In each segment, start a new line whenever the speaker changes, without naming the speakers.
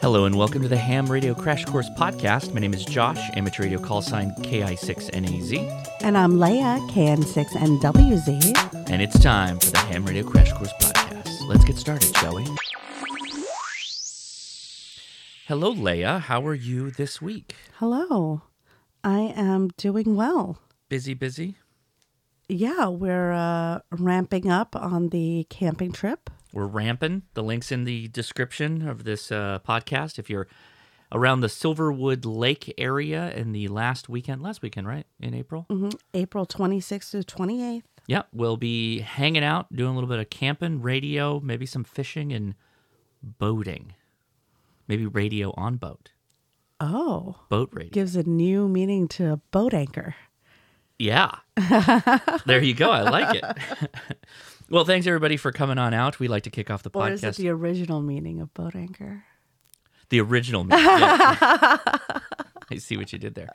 Hello and welcome to the Ham Radio Crash Course Podcast. My name is Josh, amateur radio call sign KI6NAZ,
And I'm Leia, KN6 and WZ.
and it's time for the Ham Radio Crash Course Podcast. Let's get started, shall we? Hello, Leia. How are you this week?
Hello. I am doing well.
Busy, busy?
Yeah, we're uh, ramping up on the camping trip.
We're ramping. The link's in the description of this uh, podcast. If you're around the Silverwood Lake area in the last weekend, last weekend, right? In April?
hmm April 26th to 28th.
Yeah, we'll be hanging out, doing a little bit of camping, radio, maybe some fishing and boating. Maybe radio on boat,
Oh,
boat radio.
gives a new meaning to boat anchor.
Yeah. there you go. I like it. well, thanks everybody for coming on out. We like to kick off the
Or is it
podcast.
the original meaning of boat anchor?
The original me. Yeah. I see what you did there.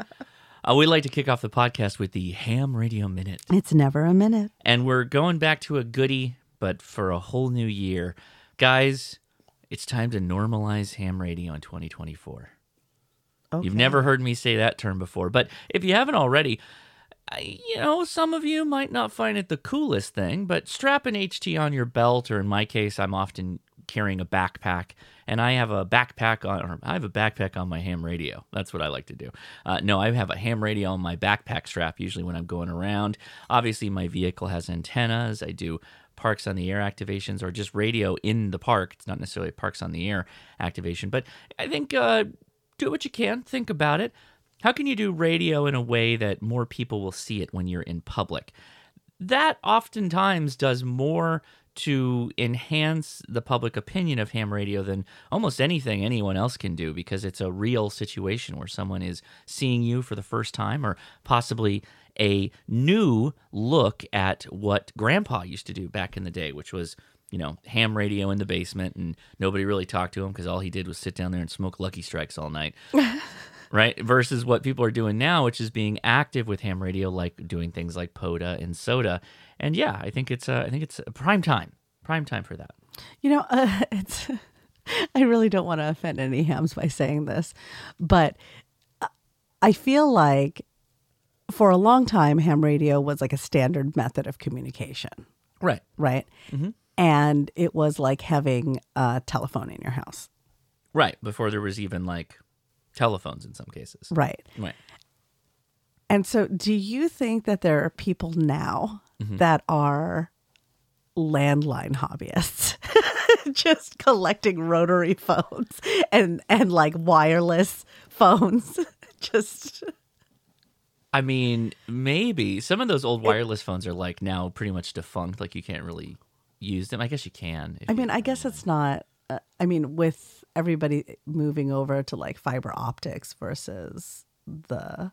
Uh, we like to kick off the podcast with the Ham Radio Minute.
It's never a minute.
And we're going back to a goodie, but for a whole new year. Guys, it's time to normalize ham radio in 2024.
Okay.
You've never heard me say that term before, but if you haven't already, I, you know, some of you might not find it the coolest thing, but strap an HT on your belt, or in my case, I'm often carrying a backpack, and I have a backpack on, or I have a backpack on my ham radio. That's what I like to do. Uh, no, I have a ham radio on my backpack strap usually when I'm going around. Obviously, my vehicle has antennas. I do parks on the air activations or just radio in the park. It's not necessarily a parks on the air activation, but I think uh, do what you can. Think about it. How can you do radio in a way that more people will see it when you're in public? That oftentimes does more to enhance the public opinion of ham radio than almost anything anyone else can do because it's a real situation where someone is seeing you for the first time or possibly a new look at what grandpa used to do back in the day, which was you know, ham radio in the basement, and nobody really talked to him because all he did was sit down there and smoke Lucky Strikes all night, right? Versus what people are doing now, which is being active with ham radio, like doing things like Poda and Soda, and yeah, I think it's uh, I think it's prime time, prime time for that.
You know, uh, it's. I really don't want to offend any hams by saying this, but I- I feel like for a long time, ham radio was like a standard method of communication,
Right.
right? And it was like having a telephone in your house,
Right. Before there was even like telephones in some cases.
right?
Right.
And so, do you think that there are people now
Mm-hmm.
that are landline hobbyists, just collecting rotary phones and and like wireless phones? just
I mean, maybe some of those old wireless phones are like now pretty much defunct. Like you can't really use them. I guess you can. if
I mean, I guess it's not. Uh, I mean, with everybody moving over to like fiber optics versus the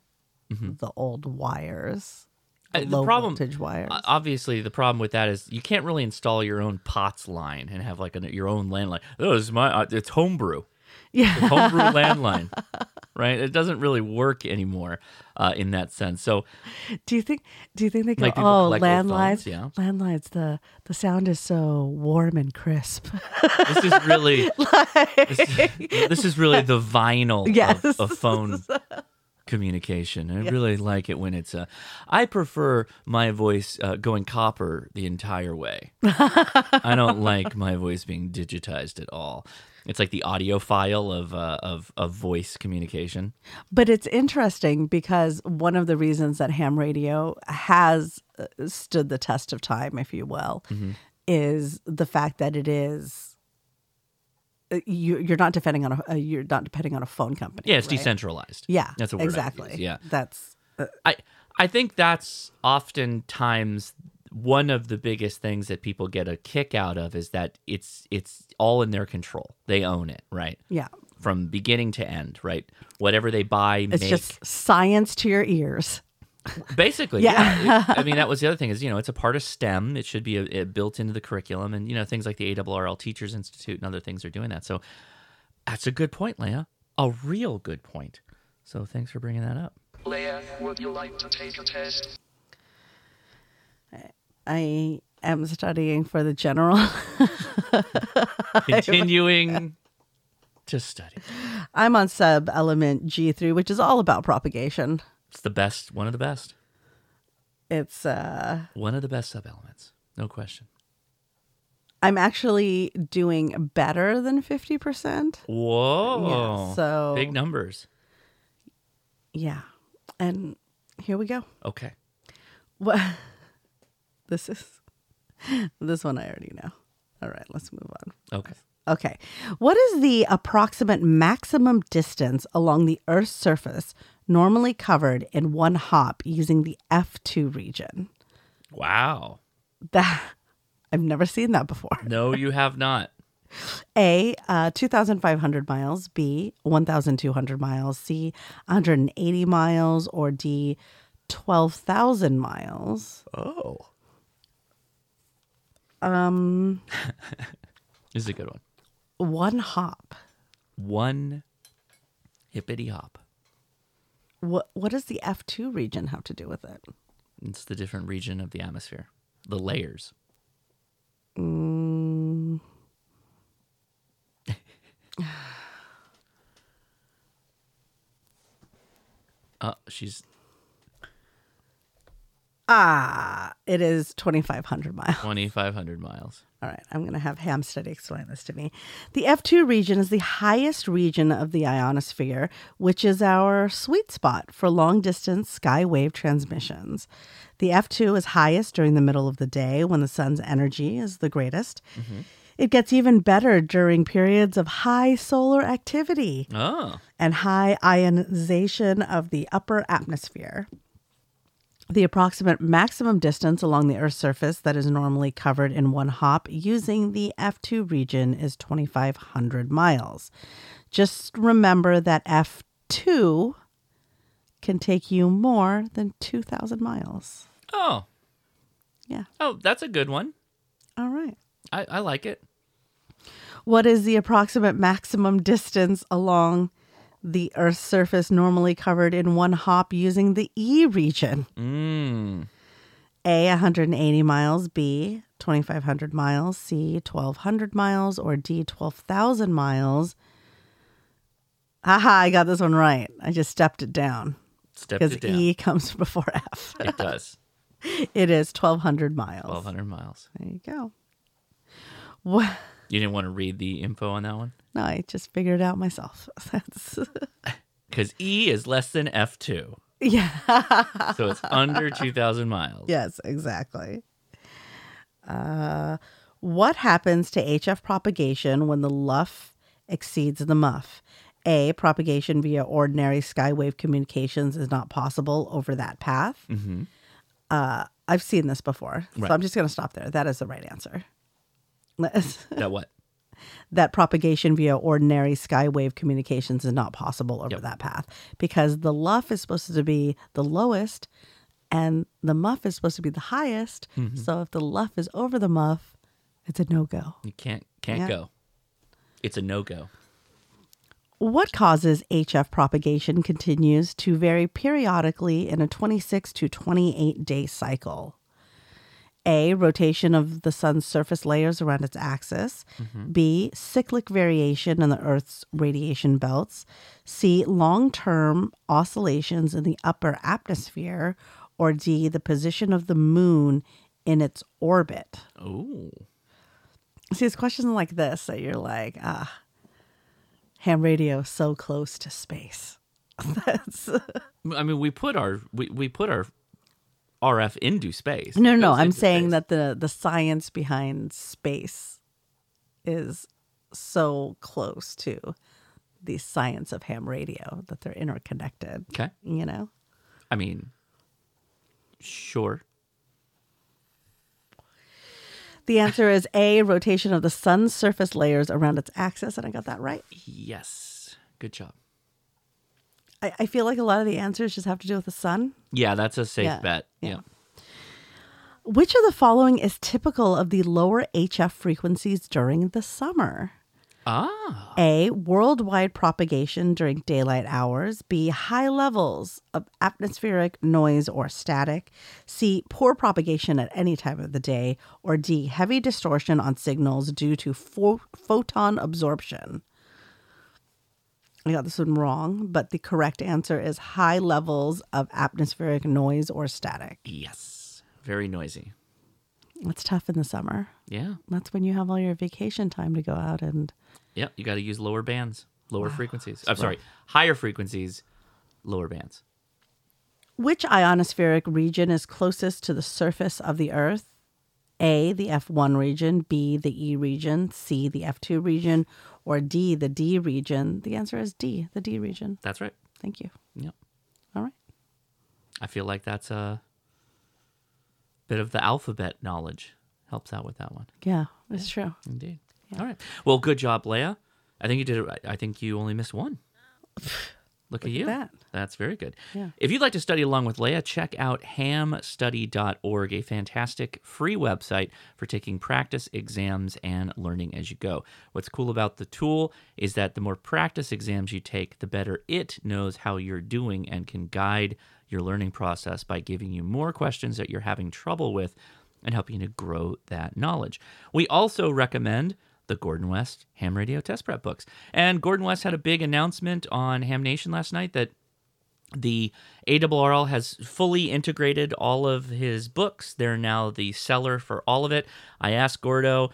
the old wires,
Uh,
the
Mm-hmm. the
low
problem- uh,
voltage wires.
O- Obviously, the problem with that is you can't really install your own POTS line and have like an, your own landline. Oh, this is my uh, it's homebrew,
yeah,
It's homebrew landline, right? It doesn't really work anymore uh, in that sense. So
Do you think? Do you think they go?
Like people
oh,
collect old
landlines.
phones, yeah.
Landlines. The the sound is so warm and crisp.
this is really this, this is really the vinyl of-
Yes.
of, phone communication. I really like it when it's uh, I prefer my voice uh, going copper the entire way. I don't like my voice being digitized at all. It's like the audio file of uh, of of voice communication.
But it's interesting because one of the reasons that ham radio has uh, stood the test of time, if you will,
Mm-hmm.
is the fact that it is. uh, You, you're not depending on a uh, you're not depending on a phone company.
Yeah, it's
right?
decentralized.
Yeah,
that's a word I
exactly.
use, yeah.
that's
I I think that's oftentimes one of the biggest things that people get a kick out of is that it's it's all in their control. They own it, right?
yeah.
From beginning to end, right? Whatever they buy,
It's
make,
just science to your ears.
basically, yeah.
Yeah.
I mean, that was the other thing is you know it's a part of STEM. It should be uh, built into the curriculum, and you know things like the AWRL Teachers Institute and other things are doing that. So that's a good point, Leah. A real good point. So thanks for bringing that up.
Leia, would you like to take a test?
I am studying for the general
Continuing to study.
I'm on sub element G3, which is all about propagation.
It's the best, one of the best,
It's uh
one of the best sub elements. No question.
I'm actually doing better than 50%.
Whoa.
Yeah, so-
big numbers.
Yeah. And here we go.
Okay.
What this is this one I already know. All right, let's move on.
Okay.
Okay. What is the approximate maximum distance along the Earth's surface normally covered in one hop using the F2 region?
Wow.
That I've never seen that before.
No, you have not.
A, uh, 2,500 miles. B, 1,200 miles. C, 180 miles. Or D, 12,000 miles.
Oh.
Um,
This is a good one.
one hop.
One hippity hop.
What what does the F2 region have to do with it?
It's the different region of the atmosphere, the layers. uh, she's
Ah, it is 2,500 miles.
2,500 miles.
All right, I'm going to have Hamstead explain this to me. The F2 region is the highest region of the ionosphere, which is our sweet spot for long distance sky wave transmissions. The F2 is highest during the middle of the day when the sun's energy is the greatest. It gets even better during periods of high solar activity
Oh,
and high ionization of the upper atmosphere. The approximate maximum distance along the Earth's surface that is normally covered in one hop using the F2 region is 2,500 miles. Just remember that F2 can take you more than 2,000 miles.
oh,
Yeah.
oh, that's a good one.
All right.
I, I like it.
What is the approximate maximum distance along the Earth's surface normally covered in one hop using the E region?
Mm.
A, 180 miles, B, 2,500 miles, C, 1,200 miles, or D, 12,000 miles. Haha, I got this one right. I just stepped it down
Step
because
it down.
E comes before F.
It does.
It is 1,200 miles.
1,200 miles.
There you go. What?
You didn't want to read the info on that one?
No, I just figured it out myself. That's,
Because E is less than F2.
yeah.
So it's under 2,000 miles.
Yes, exactly. Uh, what happens to HF propagation when the luff exceeds the muff? A, propagation via ordinary skywave communications is not possible over that path.
Mhm.
Uh, I've seen this before,
Right.
so I'm just going to stop there. That is the right answer.
That what?
that propagation via ordinary skywave communications is not possible over
Yep.
that path because the luff is supposed to be the lowest and the muff is supposed to be the highest. So if the luff is over the muff, it's a no go.
You can't can't
Yeah.
go. It's a no go.
What causes HF propagation continues to vary periodically in a 26 to 28 day cycle. A, rotation of the sun's surface layers around its axis. B, cyclic variation in the Earth's radiation belts. C, long term oscillations in the upper atmosphere. Or D, the position of the moon in its orbit.
Oh,
See, it's questions like this that you're like, ah, ham radio so close to space. That's
I mean, we put our we, we put our RF into space.
no, no.
It
no,
goes
I'm
into
saying
space.
that the the science behind space is so close to the science of ham radio that they're interconnected.
Okay,
You know,
I mean, sure.
the answer is A. Rotation of the sun's surface layers around its axis, and I got that right.
Yes, good job.
I, I feel like a lot of the answers just have to do with the sun.
Yeah, that's a safe
Yeah,
bet. Yeah.
yeah. Which of the following is typical of the lower HF frequencies during the summer?
Ah,
A. Worldwide propagation during daylight hours. B. High levels of atmospheric noise or static. C. Poor propagation at any time of the day. Or D. Heavy distortion on signals due to pho- photon absorption. I got this one wrong, but the correct answer is high levels of atmospheric noise or static.
Yes. Very noisy.
It's tough in the summer.
Yeah.
That's when you have all your vacation time to go out and
Yep. You got to use lower bands, lower frequencies. I'm sorry, higher frequencies, lower bands.
Which ionospheric region is closest to the surface of the Earth? A, the F1 region, B, the E region, C, the F2 region, or D, the D region? The answer is D, the D region.
That's right.
Thank you.
Yep.
All right.
I feel like that's a bit of the alphabet knowledge helps out with that one.
Yeah, it's true.
Indeed. All right. Well, good job, Leia. I think you did it. Right. I think you only missed one. Look, at you.
that.
That's very good.
Yeah.
If you'd like to study along with Leia, check out hamstudy.org, a fantastic free website for taking practice exams and learning as you go. What's cool about the tool is that the more practice exams you take, the better it knows how you're doing and can guide your learning process by giving you more questions that you're having trouble with and helping to grow that knowledge. We also recommend the Gordon West Ham Radio Test Prep books. And Gordon West had a big announcement on Ham Nation last night that the AWRL has fully integrated all of his books. They're now the seller for all of it. I asked Gordo,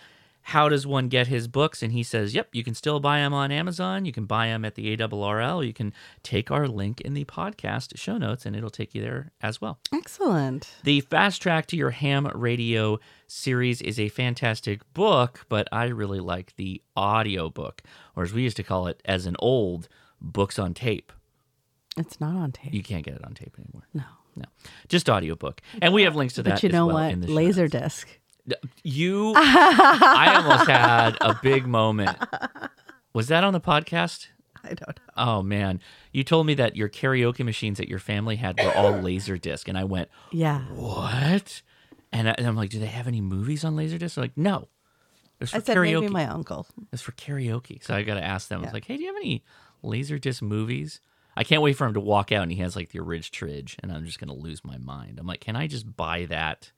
how does one get his books? And he says, yep, you can still buy them on Amazon. You can buy them at the AWRL. You can take our link in the podcast show notes and it'll take you there as well.
Excellent.
The Fast Track to Your Ham Radio series is a fantastic book, but I really like the audio book, or as we used to call it as an old books on tape.
It's not on tape.
You can't get it on tape anymore.
no.
No, just audiobook. And we have links to that.
But you
as
know
well
what?
In the show notes.
Laserdisc.
You, I almost had a big moment. Was that on the podcast?
I don't know.
Oh man, you told me that your karaoke machines that your family had were all Laserdisc, and I went,
Yeah.
"What?" And, I, and I'm like, "Do they have any movies on Laserdisc?" They're like, "No." It's for
I said
karaoke.
maybe my uncle.
it's for karaoke. So I got to ask them. I was like, "Hey, do you have any Laserdisc movies?" I can't wait for him to walk out and he has like the Ridge Tridge, and I'm just gonna lose my mind. I'm like, "Can I just buy that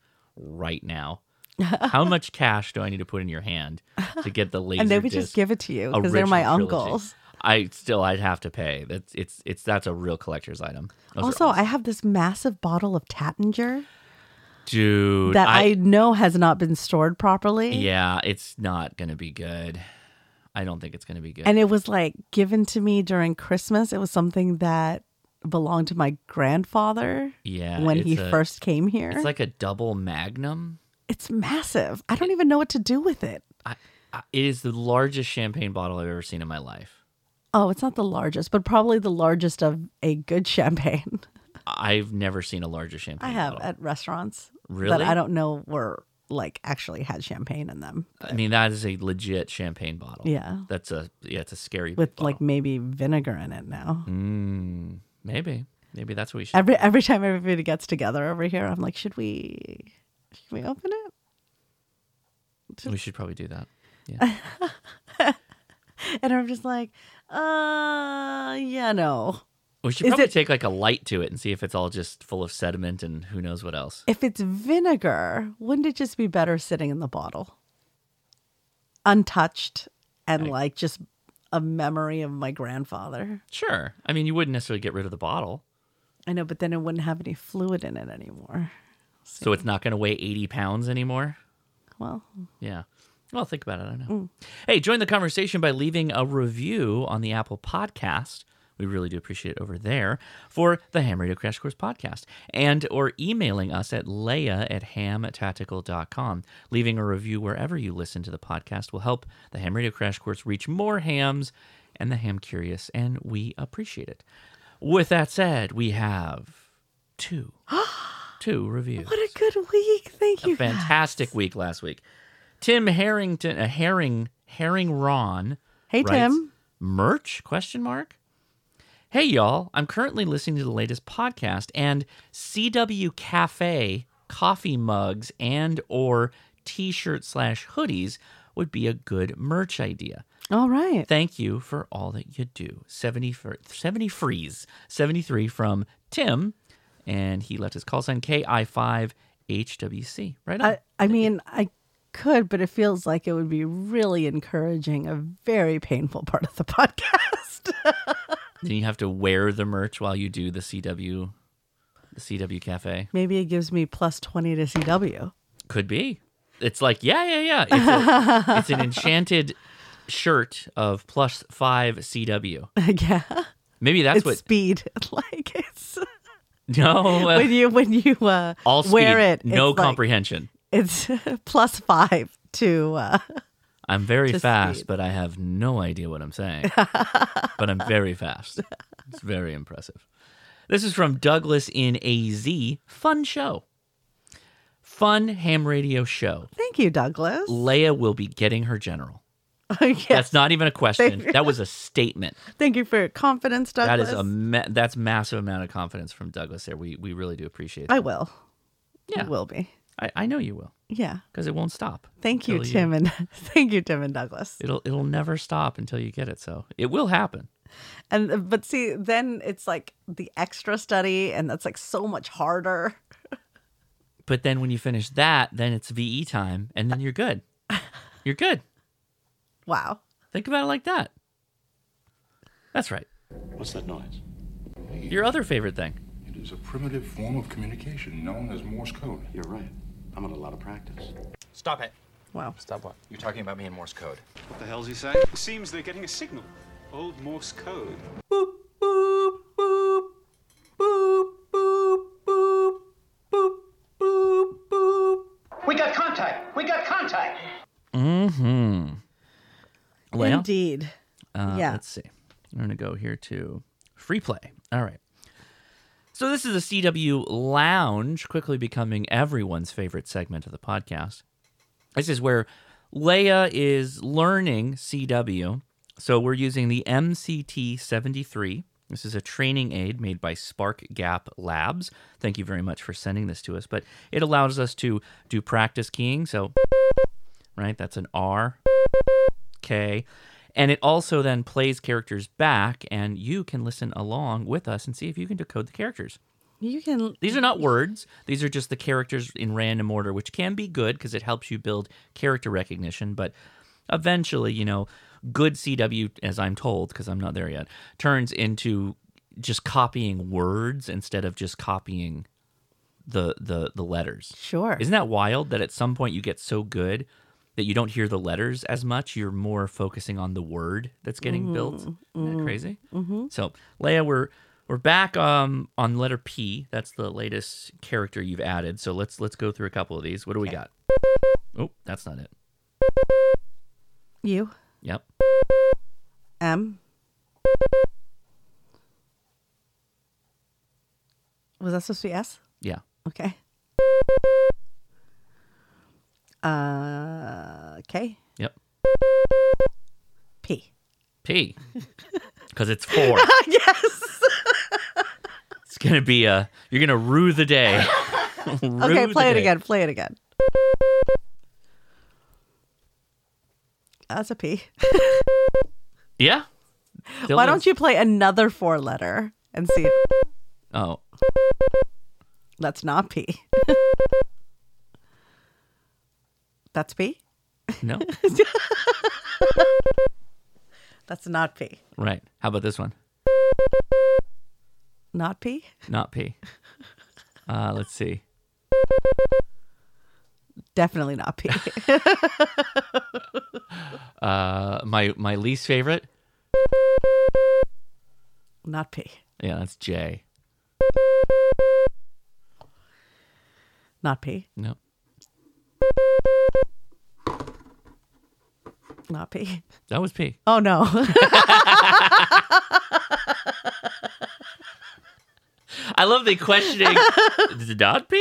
right now?" How much cash do I need to put in your hand to get the Laserdisc?
And they would just give it to you because they're my
original trilogy.
uncles.
I still I'd have to pay. That's it's it's that's a real collector's item. Those are
Also,
awesome.
I have this massive bottle of Tattinger
dude,
that I, know has not been stored properly.
yeah, it's not gonna be good. I don't think it's gonna be good.
And it was like given to me during Christmas. It was something that belonged to my grandfather
yeah,
when
it's
he
a-
first came here. It's,
It's like a double magnum.
massive. I don't even know what to do with it.
I, I, it is the largest champagne bottle I've ever seen in my life.
Oh, it's not the largest, but probably the largest of a good champagne
I've never seen a larger champagne.
I have
bottle.
at restaurants that
Really?
I don't know were like actually had champagne in them
I mean, that is a legit champagne bottle.
uh, Yeah.
That's a yeah. It's a scary
with
bottle.
like maybe vinegar in it now.
Mm, maybe maybe that's what we should.
Every every time everybody gets together over here, I'm like, should we should we open it?
we should probably do that. Yeah.
And I'm just like, uh, yeah, no.
we should
Is
probably
it-
take like a light to it and see if it's all just full of sediment and who knows what else.
If it's vinegar, wouldn't it just be better sitting in the bottle, untouched, and like just a memory of my grandfather?
Sure. I mean, you wouldn't necessarily get rid of the bottle,
I know, but then it wouldn't have any fluid in it anymore.
so it's not going to weigh eighty pounds anymore.
Well,
Yeah. Well, think about it. I don't know. Hey, join the conversation by leaving a review on the Apple Podcast. We really do appreciate it over there for the Ham Radio Crash Course podcast and or emailing us at leia at hamtactical.com. Leaving a review wherever you listen to the podcast will help the Ham Radio Crash Course reach more hams and the ham curious, and we appreciate it. With that said, we have two, two reviews
what a good week! Thank you.
fantastic week last week. Tim Harrington, a herring, herring Ron.
Hey,
writes,
Tim.
Merch? Question mark. Hey y'all! I'm currently listening to the latest podcast and CW Cafe coffee mugs and or T-shirt slash hoodies would be a good merch idea.
All right.
Thank you for all that you do. 70 for 70 freeze. 73 from Tim. And he left his call sign KI5HWC. Right on.
I, I mean, I could, but it feels like it would be really encouraging a very painful part of the podcast.
Then you have to wear the merch while you do the CW, the CW cafe.
Maybe it gives me plus 20 to CW.
Could be. It's like yeah, yeah, yeah. It's, a, it's an enchanted shirt of plus five CW.
yeah.
Maybe that's
it's
what.
speed. Like it's
No, uh,
when you when you uh
all speed,
wear it.
no
it's like-
comprehension.
it's plus five to uh
I'm very
to
fast,
speed.
but I have no idea what I'm saying. but I'm very fast. It's very impressive. This is from Douglas in AZ. Fun show. Fun ham radio show.
thank you, Douglas.
Leia will be getting her general.
yes.
That's not even a question.
Thank you.
That was a statement.
Thank you for your confidence,
That
Douglas.
is a ma- that's massive amount of confidence from Douglas there. We we really do appreciate
I
it.
will.
Yeah.
I will be.
I, I know you will
Yeah.
because it won't stop.
Thank you,
Until
Tim and thank you, Tim and Douglas.
It'll it'll never stop until you get it. So it will happen.
And uh, but see, then it's like the extra study, and that's like so much harder.
But then when you finish that, then it's VE time, and then you're good. You're good.
Wow.
Think about it like that. That's right.
What's that noise?
Your other favorite thing.
It is a primitive form of communication known as Morse code.
You're right. I'm in a lot of practice.
Stop it.
Wow.
Stop what? You're talking about me in Morse code.
What the hell's he saying? It seems they're getting a signal. Old Morse code.
We got contact. We got contact.
Leia?
Indeed.
Uh,
yeah.
Let's see. I'm going to go here to free play. All right. So this is a CW lounge, quickly becoming everyone's favorite segment of the podcast. This is where Leia is learning CW. So we're using the MCT 73. This is a training aid made by Spark Gap Labs. Thank you very much for sending this to us. But it allows us to do practice keying. So, right, that's an R. K. And it also then plays characters back, and you can listen along with us and see if you can decode the characters.
You can
These are not words, these are just the characters in random order, which can be good because it helps you build character recognition. But eventually, you know, good CW, as I'm told, because I'm not there yet, turns into just copying words instead of just copying the the the letters.
sure.
Isn't that wild that at some point you get so good that you don't hear the letters as much? You're more focusing on the word that's getting built.
Mm,
Isn't that crazy? Mm-hmm. So, Leia, we're we're back um, on letter P. That's the latest character you've added. So let's let's go through a couple of these. What do we got? Oh, that's not it.
you
Yep.
M. Was that supposed to be S?
Yeah.
Okay. Uh, K
Yep.
P.
P. Because it's four.
yes.
It's gonna be a. You're gonna rue the day. Rue
Okay,
the
play it
day.
again. Play it again. That's a P.
Yeah.
Why don't you play another four letter and see?
Oh,
That's not P. That's P.
no.
That's not P.
right. How about this one?
Not P.
Not P. Uh, let's see.
Definitely not P.
Uh, my my least favorite.
not P.
Yeah, that's J.
Not P.
No,
Not P.
that was P.
Oh no.
I love the questioning. Is it not P?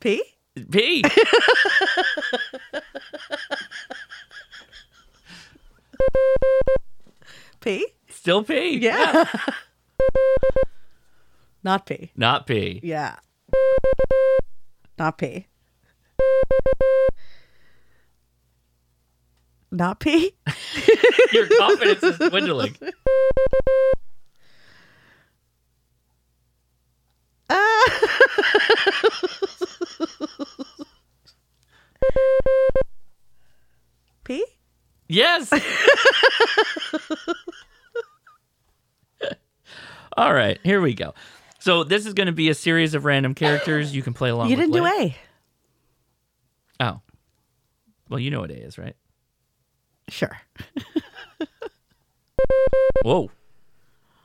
P?
P.
P?
Still P.
Yeah. Not P.
Not P.
Yeah. Not P. Not P.
Your confidence is dwindling.
P?
Yes. All right, here we go. So this is going to be a series of random characters you can play along.
You
with
didn't do
later.
A.
Oh, well, you know what A is, right?
Sure.
Whoa,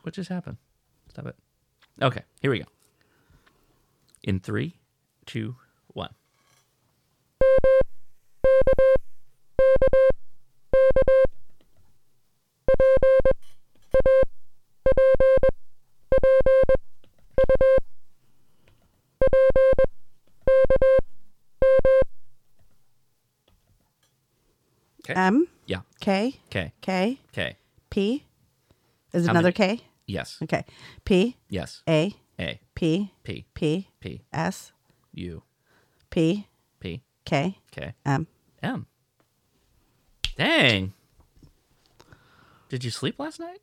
what just happened? Stop it. Okay, here we go. In three, two, one.
M
Yeah.
K
Okay.
K
Okay.
P is
How
another K.
Yes.
Okay. P
Yes.
A
A.
P
P.
P
P.
S
U.
P
P.
K
K.
M.
M. Dang. Did you sleep last night?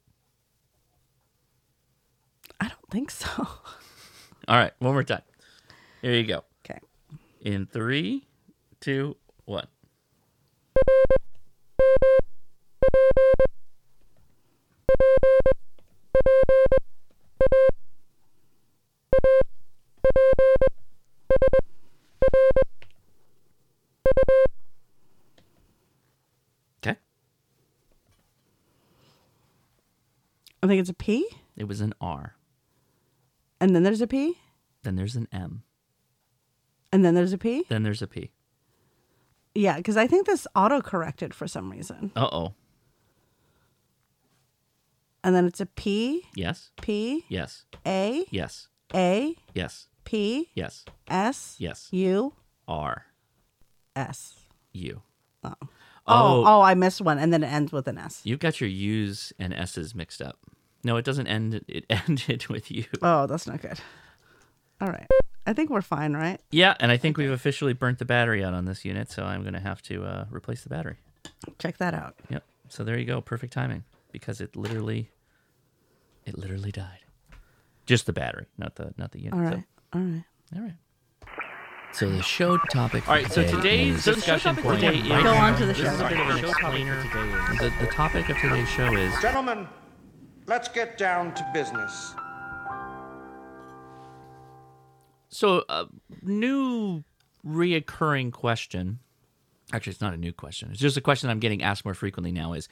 I don't think so.
All right, one more time. Here you go.
Okay.
In three, two, one. Okay.
I think it's a P
It was an R.
and then there's a P
Then there's an M.
and then there's a P.
Then there's a P.
Yeah, because I think this auto corrected for some reason.
Uh oh.
And then it's a P
Yes.
P
Yes.
A
Yes.
A
Yes.
P
Yes.
S
Yes.
U
R.
S.
U.
Oh,
Oh.
oh, I missed one, and then it ends with an S.
You've got your U's and S's mixed up. No, it doesn't end. It ended with you.
Oh, that's not good. All right, I think we're fine, right?
Yeah, and I think we've officially burnt the battery out on this unit, so I'm going to have to uh, replace the battery.
Check that out.
Yep. So there you go. Perfect timing because it literally, it literally died. Just the battery, not the not the unit.
All right, all right.
So, all right. So the show topic. All right. So today's discussion point
Go on to the show.
The, the topic of today's show is
Gentlemen, let's get down to business.
So, a new reoccurring question. Actually, it's not a new question. It's just a question I'm getting asked more frequently now. Is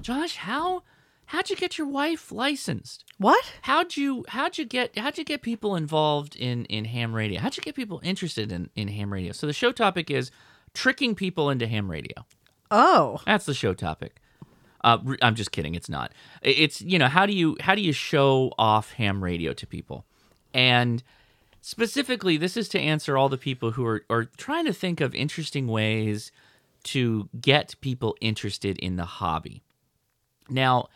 Josh, how how'd you get your wife licensed?
What?
How'd you how'd you get how'd you get people involved in in ham radio? How'd you get people interested in in ham radio? So the show topic is tricking people into ham radio.
Oh,
That's the show topic. Uh, re- I'm just kidding. It's not. I- It's you know how do you how do you show off ham radio to people, and specifically this is to answer all the people who are are trying to think of interesting ways to get people interested in the hobby. Now,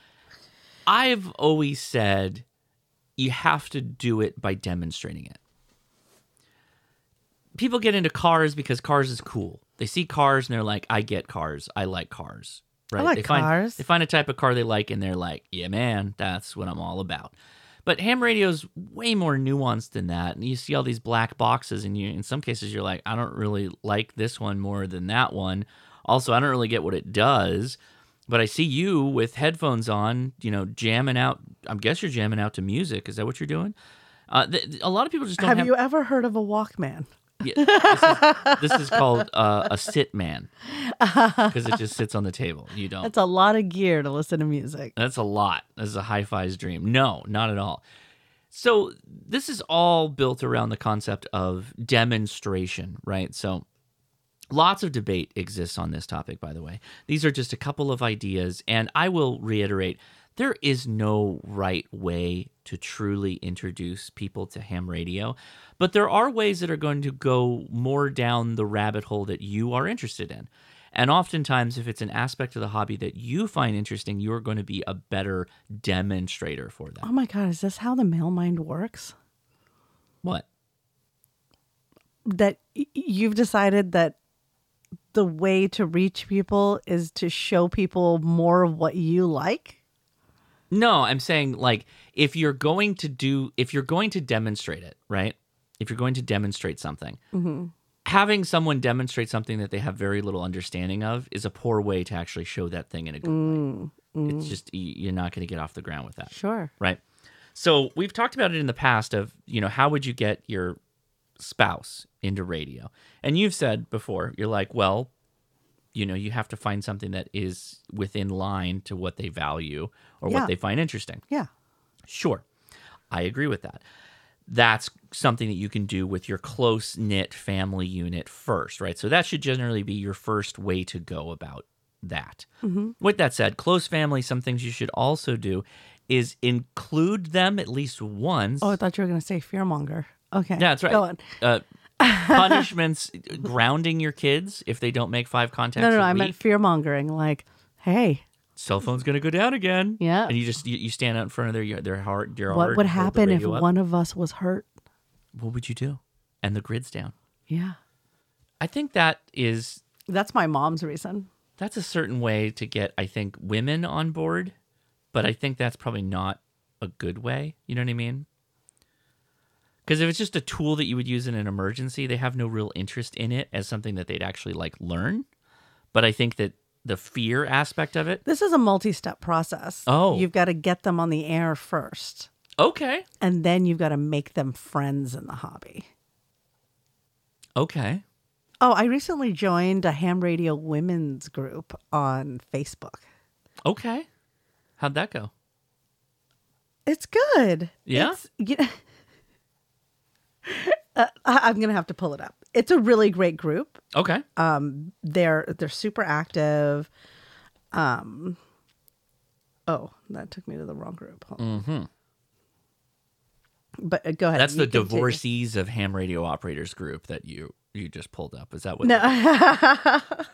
I've always said you have to do it by demonstrating it people get into cars because cars is cool. They see cars and they're like, I get cars. I like cars. Right?
like
they find,
cars.
They find a type of car they like and they're like, yeah, man, that's what I'm all about. But ham radio's way more nuanced than that. And you see all these black boxes and you in some cases you're like, I don't really like this one more than that one. Also, I don't really get what it does. But I see you with headphones on, you know, jamming out. I guess you're jamming out to music. Is that what you're doing? Uh, th- th- a lot of people just don't
have
have
you ever heard of a Walkman?
yeah, this, is, this is called uh, a sit man because it just sits on the table. You don't.
That's a lot of gear to listen to music.
That's a lot. That's a hi fi's dream. No, not at all. So, this is all built around the concept of demonstration, right? So, lots of debate exists on this topic, by the way. These are just a couple of ideas. And I will reiterate there is no right way to truly introduce people to ham radio, but there are ways that are going to go more down the rabbit hole that you are interested in. And oftentimes, if it's an aspect of the hobby that you find interesting, you're going to be a better demonstrator for that.
Oh my God, is this how the male mind works?
What?
That y- you've decided that the way to reach people is to show people more of what you like?
No, I'm saying like if you're going to do if you're going to demonstrate it, right? If you're going to demonstrate something, having someone demonstrate something that they have very little understanding of is a poor way to actually show that thing in a good light. It's just y- you're not going to get off the ground with that.
Sure.
Right. So we've talked about it in the past of, you know, how would you get your spouse into radio? And you've said before, you're like, well, you know, you have to find something that is within line to what they value or
Yeah.
what they find interesting.
Yeah.
Sure. I agree with that. That's something that you can do with your close knit family unit first, right? So that should generally be your first way to go about that.
Mm-hmm.
With that said, close family, some things you should also do is include them at least once.
Oh, I thought you were going to say fearmonger. Okay.
Yeah, that's right.
Go on.
Uh, punishments, grounding your kids if they don't make five contacts.
No, no,
a
no. I
week.
meant fear mongering. Like, hey,
cell phone's gonna go down again.
Yeah.
and you just you, you stand out in front of their their heart. Your
what
heart,
would
hold the
happen if
radio up.
one of us was hurt?
What would you do? And the grid's down.
Yeah.
I think that is
That's my mom's reason.
that's a certain way to get I think women on board, but I think that's probably not a good way. You know what I mean? Because if it's just a tool that you would use in an emergency, they have no real interest in it as something that they'd actually like learn. But I think that the fear aspect of it.
This is a multi step process.
Oh.
You've got to get them on the air first,
Okay.
and then you've got to make them friends in the hobby.
Okay.
Oh, I recently joined a ham radio women's group on Facebook.
Okay. How'd that go?
It's good.
Yeah?
It's, yeah. Uh, I- I'm gonna have to pull it up. It's a really great group.
Okay.
They're they're super active. Um. Oh, that took me to the wrong group. Hold on. But uh, go ahead.
Mm-hmm. That's
you
the
continue.
divorcees of ham radio operators group that you you just pulled up. Is that what?
No,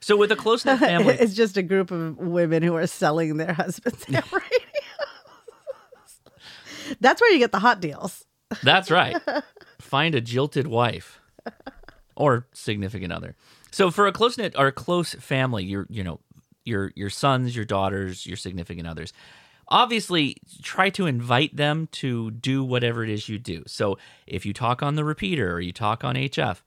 So with a close knit family,
it's just a group of women who are selling their husbands ham radios. That's where you get the hot deals.
That's right. Find a jilted wife or significant other. So for a close knit or a close family, your you know your your sons, your daughters, your significant others. Obviously, try to invite them to do whatever it is you do. So if you talk on the repeater or you talk on HF,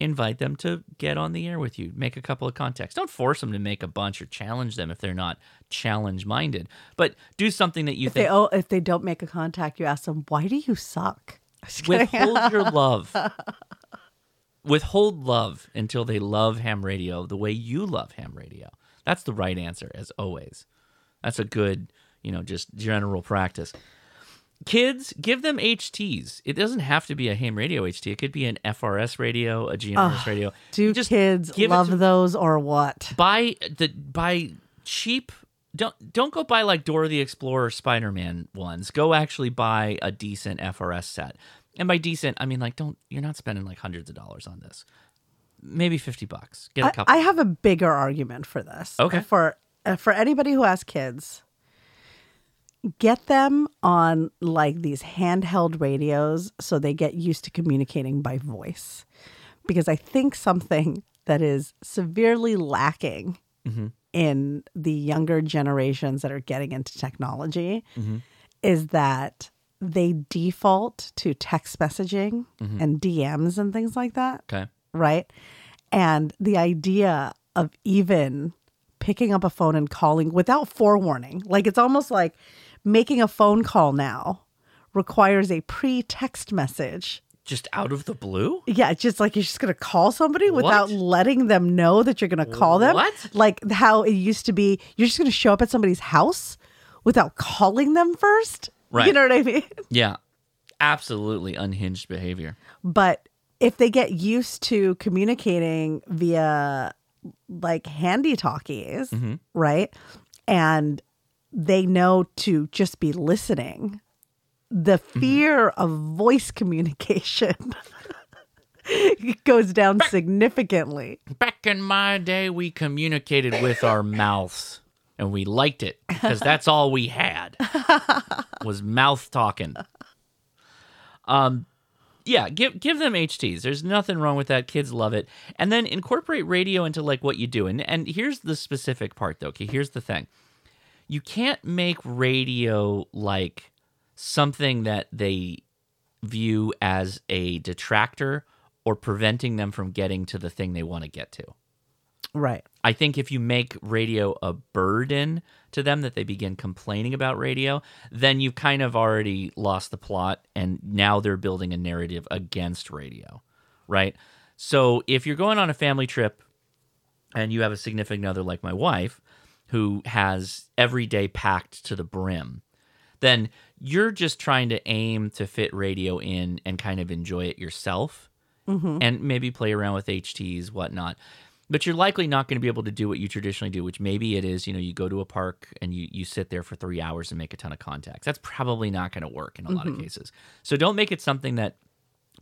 invite them to get on the air with you. Make a couple of contacts. Don't force them to make a bunch or challenge them if they're not challenge minded. But do something that you
They
think
oh, if they don't make a contact, you ask them, "Why do you suck?" Just kidding.
withhold your love. withhold love until they love ham radio the way you love ham radio. That's the right answer, as always. That's a good, you know, just general practice. Kids, give them HTs. It doesn't have to be a ham radio HT. It could be an FRS radio, a GMS radio.
Do
Just
kids
give it
love
to-
those or what?
buy the buy cheap don't don't go buy like Dora the Explorer Spider Man ones. Go actually buy a decent FRS set. And by decent, I mean like don't you're not spending like hundreds of dollars on this. Maybe fifty bucks. Get a
I,
couple.
I have a bigger argument for this.
Okay.
For uh, for anybody who has kids, get them on like these handheld radios so they get used to communicating by voice. Because I think something that is severely lacking
Mm-hmm.
in the younger generations that are getting into technology
Mm-hmm.
is that they default to text messaging and DMs and things like that
Mm-hmm. okay.
right? And the idea of even picking up a phone and calling without forewarning, like it's almost like making a phone call now requires a pre text message.
Just out of the blue?
Yeah, it's just like you're just going to call somebody without
What?
letting them know that you're going to call them.
What?
Like how it used to be, you're just going to show up at somebody's house without calling them first. You
Right.
know what I mean?
Yeah. Absolutely unhinged behavior.
but if they get used to communicating via like handy talkies, right? And they know to just be listening, the fear of voice communication goes down significantly.
Back in my day we communicated with our mouths and we liked it because that's all we had. was mouth talking. Um, yeah, give give them HTs. There's nothing wrong with that. Kids love it. And then incorporate radio into like what you do. And and here's the specific part though. Okay, here's the thing. You can't make radio like something that they view as a detractor or preventing them from getting to the thing they want to get to.
Right.
I think if you make radio a burden to them that they begin complaining about radio, then you've kind of already lost the plot and now they're building a narrative against radio, right? So if you're going on a family trip and you have a significant other like my wife who has every day packed to the brim, then you're just trying to aim to fit radio in and kind of enjoy it yourself and maybe play around with HTs, whatnot. But you're likely not going to be able to do what you traditionally do, which maybe it is, you know, you go to a park and you, you sit there for three hours and make a ton of contacts. That's probably not going to work in a lot of cases. So don't make it something that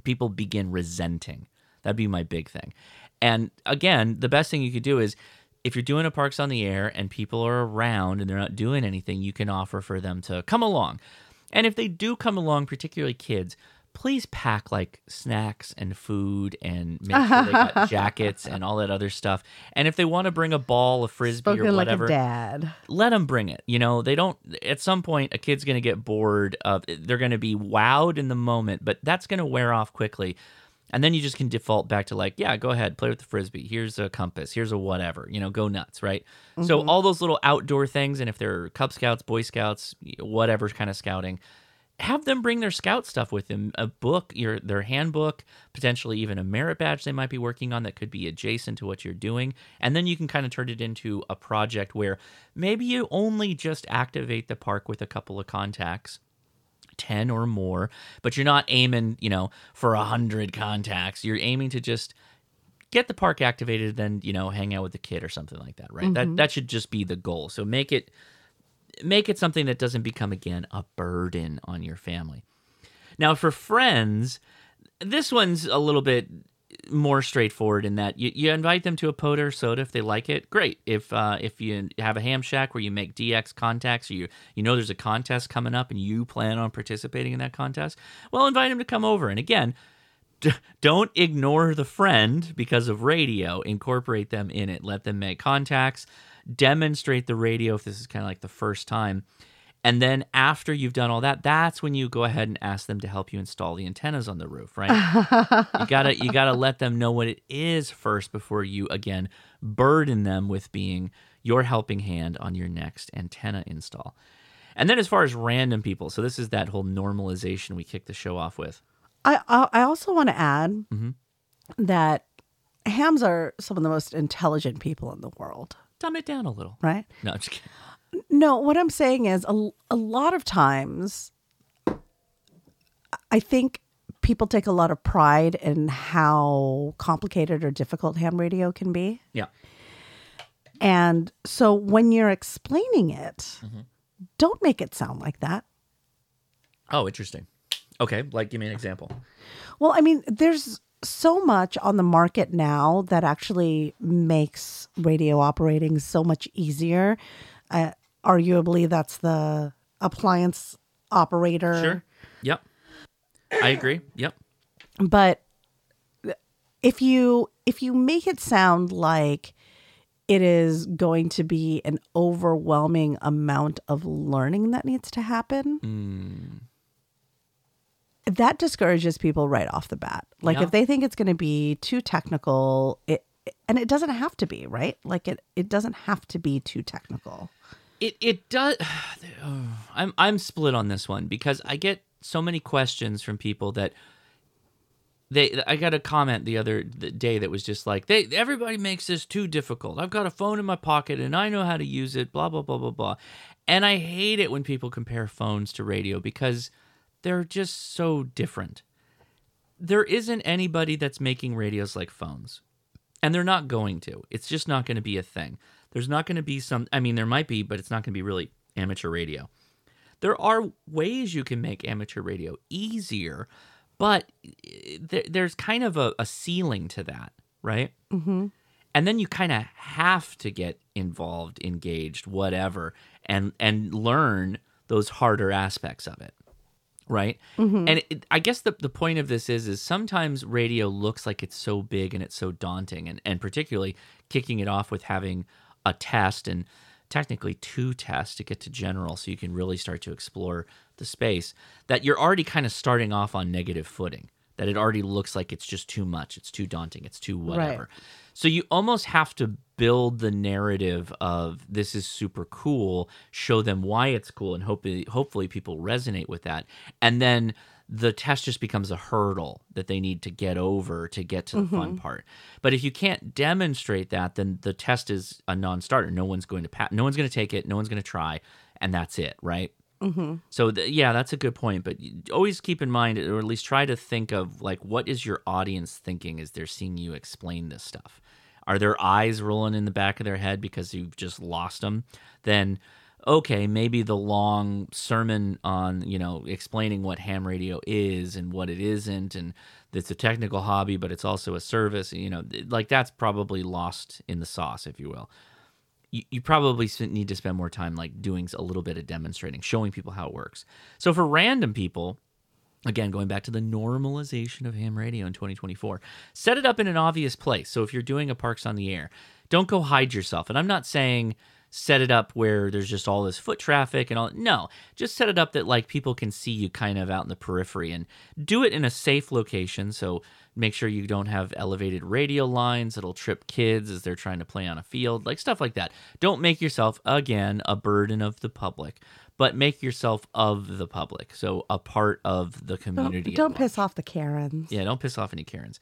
people begin resenting. That'd be my big thing. And again, the best thing you could do is if you're doing a parks on the air and people are around and they're not doing anything, you can offer for them to come along. And if they do come along, particularly kids, please pack like snacks and food and make sure they got jackets and all that other stuff. And if they want to bring a ball, a frisbee, or
Spoken like
whatever,
a dad.
let them bring it. You know, they don't. At some point, a kid's going to get bored of. They're going to be wowed in the moment, but that's going to wear off quickly, and then you just can default back to like, yeah, go ahead, play with the frisbee. Here's a compass. Here's a whatever. You know, go nuts, right? So all those little outdoor things, and if they're Cub Scouts, Boy Scouts, whatever kind of scouting, have them bring their scout stuff with them a book your their handbook potentially even a merit badge they might be working on that could be adjacent to what you're doing and then you can kind of turn it into a project where maybe you only just activate the park with a couple of contacts 10 or more but you're not aiming you know for 100 contacts you're aiming to just get the park activated then you know hang out with the kid or something like that right that that should just be the goal so make it make it something that doesn't become again a burden on your family. Now for friends, this one's a little bit more straightforward in that you, you invite them to a poda or soda if they like it. Great. If uh, if you have a ham shack where you make DX contacts, or you you know there's a contest coming up and you plan on participating in that contest, well, invite them to come over. And again, d- don't ignore the friend because of radio. Incorporate them in it. Let them make contacts. Demonstrate the radio if this is kind of like the first time. And then after you've done all that, that's when you go ahead and ask them to help you install the antennas on the roof, right? you gotta you gotta let them know what it is first before you again burden them with being your helping hand on your next antenna install. And then as far as random people, so this is that whole normalization we kicked the show off with.
I I, I also want to add that hams are some of the most intelligent people in the world,
dumb it down a little.
right?
No, I'm just kidding.
No, what I'm saying is a, a lot of times I think people take a lot of pride in how complicated or difficult ham radio can be.
Yeah.
And so when you're explaining it, don't make it sound like that.
Oh, interesting. Okay, like give me an example.
Well, I mean, there's so much on the market now that actually makes radio operating so much easier. Uh, arguably, that's the appliance operator.
Sure. Yep. I agree. Yep.
but if you if you make it sound like it is going to be an overwhelming amount of learning that needs to happen
Hmm.
that discourages people right off the bat like
Yeah.
if they think it's going to be too technical it and it doesn't have to be right like it it doesn't have to be too technical
It it does. I'm I'm split on this one because I get so many questions from people that they I got a comment the other th- day that was just like they everybody makes this too difficult. I've got a phone in my pocket and I know how to use it. Blah blah blah blah blah. And I hate it when people compare phones to radio because they're just so different. There isn't anybody that's making radios like phones and they're not going to. It's just not going to be a thing. There's not going to be some. I mean, there might be, but it's not going to be really amateur radio. There are ways you can make amateur radio easier, but eh, there, there's kind of a, a ceiling to that, right? and then you kind of have to get involved engaged whatever and and learn those harder aspects of it right and it, i guess the, the point of this is is sometimes radio looks like it's so big and it's so daunting and, and particularly kicking it off with having a test and technically two tests to get to general so you can really start to explore the space that you're already kind of starting off on negative footing that it already looks like it's just too much, it's too daunting, it's too whatever. So you almost have to build the narrative of this is super cool, show them why it's cool, and hopefully, hopefully people resonate with that. And then the test just becomes a hurdle that they need to get over to get to the fun part. But if you can't demonstrate that, then the test is a non-starter. No one's going to pa- no one's going to take it, no one's going to try, and that's it, right? So th- yeah, that's a good point. But you- always keep in mind, or at least try to think of like what is your audience thinking as they're seeing you explain this stuff. Are their eyes rolling in the back of their head because you've just lost them? Then okay, maybe the long sermon on you know explaining what ham radio is and what it isn't, and it's a technical hobby, but it's also a service. You know, th- like that's probably lost in the sauce, if you will you, you probably s- need to spend more time like doing a little bit of demonstrating, showing people how it works. So for random people, again going back to the normalization of ham radio in 2024, set it up in an obvious place. So if you're doing a parks on the air, don't go hide yourself. And I'm not saying set it up where there's just all this foot traffic and all no just set it up that like people can see you kind of out in the periphery and do it in a safe location so make sure you don't have elevated radio lines it'll trip kids as they're trying to play on a field like stuff like that don't make yourself again a burden of the public but make yourself of the public so a part of the
Don't,
community at
don't
large.
piss off the Karens.
Yeah, don't piss off any Karens.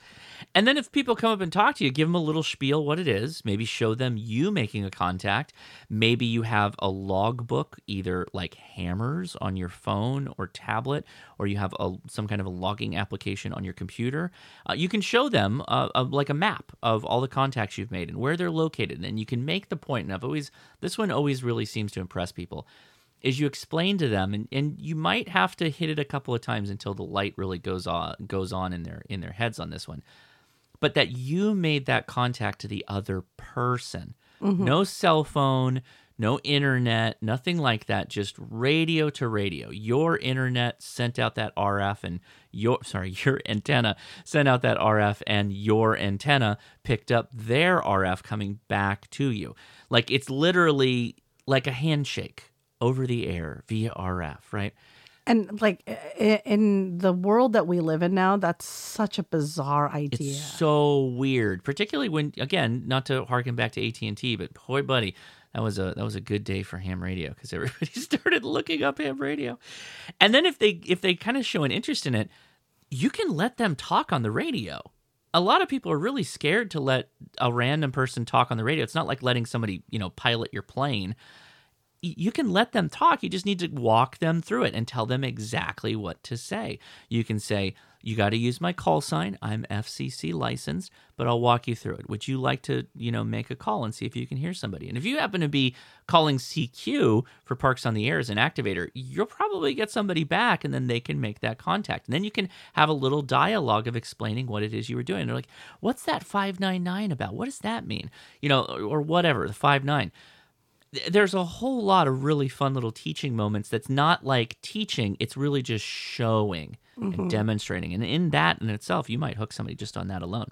And then if people come up and talk to you, give them a little spiel what it is. Maybe show them you making a contact. Maybe you have a logbook, either like hammers on your phone or tablet, or you have a, some kind of a logging application on your computer. Uh, you can show them uh, a, like a map of all the contacts you've made and where they're located. And you can make the point, and I've always, this one always really seems to impress people is you explain to them and, and you might have to hit it a couple of times until the light really goes on goes on in their in their heads on this one but that you made that contact to the other person no cell phone no internet nothing like that just radio to radio your internet sent out that rf and your sorry your antenna sent out that rf and your antenna picked up their rf coming back to you like it's literally like a handshake over the air via RF, right?
And like i- in the world that we live in now, that's such a bizarre
It's
idea.
so weird, particularly when again, not to harken back to AT and T, but boy, buddy, that was a that was a good day for ham radio because everybody started looking up ham radio, and then if they if they kind of show an interest in it, you can let them talk on the radio. A lot of people are really scared to let a random person talk on the radio. It's not like letting somebody you know pilot your plane. y- you can let them talk. You just need to walk them through it and tell them exactly what to say. You can say, "You got to use my call sign. I'm FCC licensed, but I'll walk you through it. Would you like to, you know, make a call and see if you can hear somebody?" And if you happen to be calling CQ for Parks on the Air as an activator, you'll probably get somebody back, and then they can make that contact. And then you can have a little dialogue of explaining what it is you were doing. They're like, "What's that 599 about? What does that mean?" You know, or or whatever the five nine there's a whole lot of really fun little teaching moments that's not like teaching it's really just showing and demonstrating and in that in itself you might hook somebody just on that alone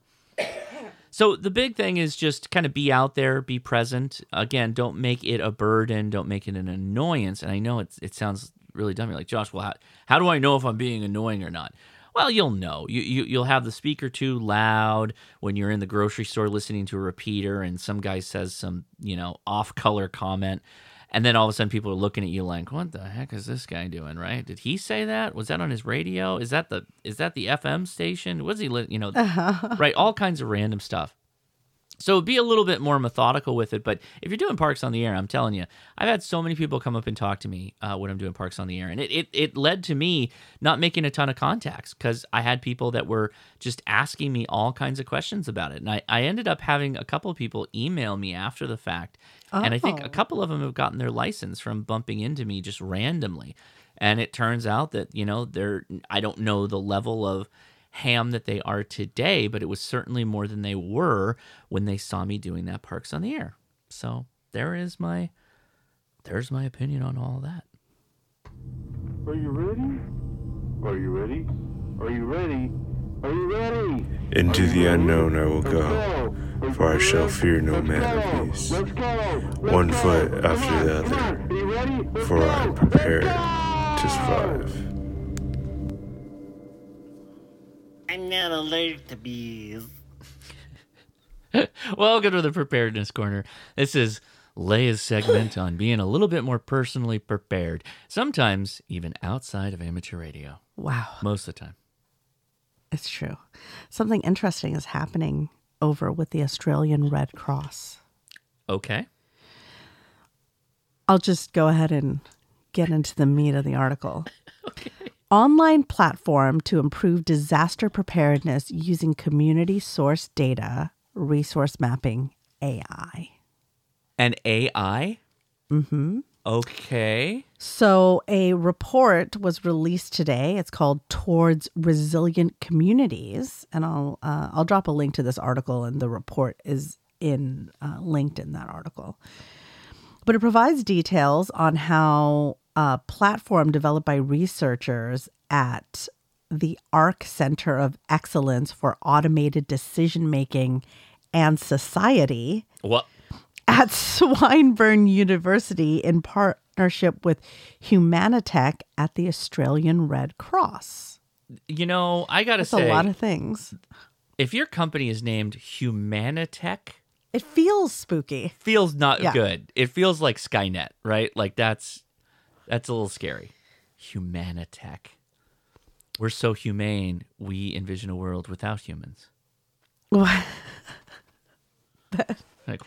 so the big thing is just kind of be out there be present again don't make it a burden don't make it an annoyance and i know it's, it sounds really dumb you're like josh well how, how do i know if i'm being annoying or not well, you'll know. You, you you'll have the speaker too loud when you're in the grocery store listening to a repeater, and some guy says some you know off color comment, and then all of a sudden people are looking at you like, "What the heck is this guy doing? Right? Did he say that? Was that on his radio? Is that the is that the FM station? Was he li-? you know right? All kinds of random stuff." So be a little bit more methodical with it. But if you're doing parks on the air, I'm telling you, I've had so many people come up and talk to me uh, when I'm doing parks on the air, and it, it it led to me not making a ton of contacts because I had people that were just asking me all kinds of questions about it, and I I ended up having a couple of people email me after the fact, and I think a
Oh.
couple of them have gotten their license from bumping into me just randomly. And it turns out that, you know, they're, I don't know the level of ham that they are today, but it was certainly more than they were when they saw me doing that Parks on the Air. So there is my, there's my opinion on all that.
Are you ready? Are you ready? Are you ready? Are you ready?
Into the unknown I will go,
Go! Let's
for I shall
go.
fear no
Let's
man of
go.
beast.
Let's go. Let's
One
go.
foot
Come
after
on,
the
come
other,
on. Are you ready? Let's
for
go.
I am
Let's
prepared
go.
to survive.
I'm
not allergic to bees.
Welcome to the preparedness corner. This is Leia's segment on being a little bit more personally prepared, sometimes even outside of amateur radio.
Wow.
Most of the time.
It's true. Something interesting is happening over with the Australian Red Cross.
Okay.
I'll just go ahead and get into the meat of the article. Online platform to improve disaster preparedness using community source data, resource mapping, AI.
An AI?
Mm-hmm.
Okay.
So, a report was released today. It's called "Towards Resilient Communities," and I'll uh, I'll drop a link to this article, and the report is in uh, linked in that article. But it provides details on how a platform developed by researchers at the ARC Center of Excellence for Automated Decision Making and Society
What?
at Swinburne University in partnership with Humanitech at the Australian Red Cross.
You know, I got to
It's
say,
a lot of things.
if your company is named Humanitech,
It feels spooky.
feels not
Yeah.
good. It feels like Skynet, right? Like that's that's a little scary. Humanitech. We're so humane. We envision a world without humans. Like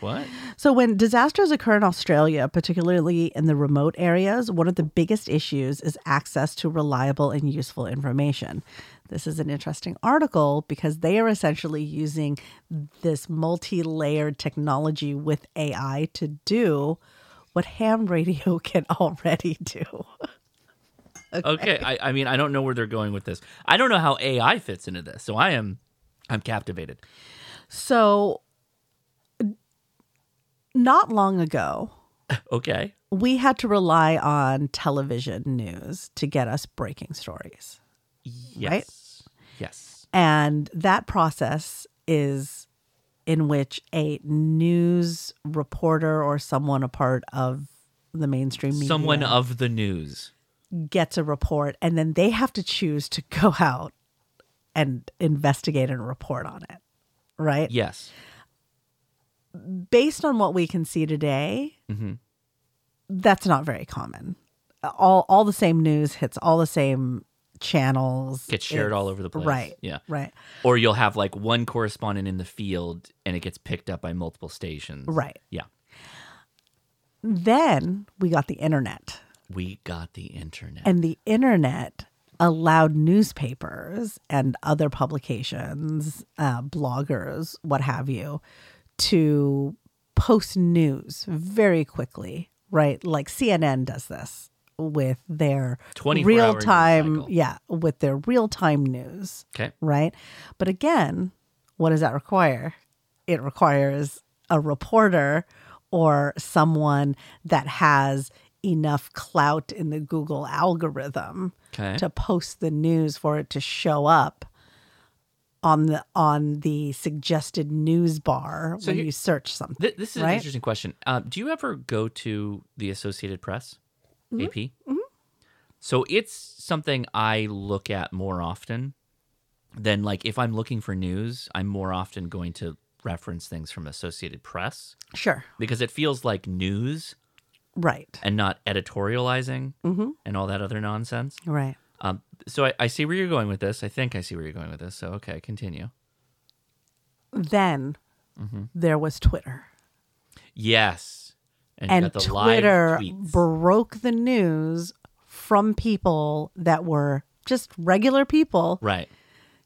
what?
So, when disasters occur in Australia, particularly in the remote areas, one of the biggest issues is access to reliable and useful information. This is an interesting article because they are essentially using this multi layered technology with AI to do what ham radio can already do.
Okay. I, I mean, I don't know where they're going with this. I don't know how AI fits into this. So I am I'm captivated.
So, not long ago,
Okay.
we had to rely on television news to get us breaking stories.
Yes.
Right?
Yes.
And that process is in which a news reporter or someone a part of the mainstream media
Someone of the news.
gets a report and then they have to choose to go out and investigate and report on it. Right?
Yes.
Based on what we can see today,
Mm-hmm.
that's not very common. All all the same news hits all the same channels.
Gets shared
It's-
all over the place.
Right.
Yeah.
Right.
Or you'll have like one correspondent in the field and it gets picked up by multiple stations.
Right.
Yeah.
Then we got the internet.
We got the internet.
And the internet allowed newspapers and other publications, uh, bloggers, what have you, to post news very quickly, right? Like CNN does this with their
24 hour news
real time,
cycle.
yeah, with their real time news,
okay.
right? But again, what does that require? It requires a reporter or someone that has enough clout in the Google algorithm
Okay.
to post the news for it to show up on the on the suggested news bar
So
when
here-
you search something.
Th- this is an
right?
interesting question. Uh, do you ever go to the Associated Press,
Mm-hmm.
AP? So it's something I look at more often than like if I'm looking for news, I'm more often going to reference things from Associated Press
Sure.
because it feels like news
Right.
and not editorializing
Mm-hmm.
and all that other nonsense.
Right.
Um, so I, I see where you're going with this. I think I see where you're going with this. So okay, continue.
Then there was Twitter.
Yes, and, you
and
got the
Twitter
live tweets.
broke the news from people that were just regular people,
right,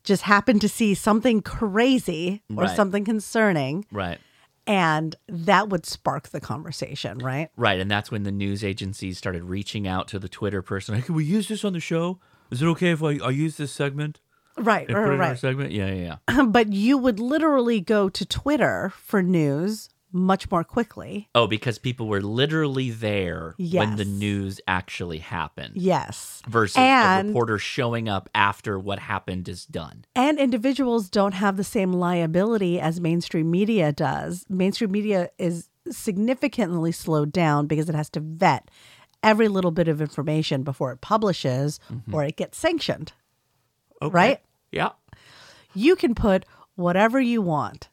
just happened to see something crazy or
Right.
something concerning,
right.
and that would spark the conversation, right?
Right, and that's when the news agencies started reaching out to the Twitter person. Like, can we use this on the show? Is it okay if I, I use this segment?
Right,
And put it
right,
in our
right.
segment? Yeah, yeah, yeah.
but you would literally go to Twitter for news much more quickly.
Oh, because people were literally there when the
Yes.
news actually happened
Yes.
versus a
And-
reporter showing up after what happened is done.
And individuals don't have the same liability as mainstream media does. Mainstream media is significantly slowed down because it has to vet every little bit of information before it publishes or it gets sanctioned. Right?
Yeah.
You can put whatever you want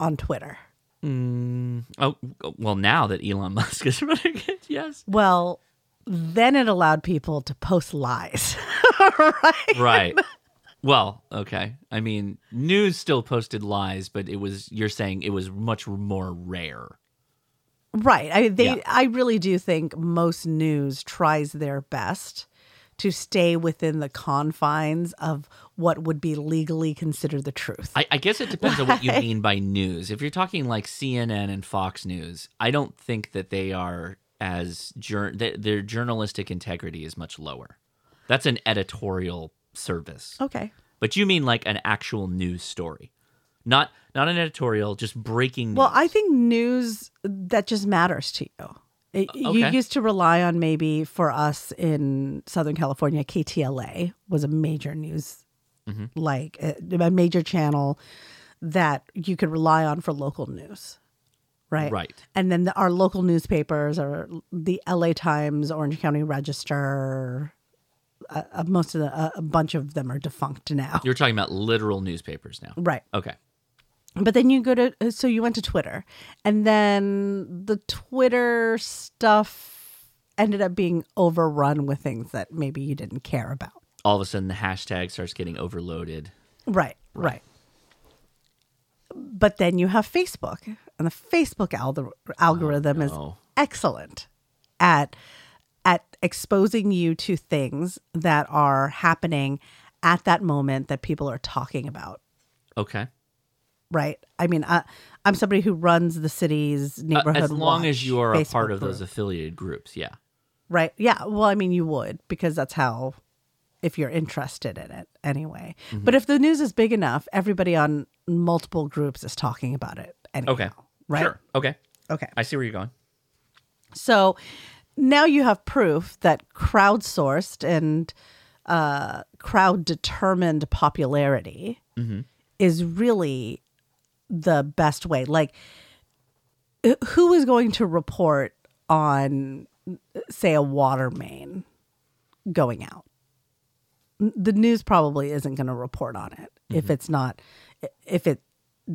on Twitter.
Mm, oh, well, now that Elon Musk is running it, yes.
Well, then it allowed people to post lies. right?
Right. Well, okay. I mean, news still posted lies, but it was, you're saying it was much more rare.
Right. I they yeah. I really do think most news tries their best to stay within the confines of what would be legally considered the truth.
I, I guess it depends on what you mean by news. If you're talking like CNN and Fox News, I don't think that they are as jur- th- their journalistic integrity is much lower. That's an editorial service.
Okay.
But you mean like an actual news story not not an editorial, just breaking. News.
Well, I think news that just matters to you. It, okay. You used to rely on maybe for us in Southern California, KTLA was a major news, mm-hmm. like a, a, major channel that you could rely on for local news. Right.
Right.
And then the, our local newspapers are the LA Times, Orange County Register, uh, most of the, uh, a bunch of them are defunct now.
You're talking about literal newspapers now.
Right.
Okay
but then you go to uh, so you went to twitter and then the twitter stuff ended up being overrun with things that maybe you didn't care about
all of a sudden the hashtag starts getting overloaded
right right, right. but then you have facebook and the facebook alg- algorithm oh, no. is excellent at at exposing you to things that are happening at that moment that people are talking about
okay
right? I mean, I, am somebody who runs the city's neighborhood. Uh,
as long
watch,
as you are
Facebook
a part of
group.
those affiliated groups, yeah.
Right. Yeah. Well, I mean, you would because that's how, if you're interested in it anyway. Mm-hmm. But if the news is big enough, everybody on multiple groups is talking about it. Anyhow,
okay.
Right.
Sure. Okay.
Okay.
I see where you're going.
So now you have proof that crowdsourced and uh, crowd determined popularity
mm-hmm.
is really the best way. Like, uh, who is going to report on, say, a water main going out? The news probably isn't going to report on it mm-hmm. if it's not, if it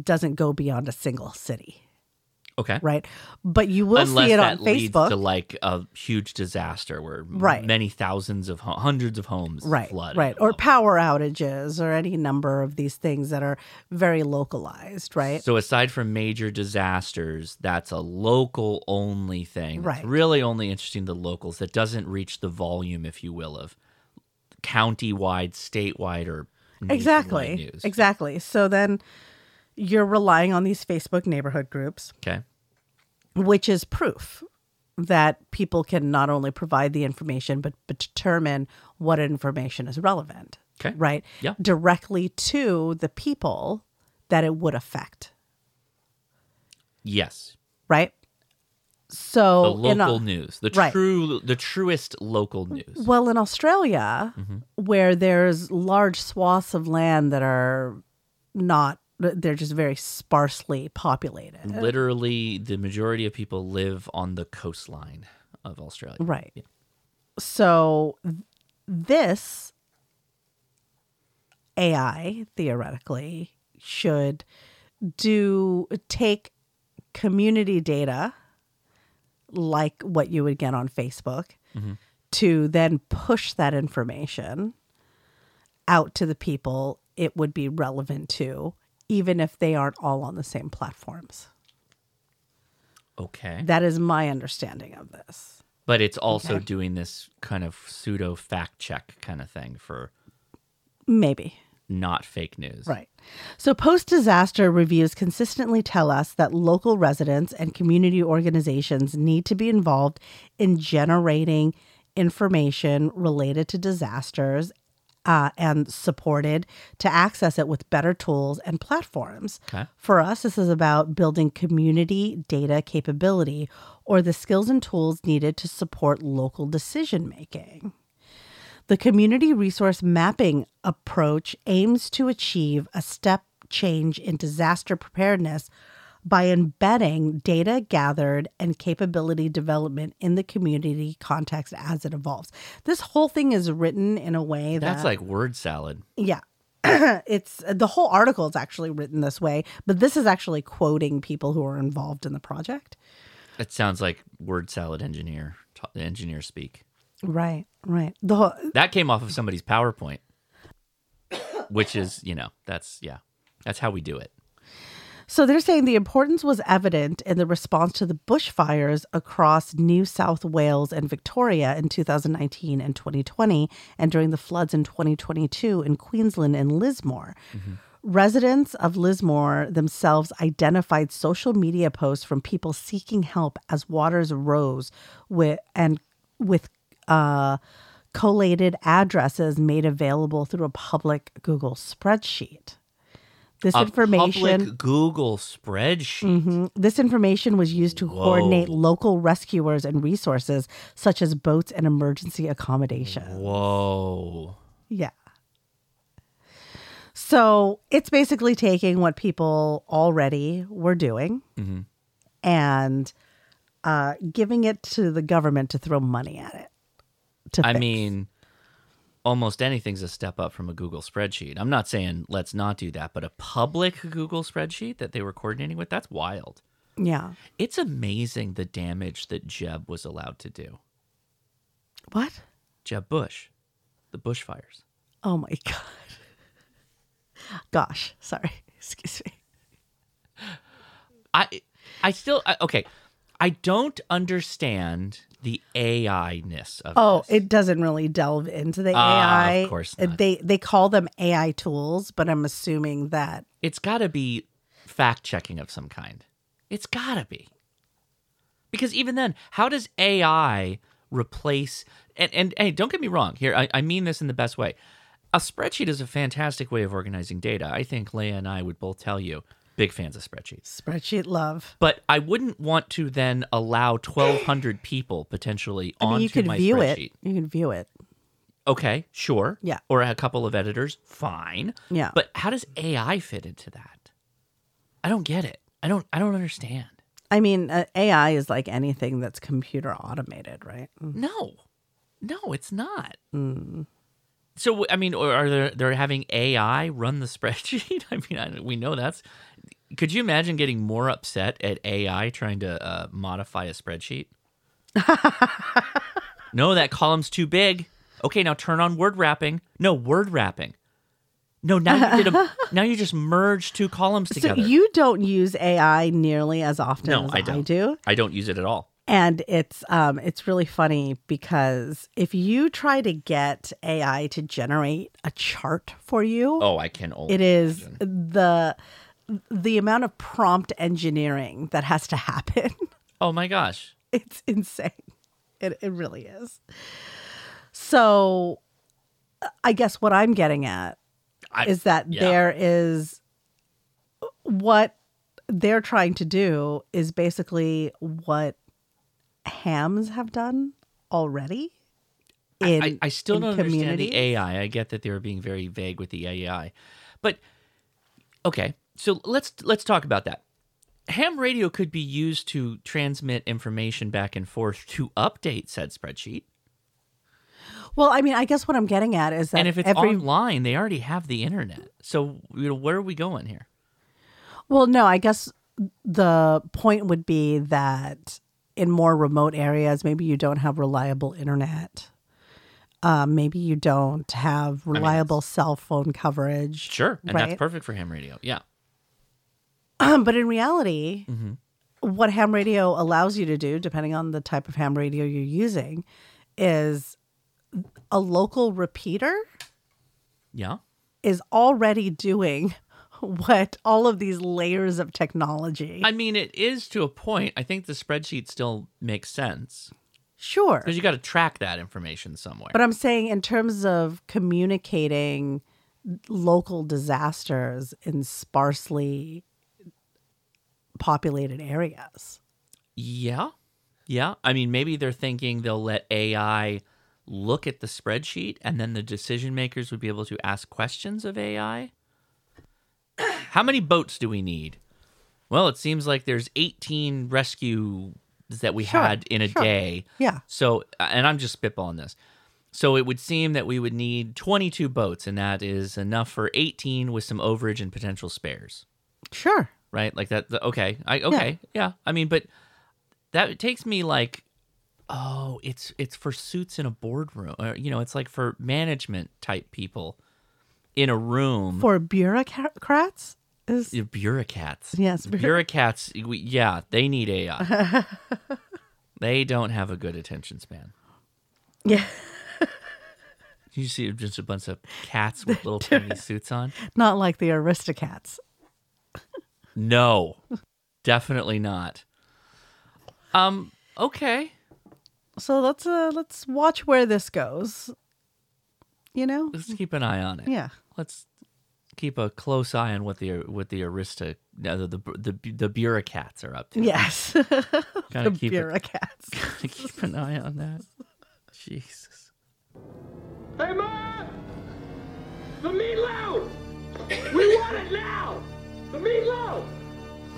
doesn't go beyond a single city.
Okay.
Right. But you will
Unless
see it
that
on Facebook.
Leads to like a huge disaster where
right.
many thousands of ho- hundreds of homes
right,
flood.
Right. Or power outages or any number of these things that are very localized, right?
So aside from major disasters, that's a local only thing.
Right.
That's really only interesting to locals that doesn't reach the volume, if you will, of county-wide, statewide or
Exactly.
News.
Exactly. So then you're relying on these Facebook neighborhood groups.
Okay.
Which is proof that people can not only provide the information, but, but determine what information is relevant.
Okay.
Right?
Yeah.
Directly to the people that it would affect.
Yes.
Right? So
the local
a,
news, the
right. Mm-hmm.
true, the truest local news.
Well, in Australia, mm-hmm. where there's large swaths of land that are not they're just very sparsely populated.
Literally, the majority of people live on the coastline of Australia.
Right.
Yeah.
So, this AI theoretically should do take community data like what you would get on Facebook
mm-hmm.
to then push that information out to the people it would be relevant to even if they aren't all on the same platforms.
Okay.
That is my understanding of this.
But it's also okay. doing this kind of pseudo fact check kind of thing for
maybe
not fake news.
Right. So post disaster reviews consistently tell us that local residents and community organizations need to be involved in generating information related to disasters uh, and supported to access it with better tools and platforms.
Okay.
For us, this is about building community data capability or the skills and tools needed to support local decision making. The community resource mapping approach aims to achieve a step change in disaster preparedness by embedding data gathered and capability development in the community context as it evolves. This whole thing is written in a way that
that's like word salad.
Yeah. it's the whole article is actually written this way, but this is actually quoting people who are involved in the project.
It sounds like word salad engineer t- engineer speak.
Right, right. The whole,
That came off of somebody's PowerPoint, which is you know that's yeah that's how we do it.
So they're saying the importance was evident in the response to the bushfires across New South Wales and Victoria in 2019 and 2020, and during the floods in 2022 in Queensland and Lismore.
Mm-hmm.
Residents of Lismore themselves identified social media posts from people seeking help as waters rose with and with uh, collated addresses made available through a public Google spreadsheet. This
A
information
public Google spreadsheet.
Mhm. This information was used to coordinate local rescuers and resources, such as boats and emergency accommodation.
Whoa.
Yeah. So it's basically taking what people already were doing
Mm-hmm.
and uh, giving it to the government to throw money at it. To
I
fix.
mean, almost anything's a step up from a Google spreadsheet. I'm not saying let's not do that, but a public Google spreadsheet that they were coordinating with, that's wild.
yeah.
It's amazing the damage that Jeb was allowed to do.
What?
Jeb Bush, the bushfires.
Oh my God. Gosh, sorry. Excuse me.
I I still I, okay. I don't understand the AI-ness of
Oh,
this.
it doesn't really delve into the
Ah,
AI.
of course not.
They they call them AI tools, but I'm assuming that
it's got to be fact checking of some kind. It's got to be. Because even then, how does AI replace? And, and hey, don't get me wrong here. I, I mean this in the best way. A spreadsheet is a fantastic way of organizing data. I think Leah and I would both tell you big fans of spreadsheets.
spreadsheet love.
But I wouldn't want to then allow 1,200 people potentially
I mean,
onto
you could
my
view
spreadsheet.
it. You could view it.
Okay, sure.
Yeah.
Or a couple of editors, fine.
Yeah.
But how does AI fit into that? I don't get it. I don't I don't understand.
I mean, uh, AI is like anything that's computer automated, right?
No. No, it's not.
Hmm.
So I mean, or are they they're having AI run the spreadsheet? I mean, I, we know that's could you imagine getting more upset at AI trying to uh, modify a spreadsheet? no, that column's too big. Okay, now turn on word wrapping. No, word wrapping. No, now you did a, now you just merged two columns together.
So you don't use AI nearly as often
no,
as
I don't.
do.
I don't use it at all.
And it's um it's really funny because if you try to get AI to generate a chart for you,
Oh, I can only.
it is the the amount of prompt engineering that has to happen
Oh my gosh.
it's insane it, it really is so i guess what i'm getting at
I,
is that
yeah.
there is what they're trying to do is basically what hams have done already in
I, I still
in
don't understand the
communities.
AI. I get that they were being very vague with the AI, but okay. So let's let's talk about that. Ham radio could be used to transmit information back and forth to update said spreadsheet.
well i mean i guess what i'm getting at is that
and if it's
every
online, they already have the internet. So you know, where are we going here?
Well, no, I guess the point would be that in more remote areas, maybe you don't have reliable internet. Um, maybe you don't have reliable cell phone coverage.
Sure, and that's
Right.
perfect for ham radio. Yeah,
but in reality,
Mm-hmm.
what ham radio allows you to do, depending on the type of ham radio you're using, is a local repeater
yeah.
is already doing what all of these layers of technology.
I mean, it is to a point. I think the spreadsheet still makes sense
sure.
because you got to track that information somewhere.
But I'm saying, in terms of communicating local disasters in sparsely populated areas,
Yeah. Yeah. I mean, maybe they're thinking they'll let AI look at the spreadsheet and then the decision makers would be able to ask questions of AI. How many boats do we need? Well, it seems like there's 18 rescues that we
Sure,
had in a
sure.
day. uh,
yeah,
So, and I'm just spitballing this. So it would seem that we would need 22 boats, and that is enough for 18 with some overage and potential spares,
Sure.
right? Like that. The, okay, I okay, yeah. I mean, but that takes me like, oh, it's it's for suits in a boardroom, or, you know, it's like for management type people in a room.
For bureaucrats is
Yeah, bureaucrats.
Yes, bureau-
bureaucrats. we- Yeah, they need AI. they don't have a good attention span.
yeah,
You see just a bunch of cats with little tiny suits on?
not like the aristocrats.
No, definitely not. Um. Okay.
So let's uh let's watch where this goes. You know?
Let's keep an eye on it.
Yeah.
Let's keep a close eye on what the what the arista no, the, the the the bureaucrats are up to.
Yes.
Gotta
the
keep it-
bureaucrats.
keep an eye on that. Jesus.
Hey, man! The meatloaf! We want it now! The meatloaf!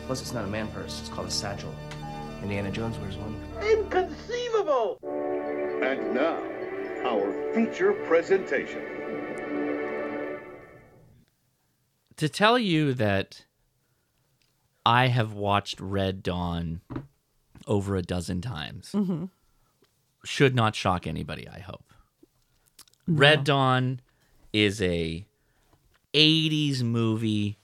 Plus, it's not a man purse, it's called a satchel. Indiana Jones wears one.
Inconceivable!
And now, our feature presentation.
to tell you that I have watched Red Dawn over a dozen times
Mhm.
should not shock anybody, I hope. Red Dawn is a 80s movie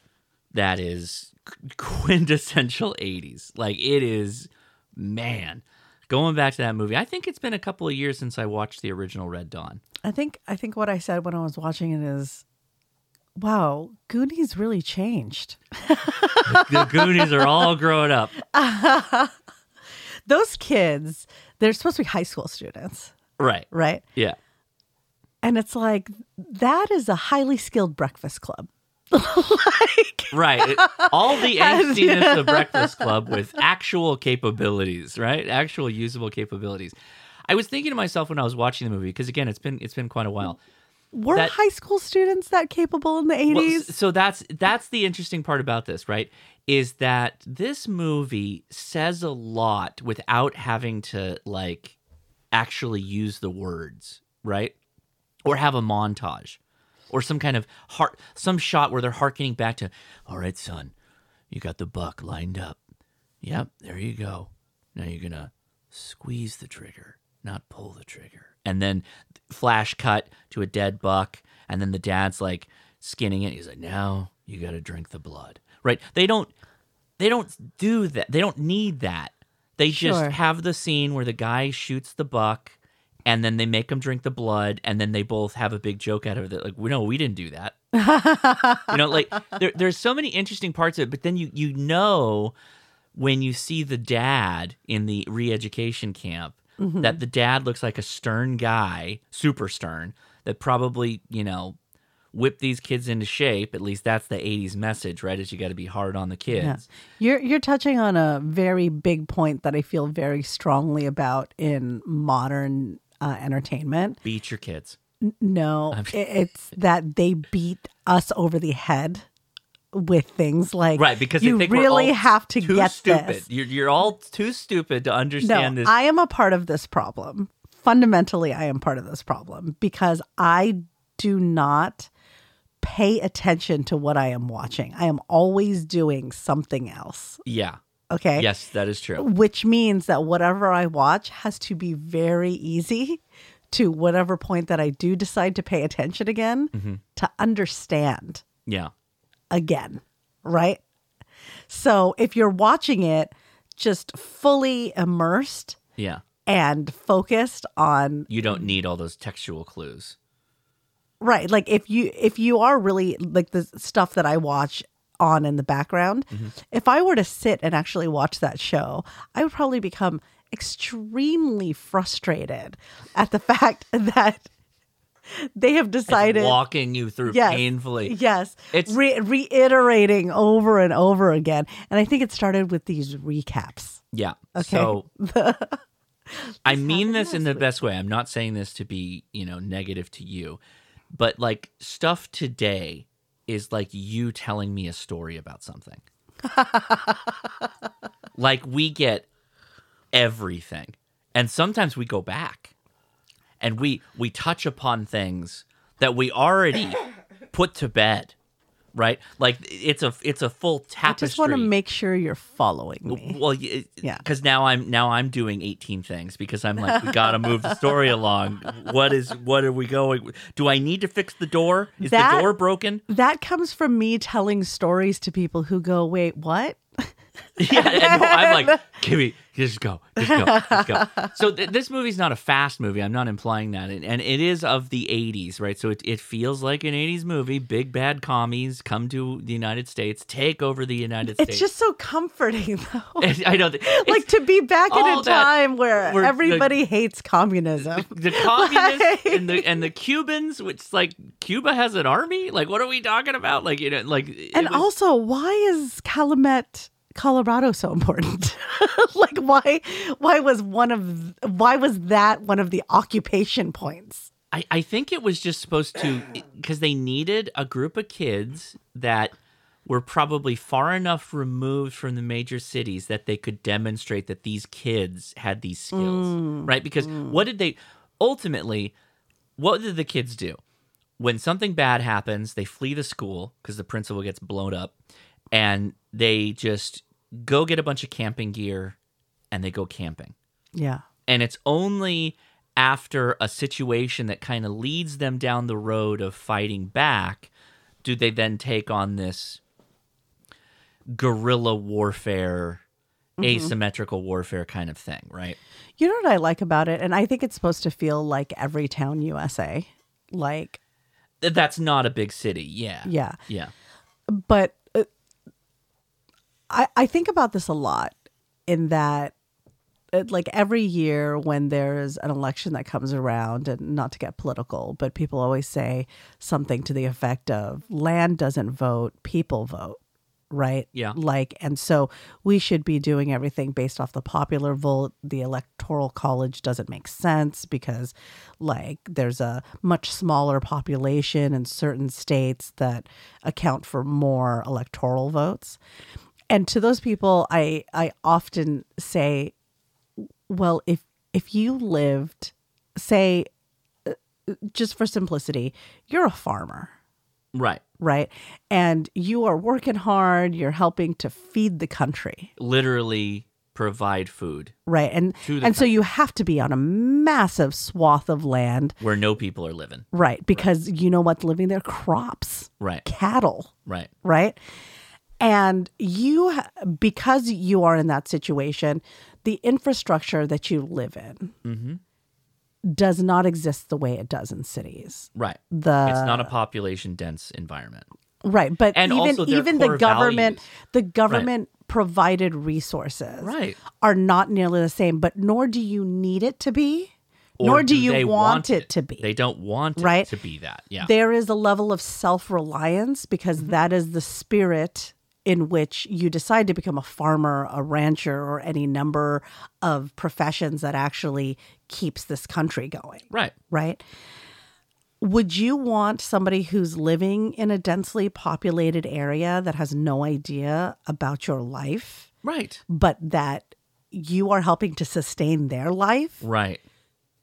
that is quintessential 80s. Like it is man, going back to that movie. I think it's been a couple of years since I watched the original Red Dawn.
I think I think what I said when I was watching it is wow, Goonies really changed.
The Goonies are all grown up.
Those kids, they're supposed to be high school students,
Right.
right?
Yeah.
And it's like that is a highly skilled breakfast club.
Right. It- all the angstiness of Breakfast Club with actual capabilities, right? Actual usable capabilities. I was thinking to myself when I was watching the movie because again, it's been it's been quite a while.
Were
That-
high school students that capable in the 80s?
Well, s- so that's that's the interesting part about this, right? Is that this movie says a lot without having to like actually use the words, right? Or have a montage or some kind of heart some shot where they're harkening back to, "All right, son, you got the buck lined up. Yep, there you go. Now you're going to squeeze the trigger, not pull the trigger." And then flash cut to a dead buck and then the dad's like skinning it. He's like, "Now you got to drink the blood." Right? They don't they don't do that. They don't need that. They just
Sure.
have the scene where the guy shoots the buck and then they make him drink the blood and then they both have a big joke out of it like, "No, we didn't do that." you know, like there, there's so many interesting parts of it, but then you you know when you see the dad in the re-education camp
Mm-hmm.
Mhm.
that the dad looks like a stern guy, super stern, that probably, you know, whip these kids into shape. At least that's the 80s message, right? Is you got to be hard on the kids.
Yeah. You're you're touching on a very big point that I feel very strongly about in modern uh, entertainment.
Beat your kids.
N- No,
I'm-
i- it's that they beat us over the head with things like
right, because they
you
think we're
really
all
have to
too
get
stupid.
this.
You're, you're all too stupid to
No,
understand this.
I am a part of this problem. Fundamentally, I am part of this problem because I do not pay attention to what I am watching. I am always doing something else.
yeah.
Okay.
Yes, that is true.
which means that whatever I watch has to be very easy to whatever point that I do decide to pay attention again
Mhm.
to understand
Yeah.
again, right? So if you're watching it just fully immersed
Yeah.
and focused on
You don't need all those textual clues.
right like if you if you are really like the stuff that i watch on in the background
Mhm.
if i were to sit and actually watch that show i would probably become extremely frustrated at the fact that they have decided
Walking you through
Yes.
painfully.
yes
It's-
it's re- reiterating over and over again and i think it started with these recaps
Yeah.
okay
So I mean this in the best way. I'm not saying this to be, you know, negative to you, but like stuff today is like you telling me a story about something. like we get everything. And sometimes we go back. and we we touch upon things that we already put to bed right like it's a it's a full tapestry
I just want to make sure you're following me.
well y- yeah because now i'm now i'm doing 18 things because i'm like we gotta move the story along what is what are we going with? do i need to fix the door is
That-
the door broken
That comes from me telling stories to people who go, "Wait, what?"
yeah and i'm like give me just go just go just go so th- this movie's not a fast movie i'm not implying that and, and it is of the 80s right so it, it feels like an 80s movie big bad commies come to the united states take over the united
It's
states
just so comforting though.
i know th- it's-
like to be back in
all
a
that-
time where,
where the-
everybody hates communism.
the communists and the and the Cubans, which like Cuba has an army. Like, what are we talking about? Like, you know, like it
and
was-
also, why is Calumet, Colorado, so important? like, why why was one of why was that one of the occupation points?
I I think it was just supposed to because they needed a group of kids that were probably far enough removed from the major cities that they could demonstrate that these kids had these skills,
Mm,
right? Because what did they ultimately? What did the kids do? when something bad happens, they flee the school because the principal gets blown up, and they just go get a bunch of camping gear and they go camping.
Yeah.
And it's only after a situation that kind of leads them down the road of fighting back do they then take on this guerrilla warfare,
Mhm.
asymmetrical warfare kind of thing, right?
You know what I like about it, and I think it's supposed to feel like every town USA, like,
Th- That's not a big city. Yeah.
Yeah.
Yeah.
but uh, I I think about this a lot in that. uh, Like every year, when there's an election that comes around, and not to get political, but people always say something to the effect of land doesn't vote, people vote, right?
Yeah.
Like, and so we should be doing everything based off the popular vote. The electoral college doesn't make sense because, like, there's a much smaller population in certain states that account for more electoral votes. And to those people, I I often say, well, if if you lived, say, uh, just for simplicity, you're a farmer
Right.
right? And you are working hard, you're helping to feed the country,
Literally provide food
right? And
To
and
the
so you have to be on a massive swath of land,
where no people are living.
right? Because you know what's living there? Crops,
Right.
cattle,
Right.
right? And you, ha- because you are in that situation, the infrastructure that you live in
Mm-hmm.
does not exist the way it does in cities.
Right.
The
it's not a population dense environment.
Right, but
And
even
also their
even the
core
government
values.
the government provided resources
Right.
are not nearly the same, but nor do you need it to be, nor do, you
they
want, it to be.
They don't want it
Right.
to be that. Yeah.
There is a level of self-reliance because that is the spirit in which you decide to become a farmer, a rancher, or any number of professions that actually keeps this country going
right.
right? Would you want somebody who's living in a densely populated area that has no idea about your life,
Right.
but that you are helping to sustain their life
Right.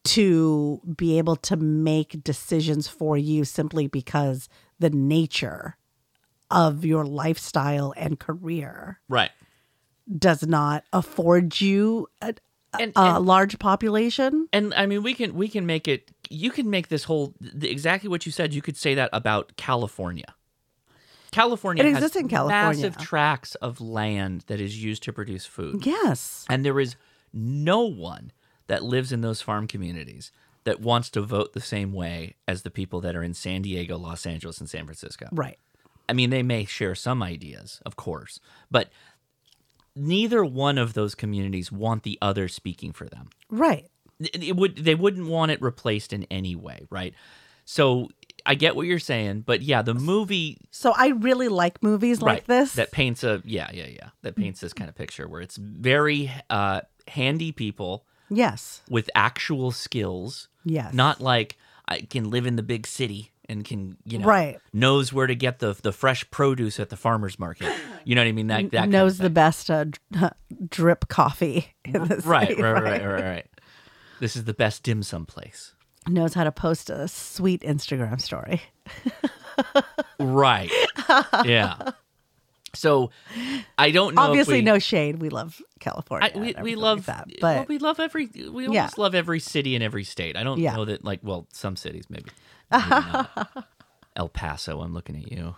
to be able to make decisions for you simply because the nature of your lifestyle and career
Right.
does not afford you a, a-
And-
a
and-
large population?
And I mean, we can we can make it. You can make this whole th- exactly what you said. You could say that about California. California
It
has
exists in California.
massive tracts of land that is used to produce food.
Yes.
And there is no one that lives in those farm communities that wants to vote the same way as the people that are in San Diego, Los Angeles, and San Francisco.
Right.
I mean, they may share some ideas, of course, but neither one of those communities want the other speaking for them.
Right.
It it would they wouldn't want it replaced in any way, right? So I get what you're saying, but yeah, the movie
So I really like movies like
right,
this.
that paints a yeah, yeah, yeah. That paints this kind of picture where it's very uh handy people
yes.
with actual skills.
Yes.
Not like I can live in the big city and can, you know,
Right.
knows where to get the the fresh produce at the farmer's market. You know what I mean? That that
knows the best uh, dr- drip coffee in the
right,
city,
right, right, right, right. This is the best dim sum place.
knows how to post a sweet Instagram story.
right. Yeah. So I don't know.
Obviously,
we,
no shade. We love California.
I, we, we
and
love
everything like that,
but
but
we love every we
Yeah.
almost love every city and every state. I don't
Yeah.
know that like well some cities maybe. Maybe not. El Paso. I'm looking at you.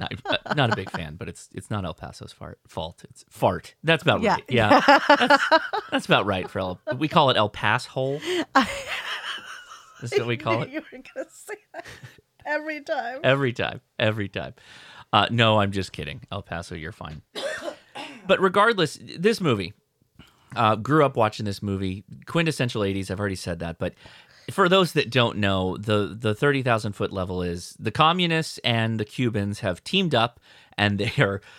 Not, uh, not a big fan, but it's it's not El Paso's fart, fault. It's fart. That's about
Yeah.
right. Yeah, that's, that's about right for El. We call it El Paso hole. That's what we call it
you were gonna say that every time.
every time every time uh, no i'm just kidding el paso you're fine but regardless this movie uh, grew up watching this movie quintessential 80s i've already said that but for those that don't know the, the 30000 foot level is the communists and the cubans have teamed up and they are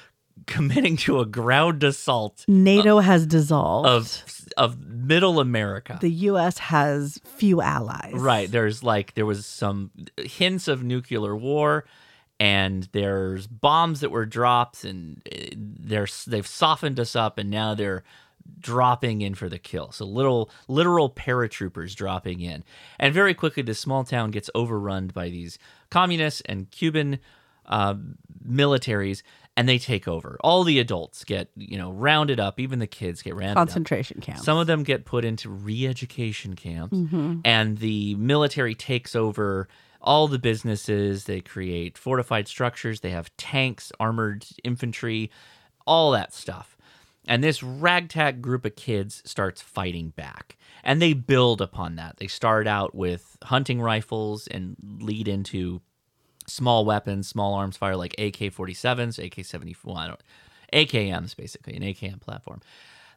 committing to a ground assault
NATO has dissolved.
of of middle america
the U.S. has few allies.
Right. There's like there was some hints of nuclear war, and there's bombs that were dropped, and uh, they're they've softened us up, and now they're dropping in for the kill. So little literal paratroopers dropping in, and very quickly this small town gets overrun by these communists and Cuban uh, militaries. And they take over. All the adults get, you know, rounded up. Even the kids get rounded up.
Concentration camps.
Some of them get put into re-education camps,
Mhm.
and the military takes over all the businesses. They create fortified structures. They have tanks, armored infantry, all that stuff. And this ragtag group of kids starts fighting back. And they build upon that. They start out with hunting rifles and lead into small weapons, small arms fire like AK 47s, AK 74, I don't, AKMs basically, an AKM platform.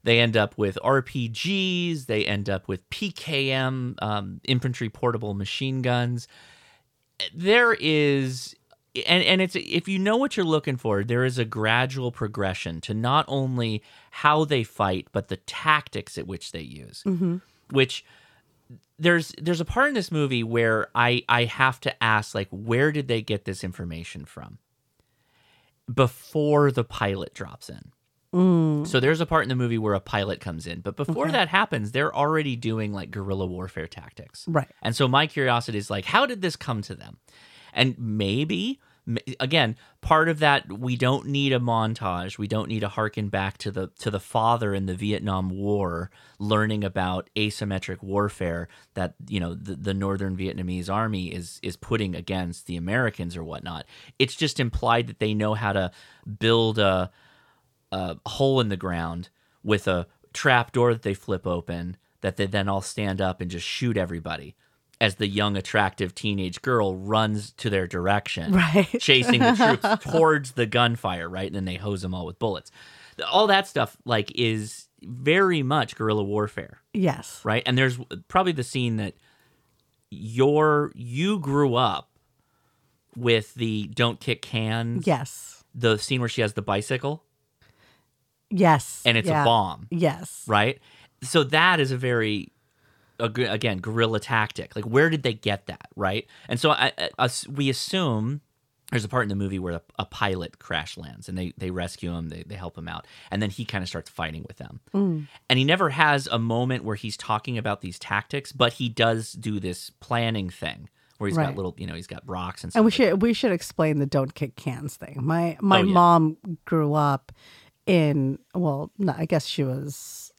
They end up with RPGs, they end up with PKM, um, infantry portable machine guns. There is. And, and it's if you know what you're looking for, there is a gradual progression to not only how they fight, but the tactics at which they use
Mhm.
which there's there's a part in this movie where I I have to ask like where did they get this information from before the pilot drops in.
Mm.
So there's a part in the movie where a pilot comes in, but before
Okay.
that happens, they're already doing like guerrilla warfare tactics.
Right.
And so my curiosity is like, how did this come to them? And maybe, m- again, part of that we don't need a montage. We don't need to harken back to the to the father in the Vietnam War learning about asymmetric warfare that you know the, the Northern Vietnamese army is is putting against the Americans or whatnot. It's just implied that they know how to build a a hole in the ground with a trap door that they flip open that they then all stand up and just shoot everybody as the young attractive teenage girl runs to their direction
Right.
chasing the troops towards the gunfire right and then they hose them all with bullets all that stuff like is very much guerrilla warfare
Yes.
right and there's probably the scene that your you grew up with the don't kick cans
Yes.
the scene where she has the bicycle
Yes.
and it's
Yeah.
a bomb
Yes.
right? So that is a very a gr- again guerrilla tactic. Like where did they get that, right? And so I, I- us- we assume there's a part in the movie where a, a pilot crash lands and they they rescue him, they they help him out, and then he kind of starts fighting with them.
Mm.
And he never has a moment where he's talking about these tactics, but he does do this planning thing where he's got
Right.
little, you know, he's got rocks and stuff.
And we
like
should we should explain the don't kick cans thing. My my
Oh, yeah.
mom grew up in well, no, I guess she was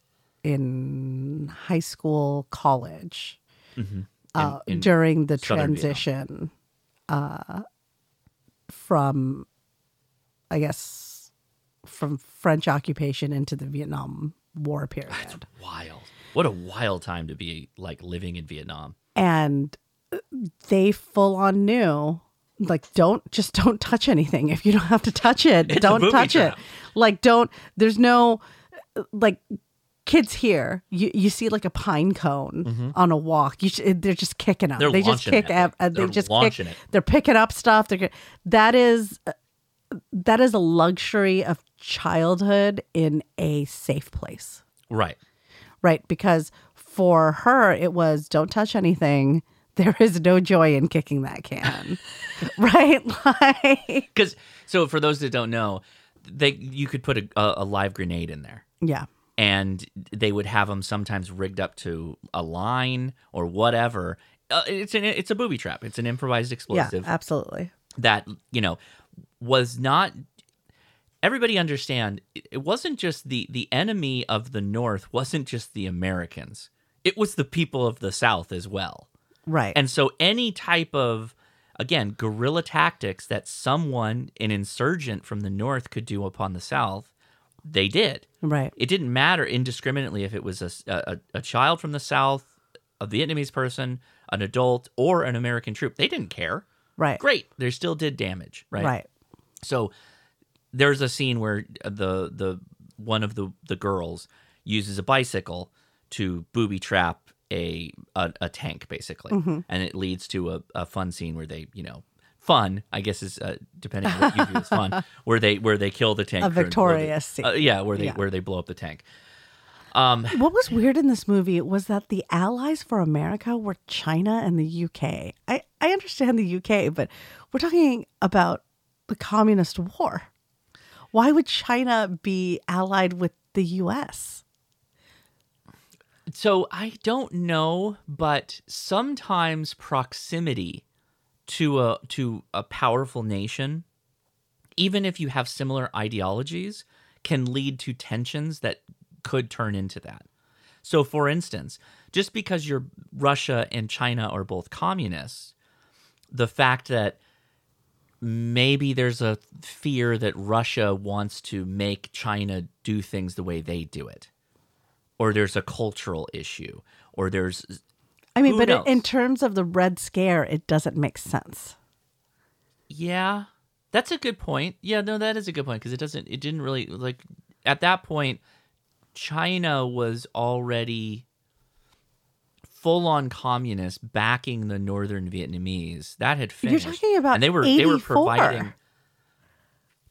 in high school, college
that. Mhm.
uh,
In- in
during the
Southern Vietnam.
transition uh, from, I guess, from French occupation into the Vietnam War period.
wild. What a wild time to be like living in Vietnam.
and they full on knew like don't just don't touch anything if you don't have to touch it
It's a
don't
booby
touch
trap.
it like don't there's no like kids here you you see like a pine cone
Mhm.
on a walk you sh- they're just kicking up
They're
they just
launching
kick
that
ev-
thing.
uh, they
They're
just kick,
launching it.
they're picking up stuff they're g- that is that is a luxury of childhood in a safe place
Right.
right? Because for her, it was don't touch anything. There is no joy in kicking that can, right? Like,
Because so for those that don't know, they you could put a, a, a live grenade in there,
yeah,
and they would have them sometimes rigged up to a line or whatever. Uh, it's an it's a booby trap. It's an improvised explosive.
Yeah, absolutely.
That you know was not everybody understand it wasn't just the the enemy of the north wasn't just the americans it was the people of the south as well
right
and so any type of again guerrilla tactics that someone an insurgent from the north could do upon the south they did
right
it didn't matter indiscriminately if it was a, a, a child from the south a vietnamese person an adult or an american troop they didn't care
right
great they still did damage right
right
so there's a scene where uh, the the one of the the girls uses a bicycle to booby trap a a, a tank basically,
Mhm.
and it leads to a, a fun scene where they you know fun I guess is uh, depending on what you view as fun where they where they kill the tank
A
crew and where they-
victorious scene.
uh, yeah where they
Yeah.
where they blow up the tank. Um,
What was weird in this movie was that the allies for America were China and the UK. I, I understand the UK, but we're talking about the communist war. Why would China be allied with the US?
So I don't know, but sometimes proximity to a to a powerful nation, even if you have similar ideologies, can lead to tensions that could turn into that. So for instance, just because you're Russia and China are both communists, the fact that maybe there's a fear that Russia wants to make China do things the way they do it or there's a cultural issue, or there's.
I mean,
Who
but
knows?
in terms of the Red Scare, it doesn't make sense.
Yeah, that's a good point. Yeah, no, that is a good point because it doesn't. It didn't really like at that point. China was already full on communist backing the northern Vietnamese. That had
You're
finished.
talking about
and they were they were
84.
providing.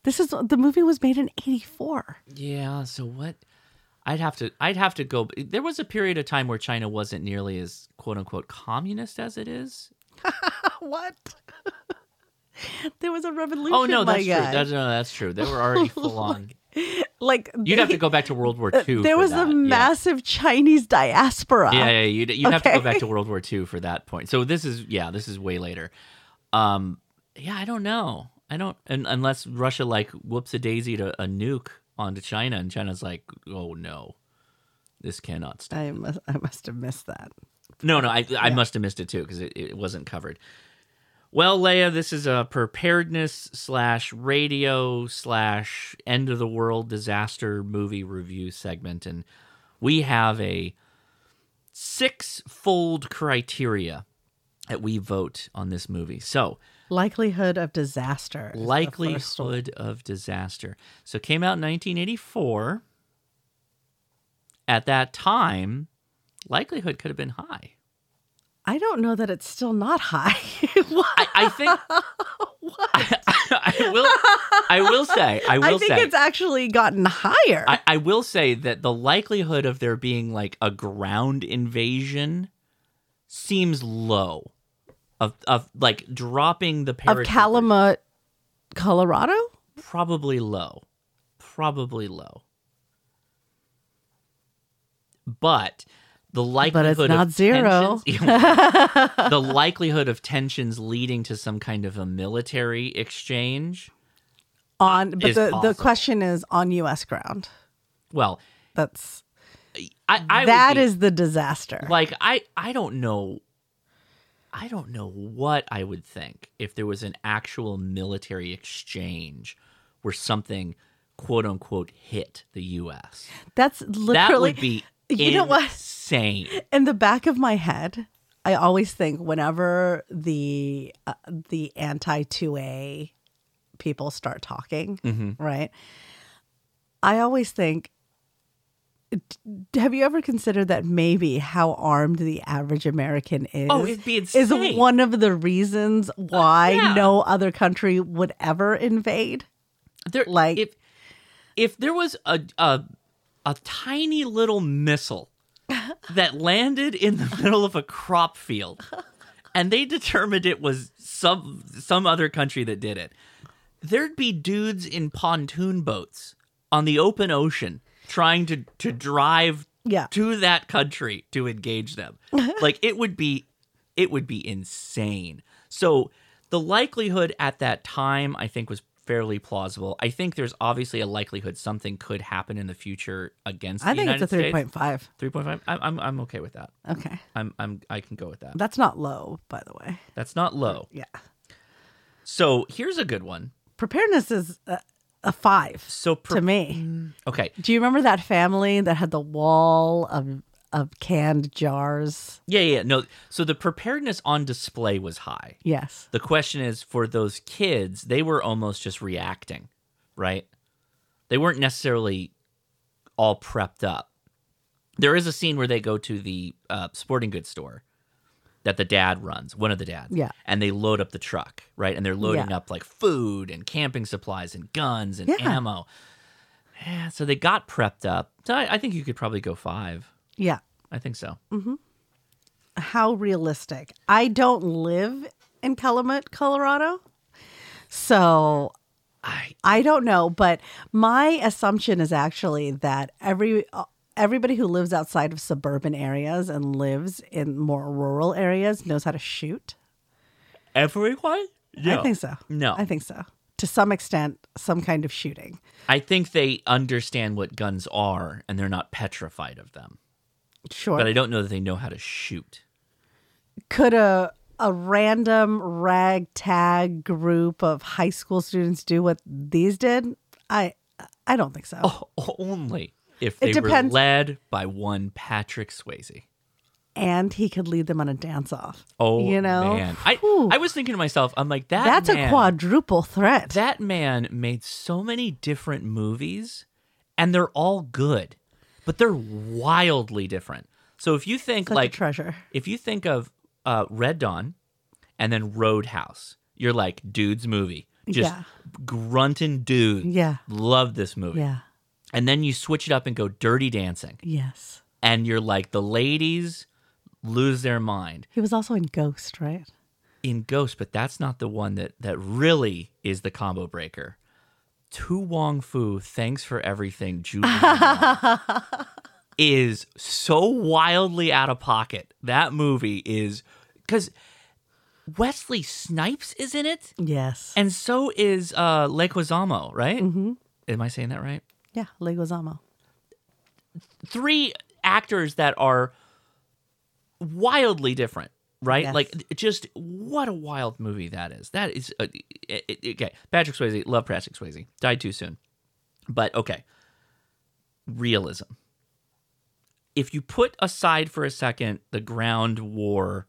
This is the movie was made in 84.
Yeah. So what? I'd have to. I'd have to go. There was a period of time where China wasn't nearly as "quote unquote" communist as it is.
what? there was a revolution.
Oh no,
my
that's true.
guy.
That's, no, that's true. They were already full on.
like
You'd have
they-
to go back to World War
uh,
II.
There
for
was
that.
a massive Chinese diaspora.
Yeah, yeah, yeah. You'd, you'd have to go
Okay.
back to World War II for that point. So this is yeah, this is way later. Um, yeah, I don't know. I don't un unless Russia like whoops a daisy to a nuke onto China, and China's like, oh no, this cannot stop.
I must, I must have missed that.
No, no, I I must have missed it too because it, it wasn't covered. Well, Leia, this is a preparedness slash radio slash end of the world disaster movie review segment, and we have a six fold criteria that we vote on this movie. So,
Likelihood of disaster. is the first one.
likelihood of disaster. So, it came out in 1984. At that time, likelihood could have been high.
I don't know that it's still not high.
I think I, I will. I will say. I will
I think
say.
it's actually gotten higher.
I, I will say that the likelihood of there being like a ground invasion seems low. Of of like dropping the
of
parachute
Kalama, Colorado?
probably low, probably low. But the likelihood
not
of
zero.
tensions- the likelihood of tensions leading to some kind of a military exchange
On but
Is
the, the
possible.
question is on US ground.
Well,
That's
I, I would
that
be-
is the disaster.
like I I don't know I don't know what I would think if there was an actual military exchange where something quote unquote hit the US.
That's
that
literally
would be
you know what?
insane.
in the back of my head, I always think whenever the uh, the anti 2A people start talking,
Mhm.
right? I always think d- have you ever considered that maybe how armed the average American is
Oh, it'd be
is
insane.
one of the reasons why
yeah.
no other country would ever invade?
There,
Like-
if if there was a a, a tiny little missile that landed in the middle of a crop field, and they determined it was some some other country that did it, there'd be dudes in pontoon boats on the open ocean trying to to drive
yeah.
to that country to engage them. like it would be it would be insane. So the likelihood at that time I think was fairly plausible. I think there's obviously a likelihood something could happen in the future against
I
the
think
United
it's a three point five.
Three point five. I'm, I'm I'm okay with that.
Okay.
I'm I'm I can go with that.
That's not low, by the way.
That's not low.
Yeah.
So here's a good one.
Preparedness is a, a five.
So pre- Mm.
to me,
okay.
Do you remember that family that had the wall of of canned jars?
Yeah, yeah, no. So the preparedness on display was high.
Yes.
The question is for those kids, they were almost just reacting, right? They weren't necessarily all prepped up. There is a scene where they go to the uh, sporting goods store that the dad runs, one of the dads.
Yeah.
And they load up the truck, right? And they're loading
Yeah.
up like food and camping supplies and guns and
Yeah.
ammo. Yeah, so they got prepped up. So I, I think you could probably go five.
Yeah.
I think so.
Mm-hmm. How realistic. I don't live in Calumet, Colorado. So
I
I don't know, but my assumption is actually that every uh, everybody who lives outside of suburban areas and lives in more rural areas knows how to shoot.
Everyone?
I think so.
No.
I think so. To some extent, some kind of shooting.
I think they understand what guns are and they're not petrified of them.
Sure.
But I don't know that they know how to shoot.
could a a random ragtag group of high school students do what these did? I I don't think so.
Oh. Only if they
It
were
depends.
led by one Patrick Swayze.
And he could lead them on a dance off.
Oh,
you know,
man. I, I was thinking to myself, I'm like, that
that's a
man-
quadruple threat.
That man made so many different movies and they're all good, but they're wildly different. So if you think
Such a
like
treasure.
if you think of uh, Red Dawn and then Roadhouse, you're like dudes movie, just
Yeah.
grunting dudes.
Yeah.
love this movie.
Yeah.
and then you switch it up and go Dirty Dancing,
Yes,
and you're like the ladies lose their mind
he was also in Ghost, right?
in Ghost, but that's not the one that that really is the combo breaker. Tu Wong Fu, thanks for everything, Julie, is so wildly out of pocket. That movie is because Wesley Snipes is in it,
Yes.
and so is uh, Leguizamo, right? Mm-hmm. Am I saying that right?
Yeah, Leguizamo.
three actors that are wildly different right
Yes.
like just what a wild movie that is that is uh, it- it- okay patrick swayze love patrick swayze died too soon but okay realism if you put aside for a second the ground war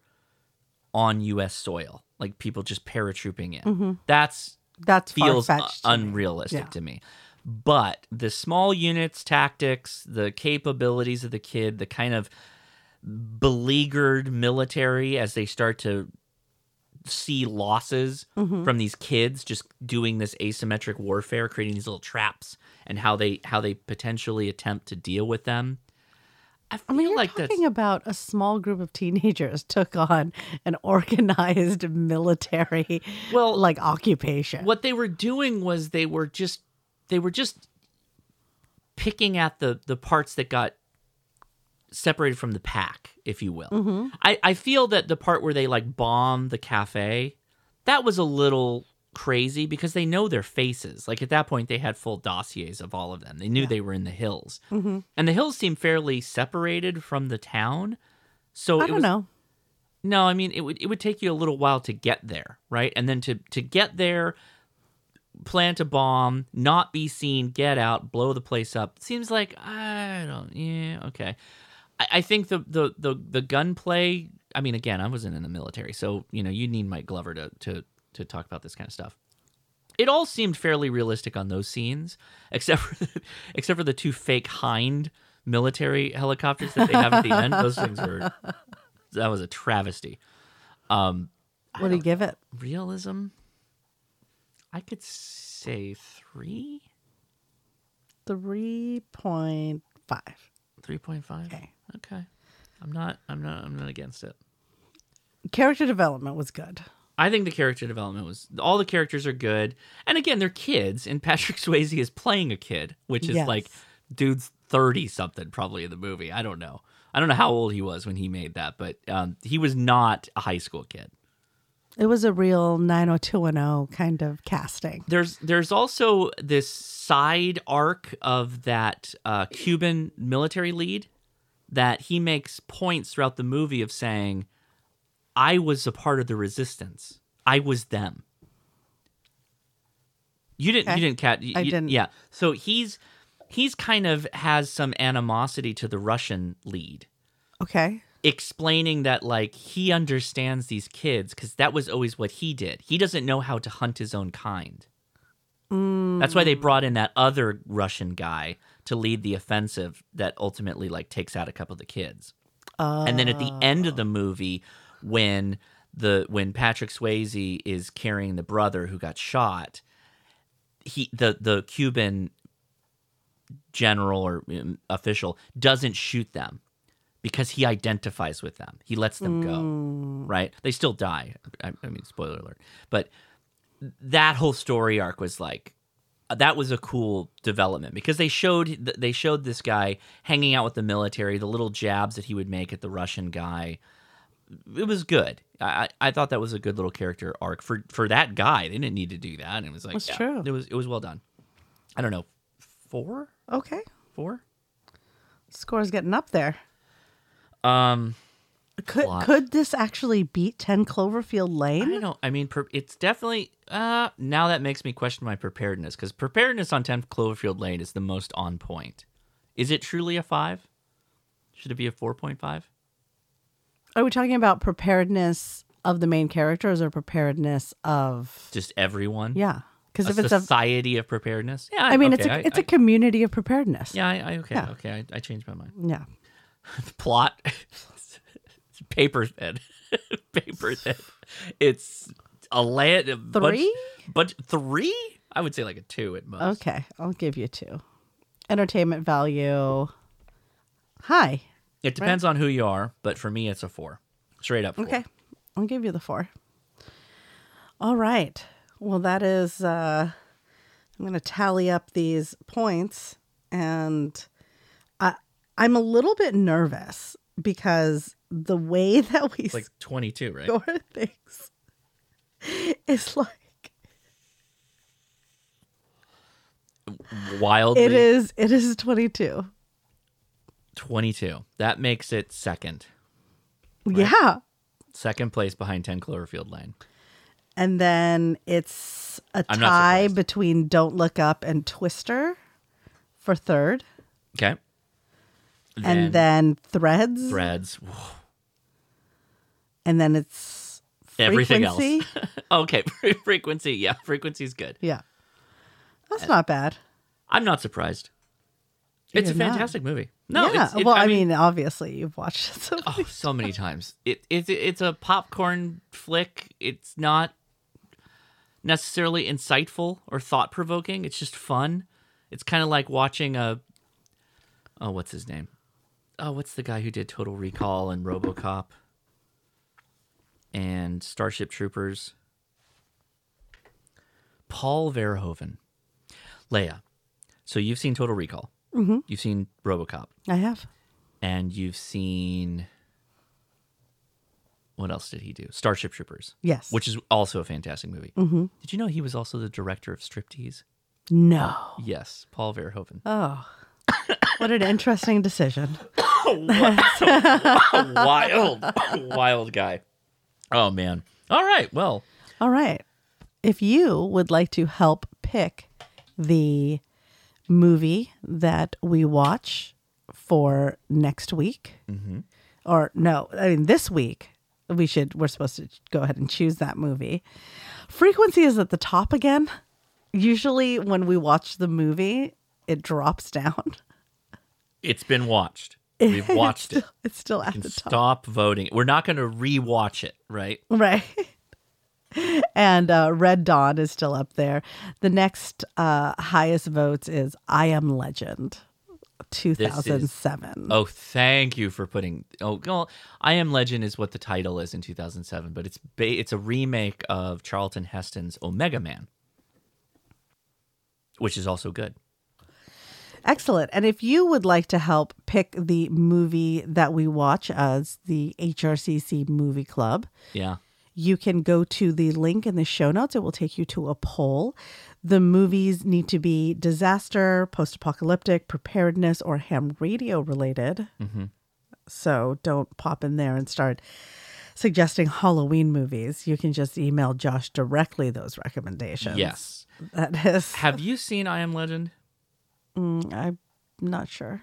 on us soil like people just paratrooping in
Mhm.
that's
That's
feels uh,
far-fetched to me.
unrealistic
Yeah.
to me. But the small units tactics, the capabilities of the kid, the kind of beleaguered military as they start to see losses
Mhm.
from these kids just doing this asymmetric warfare, creating these little traps and how they how they potentially attempt to deal with them. I feel
You're
like that's
talking about a small group of teenagers took on an organized military,
Well,
like occupation.
what they were doing was they were just they were just picking at the the parts that got separated from the pack if you will
Mhm.
I, I feel that the part where they like bomb the cafe that was a little crazy because they know their faces like at that point they had full dossiers of all of them they knew they were in the hills
Mhm.
and the hills seemed fairly separated from the town so
I
it
don't
was,
know.
no, I mean it would it would take you a little while to get there, right? And then to to get there, plant a bomb, not be seen, get out, blow the place up. Seems like I don't. Yeah, okay. I, I think the the the the gunplay. I mean, again, I wasn't in the military, so you know you need Mike Glover to to to talk about this kind of stuff. It all seemed fairly realistic on those scenes, except for except for the two fake hind military helicopters that they have at the end. Those things were that was a travesty. Um,
What do you give it?
realism, I could say three,
Three point five.
three point five. Okay, okay. I'm not. I'm not. I'm not against it.
Character development was good.
I think the character development was all the characters are good, and again, they're kids, and Patrick Swayze is playing a kid, which is
Yes.
like, dude's 30 something probably in the movie. I don't know. I don't know how old he was when he made that, but um, he was not a high school kid.
It was a real 90210 kind of casting.
There's there's also this side arc of that uh, Cuban military lead that he makes points throughout the movie of saying, "I was a part of the resistance. I was them." You didn't.
Okay.
You didn't catch. You,
I
you-
didn't.
Yeah. So he's he's kind of has some animosity to the Russian lead
Okay.
explaining that like he understands these kids because that was always what he did. He doesn't know how to hunt his own kind. That's why they brought in that other Russian guy to lead the offensive that ultimately like takes out a couple of the kids. And then at the end of the movie, when the when Patrick Swayze is carrying the brother who got shot, he the the Cuban general or um, official doesn't shoot them because he identifies with them. He lets them go,
Mm.
right? They still die. I, I mean, spoiler alert. But that whole story arc was like that was a cool development because they showed they showed this guy hanging out with the military, the little jabs that he would make at the Russian guy. It was good. I, I I thought that was a good little character arc for for that guy. They didn't need to do that. It was like
That's
yeah,
true.
It was it was well done. I don't know, four
Okay.
four.
Score's getting up there.
Um,
Could
Plot.
could this actually beat 10 Cloverfield Lane?
I don't. I mean, per, it's definitely. Uh, now that makes me question my preparedness because preparedness on 10th Cloverfield Lane is the most on point. Is it truly a five? Should it be a 4.5?
Are we talking about preparedness of the main characters or preparedness of
Just everyone?
Yeah. Because
A
if it's a
society of preparedness? Yeah.
I mean it's
okay,
a
I-
it's
I-
a community of preparedness.
Yeah, I, I okay,
Yeah.
okay. I, I changed my mind.
Yeah.
Plot. Paper's head. Paper's head. It's a land. a bunch-
Three?
Bunch, three? I would say like a two at most.
Okay. I'll give you two. Entertainment value. Hi.
It depends on who you are, but for me, it's a four. Straight up. Four.
Okay. I'll give you the four. All right. Well, that is, uh, I'm going to tally up these points. And I, I'm a little bit nervous because the way that we
It's like 22, right?
score things is like,
Wildly
it is, it is 22.
22. That makes it second.
Yeah.
Second place behind 10 Cloverfield Lane.
And then it's a
I'm not
tie
surprised.
between Don't Look Up and Twister for third.
Okay.
and then Threads.
Threads.
and then it's
Everything else.
frequency.
okay. Frequency. Yeah. Frequency's good.
yeah, that's not bad.
I'm not surprised. It's a
You're not.
fantastic movie. No,
yeah.
it's, it-
well, I mean, obviously you've watched it. So.
oh, so many times. It, it it's a popcorn flick. It's not necessarily insightful or thought provoking. It's just fun. It's kind of like watching a oh, what's his name? Oh, what's the guy who did Total Recall and RoboCop and Starship Troopers? Paul Verhoeven, Leia. So you've seen Total Recall.
Mhm.
You've seen RoboCop
I have.
and you've seen what else did he do? Starship Troopers.
Yes.
Which is also a fantastic movie.
Mm-hmm.
Did you know he was also the director of Striptease?
No.
Yes, Paul Verhoeven.
Oh, what an interesting decision.
wild, wild guy. Oh man. All right. Well,
All right. If you would like to help pick the movie that we watch for next week,
Mm-hmm.
or no, I mean this week, we should we're supposed to go ahead and choose that movie. Frequency is at the top again. Usually, when we watch the movie, it drops down.
it's been watched. We've watched it.
It's still at
You
the
can
top.
stop voting. We're not going to rewatch it, right?
Right. And uh, Red Dawn is still up there. The next uh, highest votes is I Am Legend, 2007.
Oh, thank you for putting. Oh, well, I Am Legend is what the title is in 2007, but it's ba- it's a remake of Charlton Heston's Omega Man, which is also good.
Excellent. And if you would like to help pick the movie that we watch as the HRCC Movie Club,
Yeah.
you can go to the link in the show notes. It will take you to a poll. The movies need to be disaster, post apocalyptic, preparedness, or ham radio related.
Mhm.
So don't pop in there and start suggesting Halloween movies. You can just email Josh directly those recommendations.
Yes.
That is.
Have you seen I Am Legend?
Mm, I'm not sure.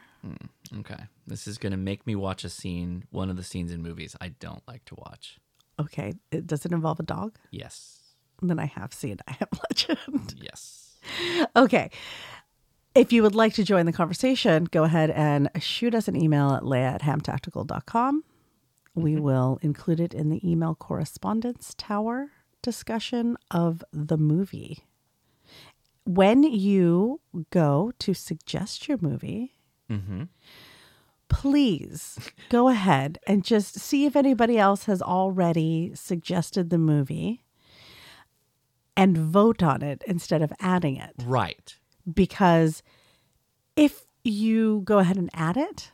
Okay. This is going to make me watch a scene, one of the scenes in movies I don't like to watch.
Okay. It, does it involve a dog?
Yes.
Then I have seen I Am Legend.
Yes.
okay. If you would like to join the conversation, go ahead and shoot us an email at leah at hamtactical.com. We will include it in the email correspondence tower discussion of the movie. When you go to suggest your movie,
Mm-hmm.
please go ahead and just see if anybody else has already suggested the movie and vote on it instead of adding it.
Right.
Because if you go ahead and add it,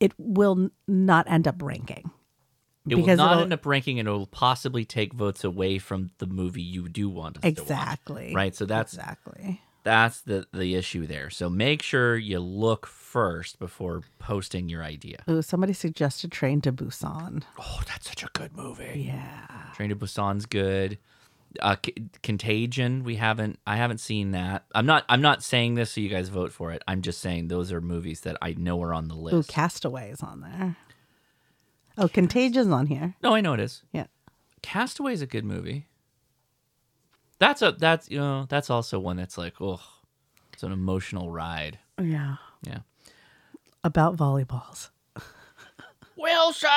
it will n- not end up ranking.
It will
Because
not
it'll-
end up ranking and it will possibly take votes away from the movie you do want us to watch.
Exactly.
Right. So that's
exactly.
that's the, the issue there. So make sure you look first before posting your idea.
Ooh, somebody suggested Train to Busan.
Oh, that's such a good movie.
Yeah.
Train to Busan's good. Uh, C- Contagion, we haven't. I haven't seen that. I'm not. I'm not saying this so you guys vote for it. I'm just saying those are movies that I know are on the list.
Ooh, Castaway is on there. Oh, Contagion's on here.
No, I know it is.
Yeah.
Castaway is a good movie. That's a that's you know that's also one that's like oh, it's an emotional ride.
Yeah.
Yeah.
About volleyballs.
Wilson.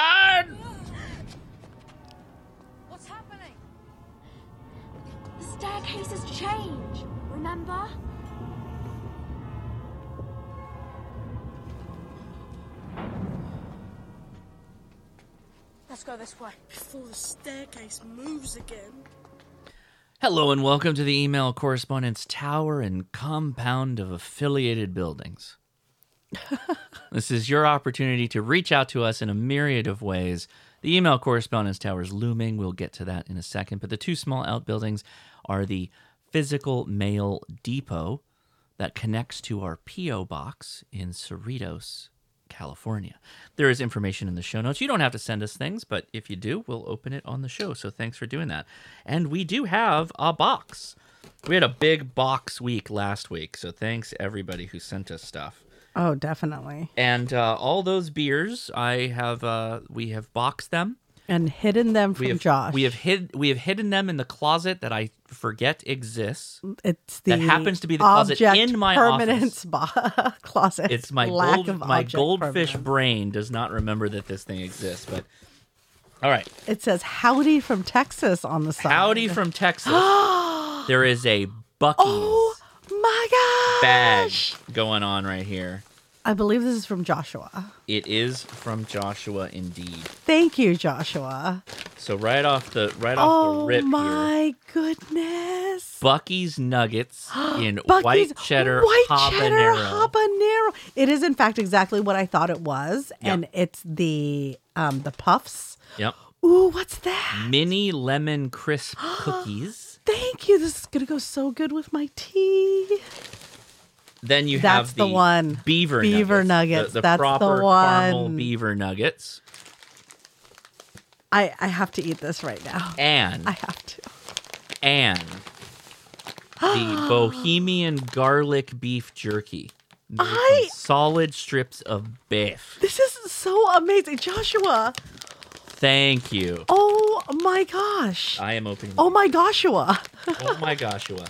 What's happening? The staircases change, remember? Let's go this way.
Before the staircase moves again.
Hello and welcome to the email correspondence tower and compound of affiliated buildings. this is your opportunity to reach out to us in a myriad of ways. The email correspondence tower is looming. We'll get to that in a second. But the two small outbuildings are the physical mail depot that connects to our P.O. box in Cerritos, California. There is information in the show notes. You don't have to send us things, but if you do, we'll open it on the show. So thanks for doing that. And we do have a box. We had a big box week last week. So thanks everybody who sent us stuff.
Oh, definitely.
And uh, all those beers, I have uh, we have boxed them.
And hidden them from
we have
Josh.
we have hid we have hidden them in the closet that I forget exists.
It's the
that happens to be the closet
object
in my
permanence bo- closet.
It's my
Lack
gold,
of
my
object
goldfish
permanence.
brain does not remember that this thing exists. But all right,
It says "Howdy from Texas" on the side.
howdy from Texas. there is a Bucky's
Oh, my God!
bag going on right here.
I believe this is from Joshua.
It is from Joshua indeed.
Thank you, Joshua.
So right off the right off
Oh
the rip here,
my goodness!
Bucky's Nuggets in
Bucky's
white cheddar
white cheddar
habanero.
habanero. It is in fact exactly what I thought it was, and it's the um the puffs.
yep.
Ooh, what's that?
Mini lemon crisp cookies.
Thank you. This is gonna go so good with my tea.
Then you
That's
have
the
the,
one.
beaver
Beaver nuggets.
The, the
That's the
proper caramel
one.
beaver nuggets.
I, I have to eat this right now.
And
I have to.
and the Bohemian garlic beef jerky. Made from
I-
solid strips of beef.
This is so amazing, Joshua.
Thank you.
Oh my gosh.
I am opening.
Oh my Joshua.
oh my Joshua.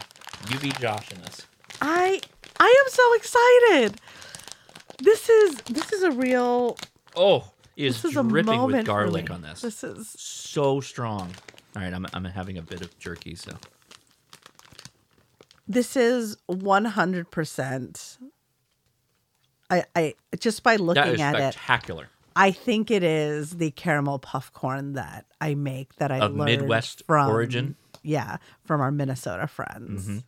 You be joshing us.
I I am so excited. This is this is a real
Oh, it is,
this is a
dripping
moment
with
for
garlic
me.
on this.
This is
so strong. All right, I'm, I'm having a bit of jerky, so
this is 100% I, I just by
that is
looking at it,
spectacular.
I think it is the caramel puff corn that I make that I
Of
learned
Midwest
from,
origin?
Yeah, from our Minnesota friends.
Mhm.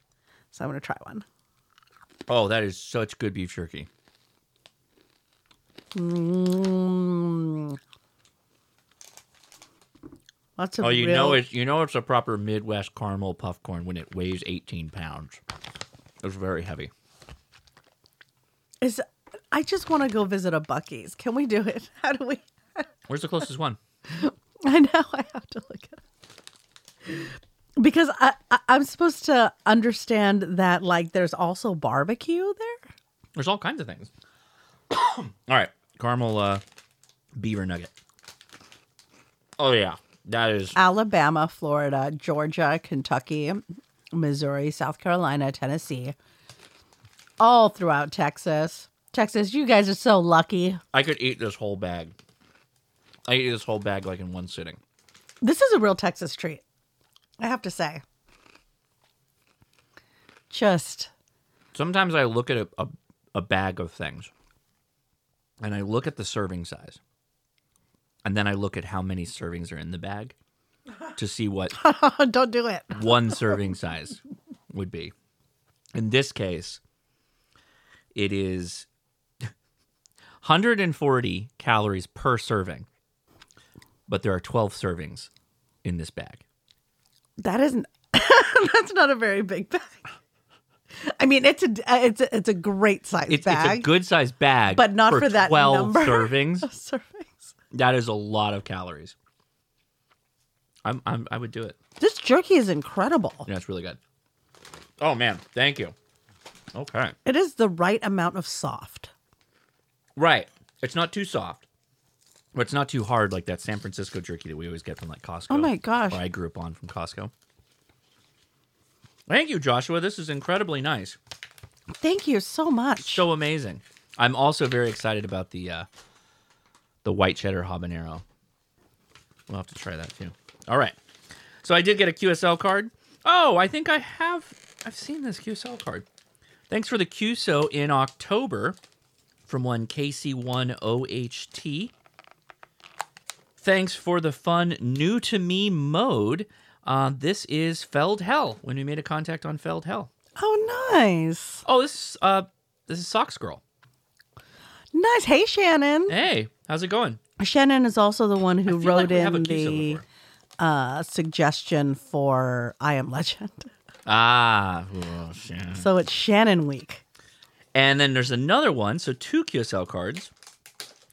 So I'm gonna try one.
Oh, that is such good beef jerky.
Mm. Lots of
oh, you
real-
know it's you know it's a proper Midwest caramel puff corn when it weighs 18 pounds. It's very heavy.
is. I just want to go visit a Bucky's. Can we do it? How do we?
Where's the closest one?
I know I have to look at it because I, I I'm supposed to understand that like there's also barbecue there.
There's all kinds of things. all right, caramel uh, beaver nugget. Oh yeah, that is
Alabama, Florida, Georgia, Kentucky, Missouri, South Carolina, Tennessee, all throughout Texas. Texas, you guys are so lucky.
I could eat this whole bag. I eat this whole bag like in one sitting.
This is a real Texas treat, I have to say. Just
Sometimes I look at a, a, a bag of things and I look at the serving size and then I look at how many servings are in the bag to see what
don't do it.
one serving size would be. In this case, it is 140 calories per serving, but there are 12 servings in this bag.
That isn't. that's not a very big bag. I mean, it's a it's a, it's a great size
It's,
bag.
it's a good sized bag,
but not for, that
12
number
servings.
of servings.
That is a lot of calories. I'm, I'm I would do it.
This jerky is incredible.
Yeah, it's really good. Oh man, thank you. Okay.
It is the right amount of soft.
Right. It's not too soft. But it's not too hard like that San Francisco jerky that we always get from like Costco.
Oh my gosh.
Or I grew up on from Costco. Thank you, Joshua. This is incredibly nice.
Thank you so much.
So amazing. I'm also very excited about the uh the white cheddar habanero. We'll have to try that too. All right. So I did get a QSL card. Oh, I think I have I've seen this QSL card. Thanks for the QSO in October from one KC1OHT. Thanks for the fun new to me mode. Uh, this is Feld Hell when we made a contact on Feld Hell.
Oh, nice,
Oh, this is uh, this is Socks Girl.
nice. Hey, Shannon.
Hey, how's it going?
Shannon is also the one who
I feel like
wrote
we have a
in
Kiso
the
before.
uh, suggestion for I Am Legend.
Mm-hmm. Ah, well, Shannon.
So it's Shannon Week.
and then there's another one. So two QSL cards.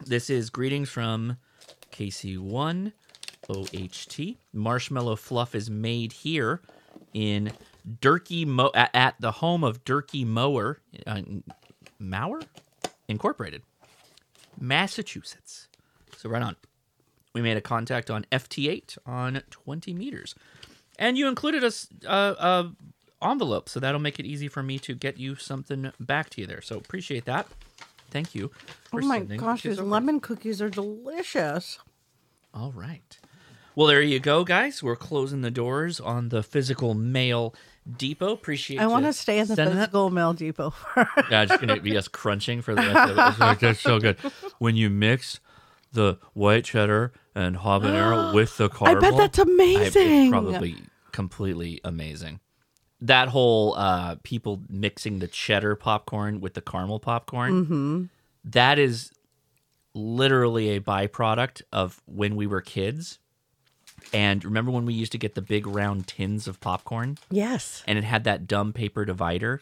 This is greetings from KC1 OHT. Marshmallow fluff is made here in Durkee Mo- at, at the home of Durkee Mower uh, Mower Incorporated, Massachusetts. So right on. We made a contact on FT8 on 20 meters, and you included us uh, uh, envelope, so that'll make it easy for me to get you something back to you there. So appreciate that. Thank you.
Oh
for
my
sending
gosh,
these
these
over.
lemon cookies are delicious.
All right. Well, there you go, guys. We're closing the doors on the physical mail depot. Appreciate.
I want to stay in the
sending that.
physical mail depot. for-
Yeah, it's gonna be us crunching for the rest of it. It's like, that's so good. When you mix the white cheddar and habanero with the
I
caramel,
bet that's
it's
amazing.
probably completely amazing. That whole uh, people mixing the cheddar popcorn with the caramel popcorn.
Mhm.
that is literally a byproduct of when we were kids. And remember when we used to get the big round tins of popcorn?
Yes.
and it had that dumb paper divider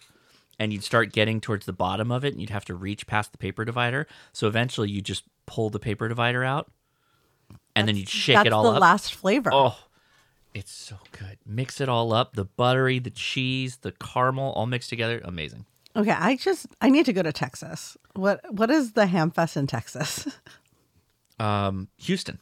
and you'd start getting towards the bottom of it and you'd have to reach past the paper divider so eventually you just pull the paper divider out and then you'd shake
That's
it all
the
up
last flavor.
oh it's so good mix it all up the buttery the cheese the caramel all mixed together amazing
Okay, I just I need to go to Texas. What what is the ham fest in Texas?
um houston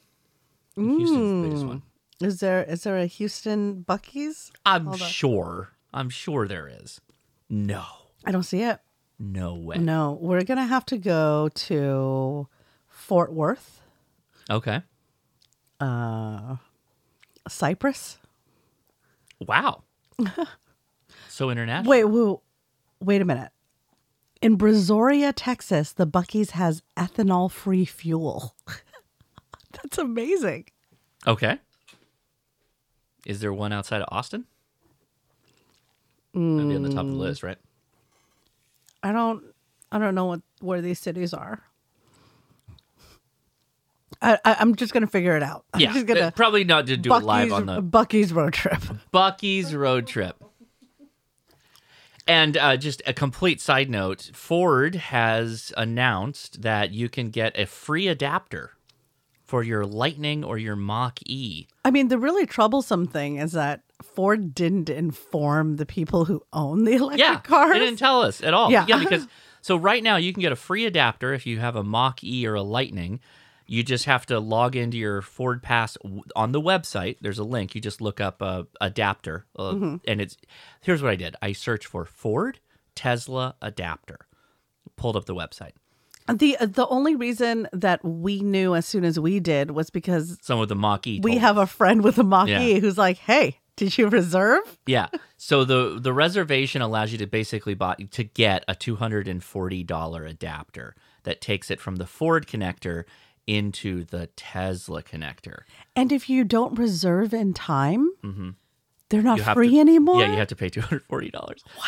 houston's the biggest
Mm.
one
Is there is there a Houston Bucky's?
i'm
Hold on.
sure i'm sure there is no
I don't see it.
no way
No, we're gonna have to go to Fort Worth,
okay
uh, Cyprus.
wow so international
Wait, wait, wait a minute. In Brazoria, Texas, the Bucky's has ethanol-free fuel. That's amazing.
Okay. Is there one outside of Austin? That'd be on the top of the
Mm,
list, right?
I don't I don't know what where these cities are. I, I I'm just gonna figure it out. I'm
yeah,
Mm. just gonna
uh, probably not to do it live on the
Bucky's road trip.
Bucky's road trip. And uh, just a complete side note: Ford has announced that you can get a free adapter for your Lightning or your Mach E.
I mean, the really troublesome thing is that Ford didn't inform the people who own the electric
Yeah,
cars.
they didn't tell us at all.
Yeah.
because so right now you can get a free adapter if you have a Mach E or a Lightning. You just have to log into your Ford Pass w- on the website. There's a link. You just look up uh, adapter, uh,
Mhm.
and it's here's what I did. I searched for Ford Tesla adapter, pulled up the website.
The the only reason that we knew as soon as we did was because
Some of the Mach E.
we
told
have a friend with a Mach
Yeah.
E who's like, "Hey, did you reserve?"
Yeah. So the the reservation allows you to basically buy to get a two hundred and forty dollar adapter that takes it from the Ford connector into the Tesla connector.
And if you don't reserve in time,
Mm-hmm.
they're not free anymore.
Yeah, you have to pay two hundred forty dollars. Wow.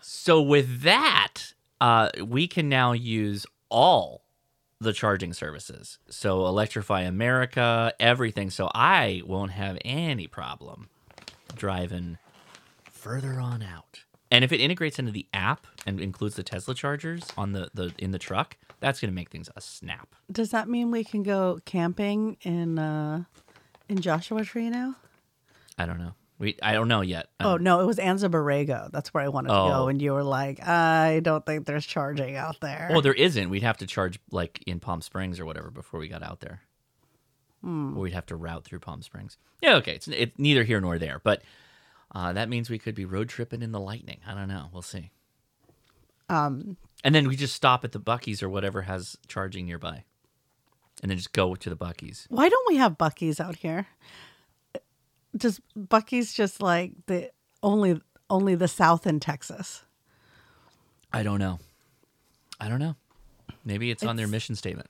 So with that, uh, we can now use all the charging services. So Electrify America, everything. So I won't have any problem driving further on out. And if it integrates into the app and includes the Tesla chargers on the, the in the truck, that's going to make things a snap.
Does that mean we can go camping in uh in Joshua Tree now?
I don't know. We I don't know yet. I
Oh
don't-
no, it was Anza Borrego. That's where I wanted to
Oh.
go, and you were like, "I don't think there's charging out there."
Well, there isn't. We'd have to charge like in Palm Springs or whatever before we got out there.
Hmm.
Or we'd have to route through Palm Springs. Yeah, okay. It's it, neither here nor there, but uh, that means we could be road tripping in the lightning. I don't know. We'll see.
Um,
And then we just stop at the Bucky's or whatever has charging nearby, and then just go to the Bucky's.
why don't we have Bucky's out here? Does Bucky's just like the only only the South in Texas?
I don't know. I don't know. Maybe it's on their
It's-
mission statement.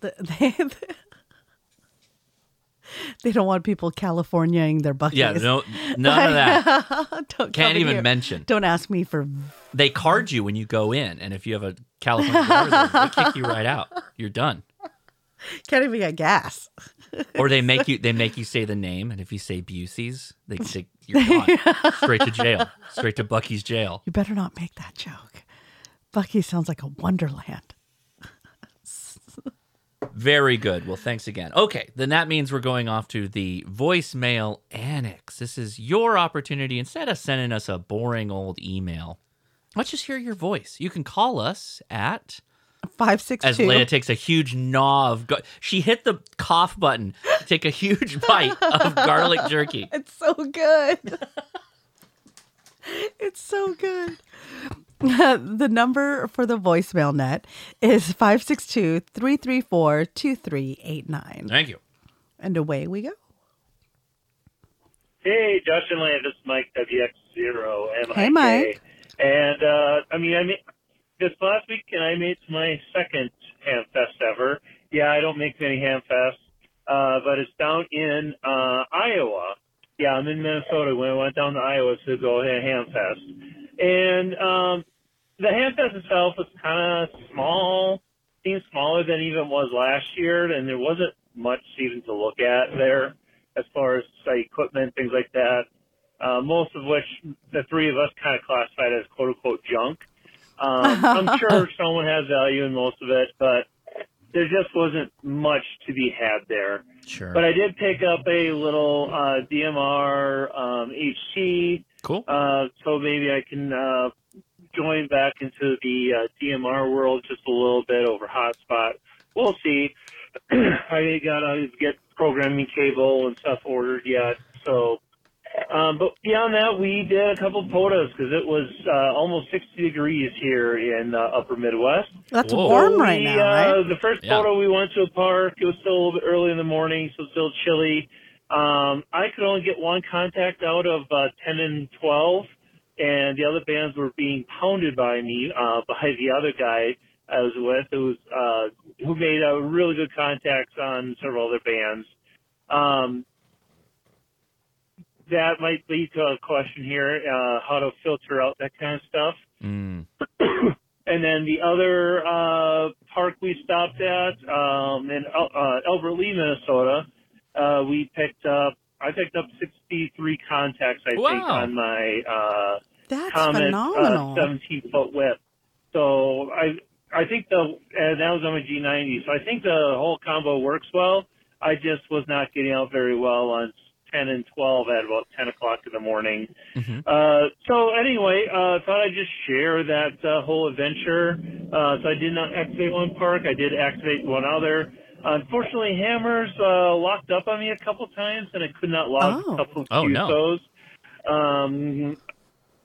The- They, they, don't want people Californiaing their Bucky's.
Yeah, no, none of that.
Don't
Can't
come in
even
here.
mention.
Don't ask me for
They card you when you go in, and if you have a California driver's license, they kick you right out. You're done.
Can't even get gas.
or they make you they make you say the name, and if you say Busey's, they, they you're gone straight to jail, straight to Bucky's jail.
You better not make that joke. Bucky sounds like a wonderland.
Very good. Well, thanks again. Okay, then that means we're going off to the voicemail annex. This is your opportunity. Instead of sending us a boring old email, let's just hear your voice. You can call us at
Five six
as
two.
Leia takes a huge gnaw of gar- she hit the cough button, to take a huge bite of garlic jerky.
It's so good. it's so good. the number for the voicemail net is 562 334 2389.
Thank you.
And away we go.
Hey, Josh and Land, this is Mike WX0.
Hey, Mike.
And, uh, I mean, I made, this last weekend I made my second ham fest ever. Yeah, I don't make many ham fests, uh, but it's down in, uh, Iowa. Yeah, I'm in Minnesota. When I went down to Iowa to go to ham fest. And, um, the ham fest itself was kind of small, seemed smaller than even was last year, and there wasn't much even to look at there as far as say, equipment, things like that. Uh, most of which the three of us kind of classified as quote unquote junk. Um, I'm sure someone has value in most of it, but there just wasn't much to be had there.
Sure.
But I did pick up a little uh, DMR um, HT.
Cool.
Uh, so maybe I can uh, join back into the uh, DMR world just a little bit over hotspot. We'll see. I gotta get programming cable and stuff ordered yet. So, um, but beyond that, we did a couple potas because it was uh, almost 60 degrees here in uh, Upper Midwest.
That's
So
warm right
we,
now,
uh,
right?
The first
Yeah.
photo we went to a park. It was still a little bit early in the morning, so it's still chilly. Um, I could only get one contact out of uh, 10 and 12, and the other bands were being pounded by me uh, by the other guy I was with, who was uh, who made uh, really good contacts on several other bands. Um, that might lead to a question here: uh, how to filter out that kind of stuff.
Mm.
And then the other uh, park we stopped at um, in El- uh, Elbert Lee, Minnesota, uh, we picked up. I picked up 63 contacts. I think
Wow.
on my uh,
That's
Comet,
phenomenal.
Uh, 17 foot whip. So I I think the and that was on my G90. So I think the whole combo works well. I just was not getting out very well on 10 and 12 at about 10 o'clock in the morning.
Mm-hmm.
Uh, so anyway, uh, thought I'd just share that uh, whole adventure. Uh, so I did not activate one park. I did activate one other. Unfortunately, Hammers uh, locked up on me a couple times, and I could not log a couple of
Oh, no.
QSOs. Um,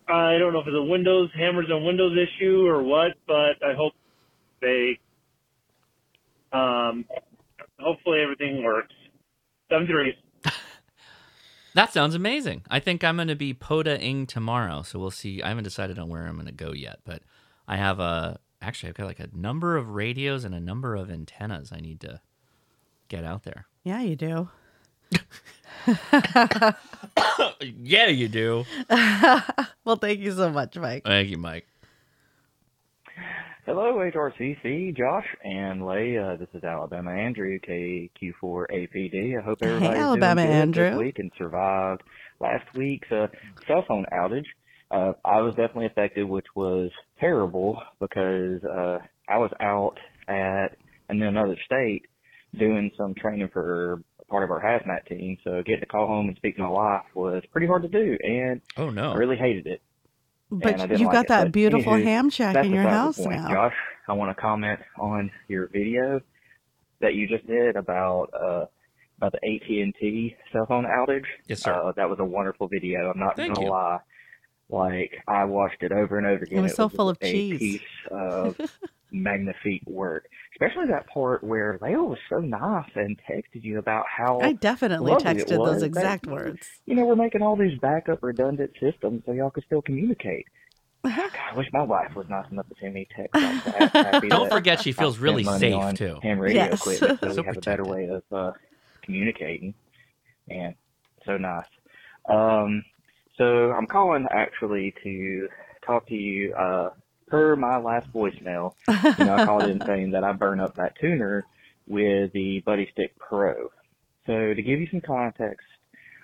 I don't know if it's a Windows Hammers on Windows issue or what, but I hope they. Um, hopefully everything works. Seven degrees.
That sounds amazing. I think I'm going to be Poda Ing tomorrow, so we'll see. I haven't decided on where I'm going to go yet, but I have a actually I've got like a number of radios and a number of antennas I need to get out there.
Yeah, you do.
Uh, yeah, you do.
well, thank you so much, Mike.
Thank you, Mike.
Hello, HRCC, Josh and Lay. Uh, this is Alabama Andrew, KQ4APD. I hope
Hey,
everybody's
Alabama
doing good
Andrew.
this week and survived last week's uh, cell phone outage. Uh, I was definitely affected, which was terrible because uh, I was out at in another state doing some training for part of our hazmat team. So getting to call home and speak to my wife was pretty hard to do, and
oh no,
I really hated it. And I
But
didn't
you've
like
got
it.
that
But
beautiful
anywho,
ham shack
that's
in your
beside the
house
point.
now.
Josh, I want to comment on your video that you just did about uh, about the AT and T cell phone outage.
Yes, sir.
Uh, that was a wonderful video. I'm not
Thank
gonna
you.
Uh, lie. Like I watched it over and over again.
was so full of
a
cheese.
Piece of magnifique work, especially that part where Leo was so nice and texted you about how
I definitely
lovely it
texted
was.
those
That-
exact words.
you know, we're making all these backup redundant systems so y'all can still communicate. God, I wish my wife was nice enough to send me text like that. Happy
Don't
that
forget she
I
feels
spent
really
money
safe,
on
too.
Ham radio
Yes.
equipment, so,
So
we have a better way of uh, communicating. Man, so nice. Um, so I'm calling actually to talk to you. Uh, per my last voicemail, you know, I called in saying that I burn up that tuner with the Buddy Stick Pro. So to give you some context,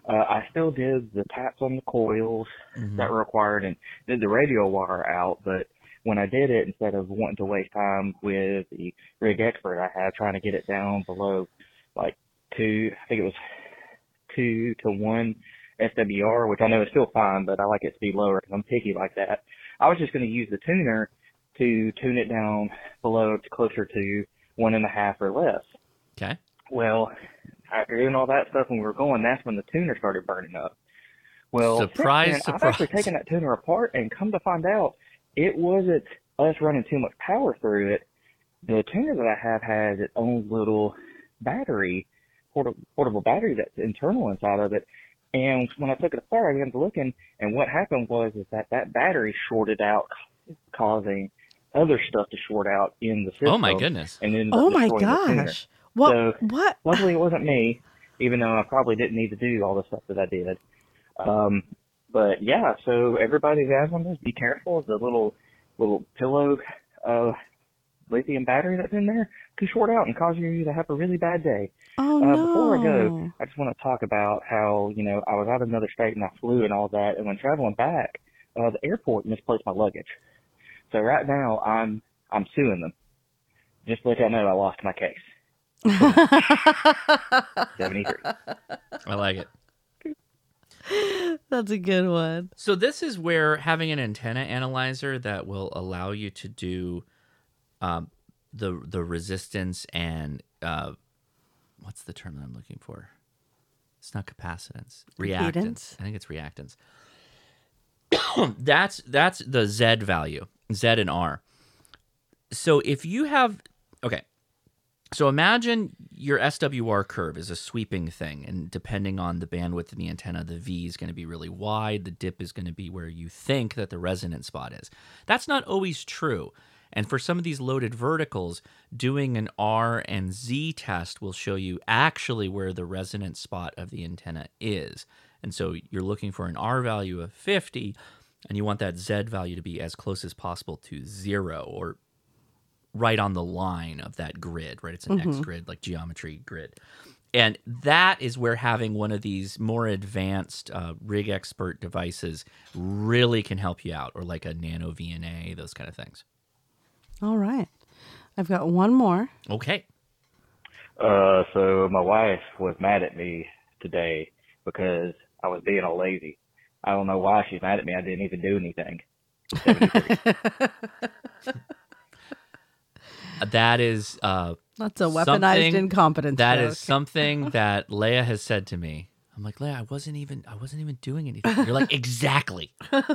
uh, I still did the taps on the coils that were required and did the radio wire out, but when I did it, instead of wanting to waste time with the rig expert I have trying to get it down below like two, I think it was two to one SWR, which I know is still fine, but I like it to be lower because I'm picky like that. I was just going to use the tuner to tune it down below to closer to one and a half or less.
Okay.
Well, after doing all that stuff when we were going, that's when the tuner started burning up. Well, since
Surprise,
then, I've actually
surprise.
taken that tuner apart and come to find out it wasn't us running too much power through it. The tuner that I have has its own little battery, portable, portable battery that's internal inside of it. And when I took it apart, I began to look and, and what happened was is that that battery shorted out, causing other stuff to short out in the system.
Oh, my goodness.
And then
Oh, my gosh. What?
So,
what?
Luckily, it wasn't me, even though I probably didn't need to do all the stuff that I did. Um, but yeah, so everybody that has one of those, be careful. The little little pillow uh, lithium battery that's in there can short out and cause you to have a really bad day.
Oh,
uh, Before I
no.
go, I just want to talk about how you know I was out of another state and I flew and all that, and when traveling back, uh, the airport misplaced my luggage. So right now I'm I'm suing them. Just to let you know, I lost my case. 73.
I like it.
That's a good one.
So this is where having an antenna analyzer that will allow you to do um, the the resistance and uh, what's the term that I'm looking for? It's not capacitance, reactance.
Impedance?
I think it's reactance. that's that's the Z value, Z and R. So if you have okay, so imagine your SWR curve is a sweeping thing, and depending on the bandwidth of the antenna, the V is going to be really wide. The dip is going to be where you think that the resonant spot is. That's not always true. And for some of these loaded verticals, doing an R and Z test will show you actually where the resonant spot of the antenna is. And so you're looking for an R value of 50, and you want that Z value to be as close as possible to zero or right on the line of that grid, right? It's an X
Mm-hmm.
Mhm.
grid, like geometry grid. And that is where having one of these more advanced uh, rig expert devices really can help you out, or like a nano VNA, those kind of things.
All right. I've got one more.
Okay.
Uh, so my wife was mad at me today because I was being all lazy. I don't know why she's mad at me. I didn't even do anything.
That is uh,
That's a weaponized
something-
incompetence
That is
joke.
something that Leia has said to me. I'm like Leia, I wasn't even I wasn't even doing anything. You're like exactly,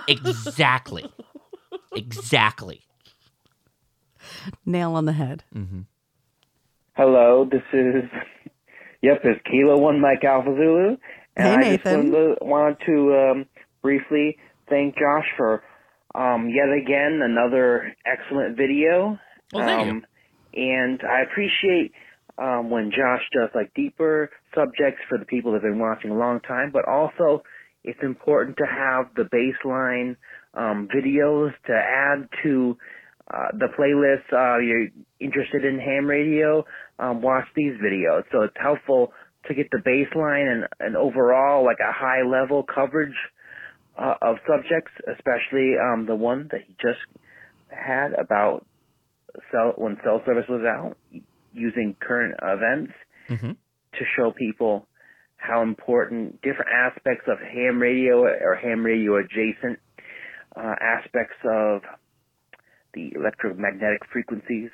exactly, exactly.
Nail on the head.
Hello, this is. Yep, it's Kilo One Mike Alpha Zulu, and
Hey,
I just
Nathan.
wanted to, wanted to um, briefly thank Josh for um, yet again another excellent video.
Well, thank you.
um, And I appreciate um, when Josh does like deeper subjects for the people that have been watching a long time, but also it's important to have the baseline um, videos to add to uh, the playlist. Uh, you're interested in ham radio, um, watch these videos. So it's helpful to get the baseline and, and overall like a high level coverage uh, of subjects, especially um, the one that he just had about cell when cell service was out using current events to show people how important different aspects of ham radio or ham radio adjacent uh, aspects of the electromagnetic frequencies.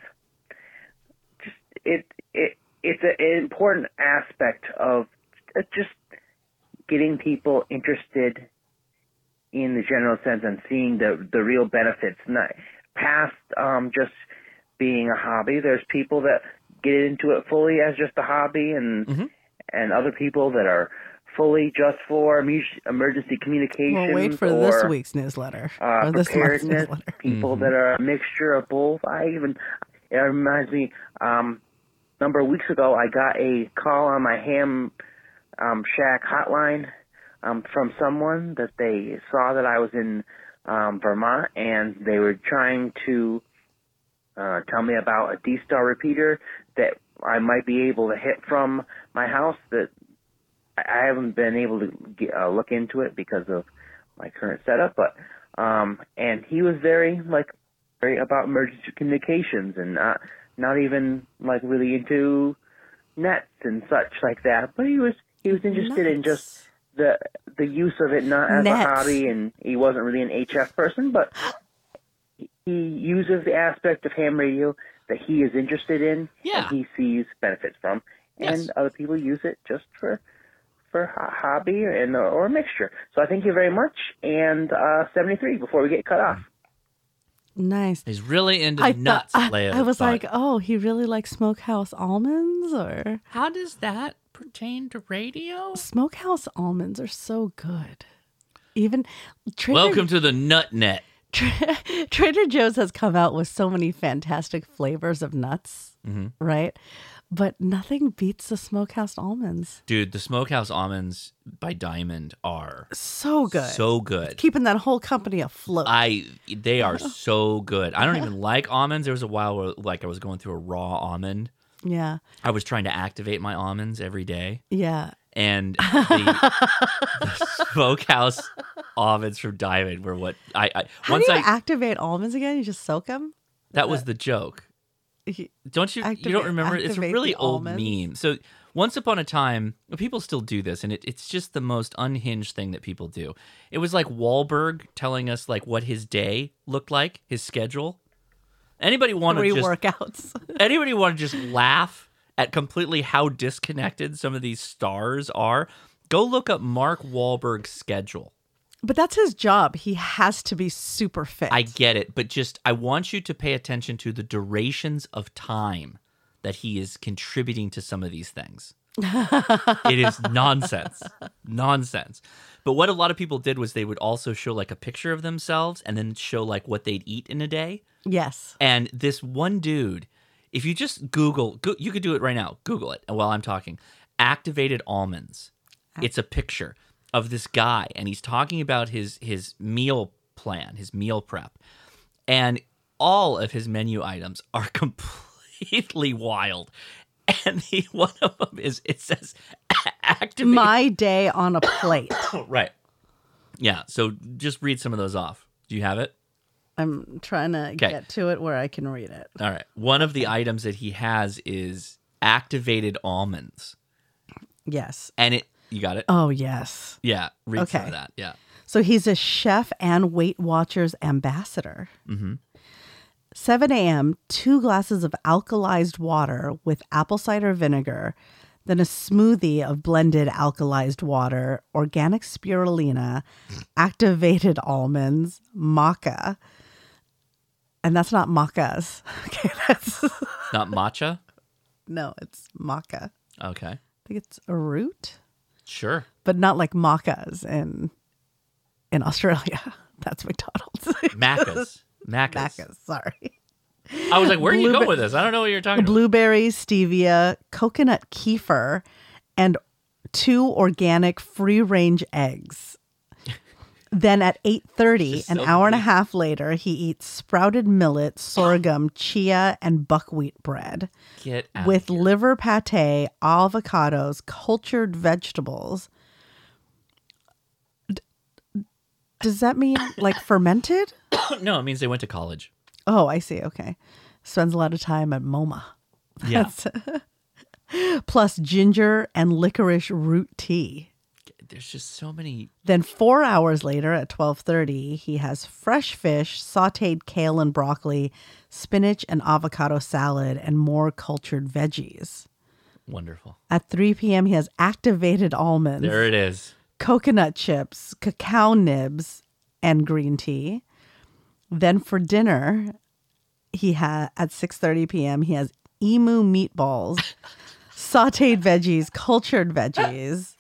Just it it it's a, an important aspect of uh, just getting people interested in the general sense and seeing the the real benefits. Not past um, just being a hobby. There's people that get into it fully as just a hobby, and
Mm-hmm.
and other people that are fully just for emu- emergency communication.
Well, wait for this week's newsletter.
Uh,
or this month's
preparedness.
newsletter.
People that are a mixture of both. I even it reminds me. Um, a number of weeks ago, I got a call on my ham um, shack hotline um, from someone that they saw that I was in um, Vermont, and they were trying to uh, tell me about a D star repeater that I might be able to hit from my house. That I I haven't been able to get, uh, look into it because of my current setup, but um, and he was very like very about emergency communications and not not even like really into nets and such like that. But he was he was interested in just the the use of it not as
Nets.
a hobby, and he wasn't really an HF person, but he uses the aspect of ham radio that he is interested in
yeah.
and he sees benefits from, and other people use it just for for a hobby and or a mixture. So I thank you very much, and uh, seventy three before we get cut off.
Nice.
He's really into
I, thought-
nuts,
I,
Leia.
I was
thought.
like, oh, he really likes smokehouse almonds or
how does that pertain to radio?
smokehouse almonds are so good. Even Trader
Welcome to the Nut Net.
Trader Joe's has come out with so many fantastic flavors of nuts,
Mhm.
right? But nothing beats the smokehouse almonds.
Dude, the Smokehouse Almonds by Diamond are
So good.
So good.
Keeping that whole company afloat.
I they are so good. I don't even like almonds. There was a while where like I was going through a raw almond.
yeah.
I was trying to activate my almonds every day.
Yeah.
And the, the smokehouse almonds from Diamond were what I, I
How
once
do you
I
activate almonds again? You just soak them?
that was the joke. Don't you you
activate-
don't remember? It's a
activate
really
the
old
almonds.
meme. So once upon a time, people still do this, and it, it's just the most unhinged thing that people do. It was like Wahlberg telling us like what his day looked like, his schedule. Anybody want to
Three
just
workouts.
anybody want to just laugh at completely how disconnected some of these stars are? Go look up Mark Wahlberg's schedule.
But that's his job. He has to be super fit.
I get it, but just I want you to pay attention to the durations of time that he is contributing to some of these things. it is nonsense. Nonsense. But what a lot of people did was they would also show like a picture of themselves and then show like what they'd eat in a day.
yes.
And this one dude, if you just Google, go, you could do it right now. Google it while I'm talking. Activated almonds. It's a picture. of this guy, and he's talking about his his meal plan, his meal prep, and all of his menu items are completely wild. And the, one of them is it says activate
my day on a plate.
right. Yeah. So just read some of those off. Do you have it?
I'm trying to get to it where I can read it.
All right. One of the items that he has is activated almonds.
Yes.
And it you got it?
Oh yes.
Yeah. Read some of that. Yeah.
So he's a chef and Weight Watchers ambassador.
Mm-hmm.
7 a.m., two glasses of alkalized water with apple cider vinegar, then a smoothie of blended alkalized water, organic spirulina, activated almonds, maca. And that's not macas. Okay, that's
Not matcha?
no, it's maca.
Okay.
I think it's a root,
Sure.
but not like macas in in Australia. That's McDonald's.
Macas. Macas.
Macas, sorry.
I was like, where are you
Blueber-
going with this? I don't know what you're talking about.
Blueberries, stevia, coconut kefir, and two organic free-range eggs. then at 8:30, an hour and a half later, he eats sprouted millet, sorghum, chia, and buckwheat bread
Get out.
with liver pate, avocados, cultured vegetables. D- does that mean like fermented?
no, it means they went to college.
Oh, I see. Okay. Spends a lot of time at MoMA.
Yeah.
That's- Plus ginger and licorice root tea.
There's just so many.
Then 4 hours later at 12:30, he has fresh fish, sautéed kale and broccoli, spinach and avocado salad and more cultured veggies.
Wonderful.
At 3 p.m., he has activated almonds,
There it is.
coconut chips, cacao nibs, and green tea. Then for dinner, he had at 6:30 p.m. he has emu meatballs, sautéed veggies, cultured veggies,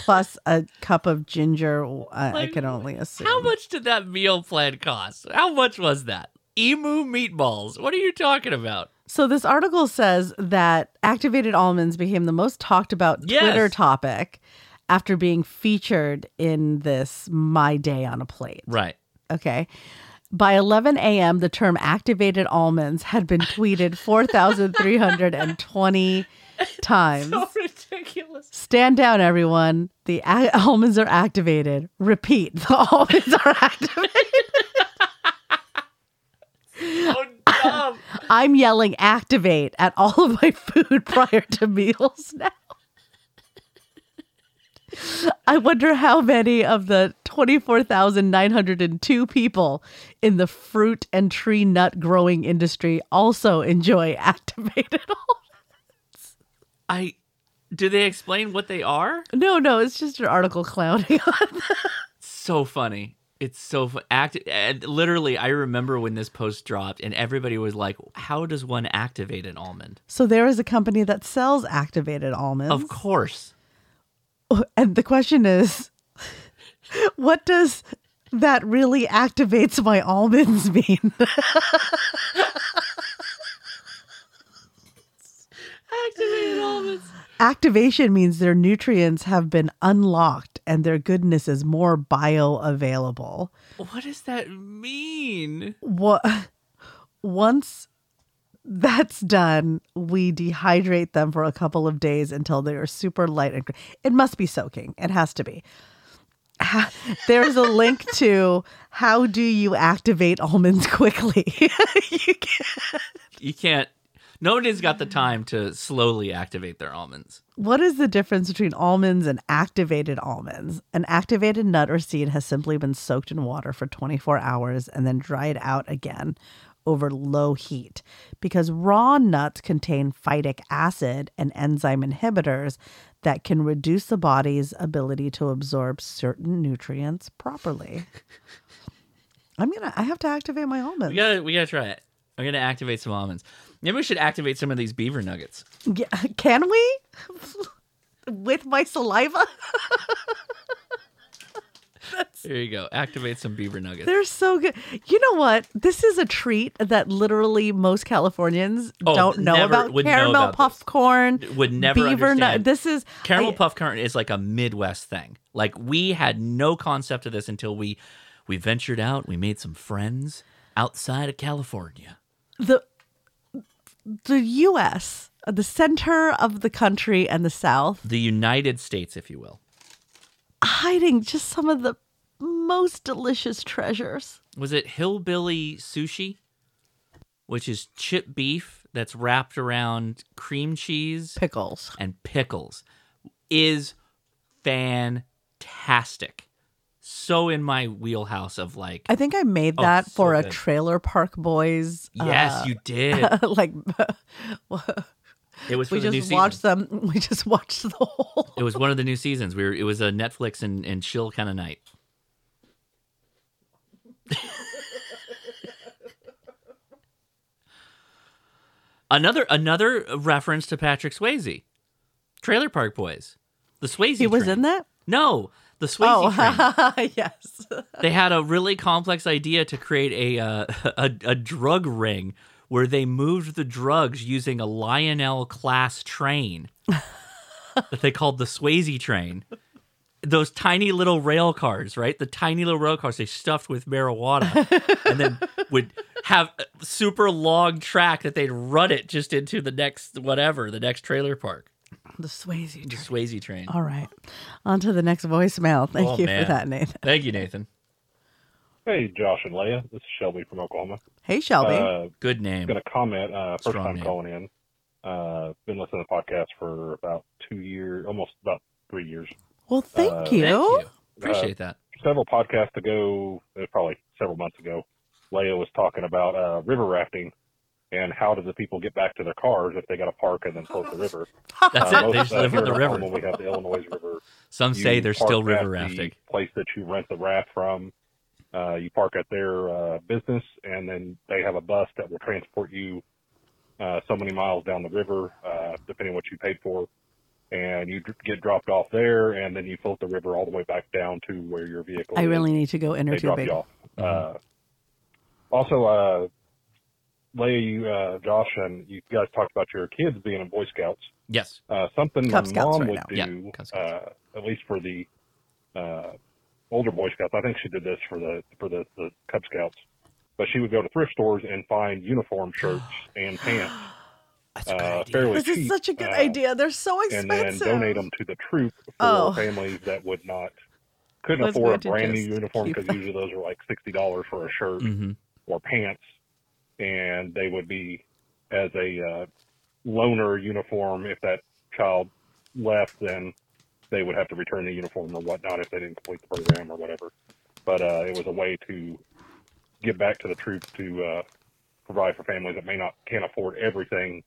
plus a cup of ginger. uh, I, I
Like,
can only assume.
How much did that meal plan cost? How much was that? Emu meatballs. What are you talking about?
So this article says that activated almonds became the most talked about
Yes.
Twitter topic after being featured in this My Day on a Plate.
Right.
Okay. By 11 a.m., the term activated almonds had been tweeted 4,320 times.
ridiculous.
Stand down, everyone. The a- almonds are activated. Repeat, the almonds are activated.
So Oh, dumb.
I'm yelling activate at all of my food prior to meals now. I wonder how many of the 24,902 people in the fruit and tree nut growing industry also enjoy activated almonds.
I do they explain what they are?
No, no, it's just an article clowning on.
So funny. It's so fu- act and literally I remember when this post dropped and everybody was like, "How does one activate an almond?"
So there is a company that sells activated almonds.
Of course.
And the question is, what does that really activates my almonds mean?
Activated almonds.
Activation means their nutrients have been unlocked and their goodness is more bioavailable.
What does that mean?
What once that's done, we dehydrate them for a couple of days until they are super light and gr- it must be soaking. It has to be. Ha- There's a link to how do you activate almonds quickly? You can-
You can't Nobody's got the time to slowly activate their almonds.
What is the difference between almonds and activated almonds? An activated nut or seed has simply been soaked in water for 24 hours and then dried out again over low heat. Because raw nuts contain phytic acid and enzyme inhibitors that can reduce the body's ability to absorb certain nutrients properly. I'm going to I have to activate my almonds.
We got to we got to try it. I'm going to activate some almonds. Maybe we should activate some of these beaver nuggets.
Yeah, can we? With my saliva?
There you go. Activate some beaver nuggets.
They're so good. You know what? This is a treat that literally most Californians
Oh,
don't know
never
about.
would know
Caramel
about this.
popcorn
would never
beaver
understand.
nut. This is
Caramel
I-
puff current is like a Midwest thing. Like we had no concept of this until we we ventured out, we made some friends outside of California.
The the US, the center of the country and the South,
the United States if you will,
hiding just some of the most delicious treasures.
Was it hillbilly sushi, which is chip beef that's wrapped around cream cheese,
pickles,
and pickles, is fantastic. So in my wheelhouse of like,
I think I made
Oh,
that
so
for a
good.
Trailer Park Boys. uh,
Yes, you did.
like,
It was for
we
the new
just
season.
watched them. We just watched the whole.
it was one of the new seasons. We were, it was a Netflix and, and chill kind of night. another another reference to Patrick Swayze, Trailer Park Boys, the Swayze.
He was
train.
in that.
No, the Swayze. train.
Oh, yes.
they had a really complex idea to create a, uh, a a drug ring where they moved the drugs using a Lionel class train that they called the Swayze train. Those tiny little rail cars, right? The tiny little rail cars they stuffed with marijuana and then would have a super long track that they'd run it just into the next whatever, the next trailer park.
The Swayze train.
The Swayze train.
All right. On to the next voicemail. Thank
Oh,
you
man.
for that, Nathan.
Thank you, Nathan.
Hey, Josh and Leah. This is Shelby from Oklahoma.
Hey, Shelby.
Uh,
Good name.
Going to comment. Uh, first
Strong
time
name.
calling in. Uh, been listening to the podcast for about two years, almost about three years.
Well, thank
Uh,
you.
Appreciate that.
Several podcasts ago, uh, probably several months ago, Leia was talking about uh, river rafting and how do the people get back to their cars if they got to park and then float the river.
That's it. They
most,
just live on
here
the
in
river.
Oklahoma, we have the Illinois River.
Some
You
say they're
park
still river
at the
rafting.
place that you rent the raft from. Uh, you park at their uh, business, and then they have a bus that will transport you uh, so many miles down the river, uh, depending on what you paid for. And you dr- get dropped off there, and then you float the river all the way back down to where your vehicle.
I
is.
really need to go inner
They drop
tubing.
you off. Uh, also, uh, Leah, you, uh, Josh, and you guys talked about your kids being in Boy Scouts.
Yes.
Uh, something
Cub
my
Scouts
mom
right
would
now.
do,
Yeah, Cub
uh, at least for the uh, older Boy Scouts. I think she did this for the for the, the Cub Scouts. But she would go to thrift stores and find uniform shirts and pants. uh, fairly
This is
cheap,
such a good
uh,
idea. They're so
and
expensive.
then donate them to the troop for
Oh.
families that would not couldn't
Was going
afford
to
a brand new
just
uniform
keep
because
them.
usually those are like sixty dollars for a shirt
Mhm.
or pants, and they would be as a uh, loaner uniform. If that child left, then they would have to return the uniform or whatnot if they didn't complete the program or whatever. But uh, it was a way to give back to the troop to uh, provide for families that may not can't afford everything,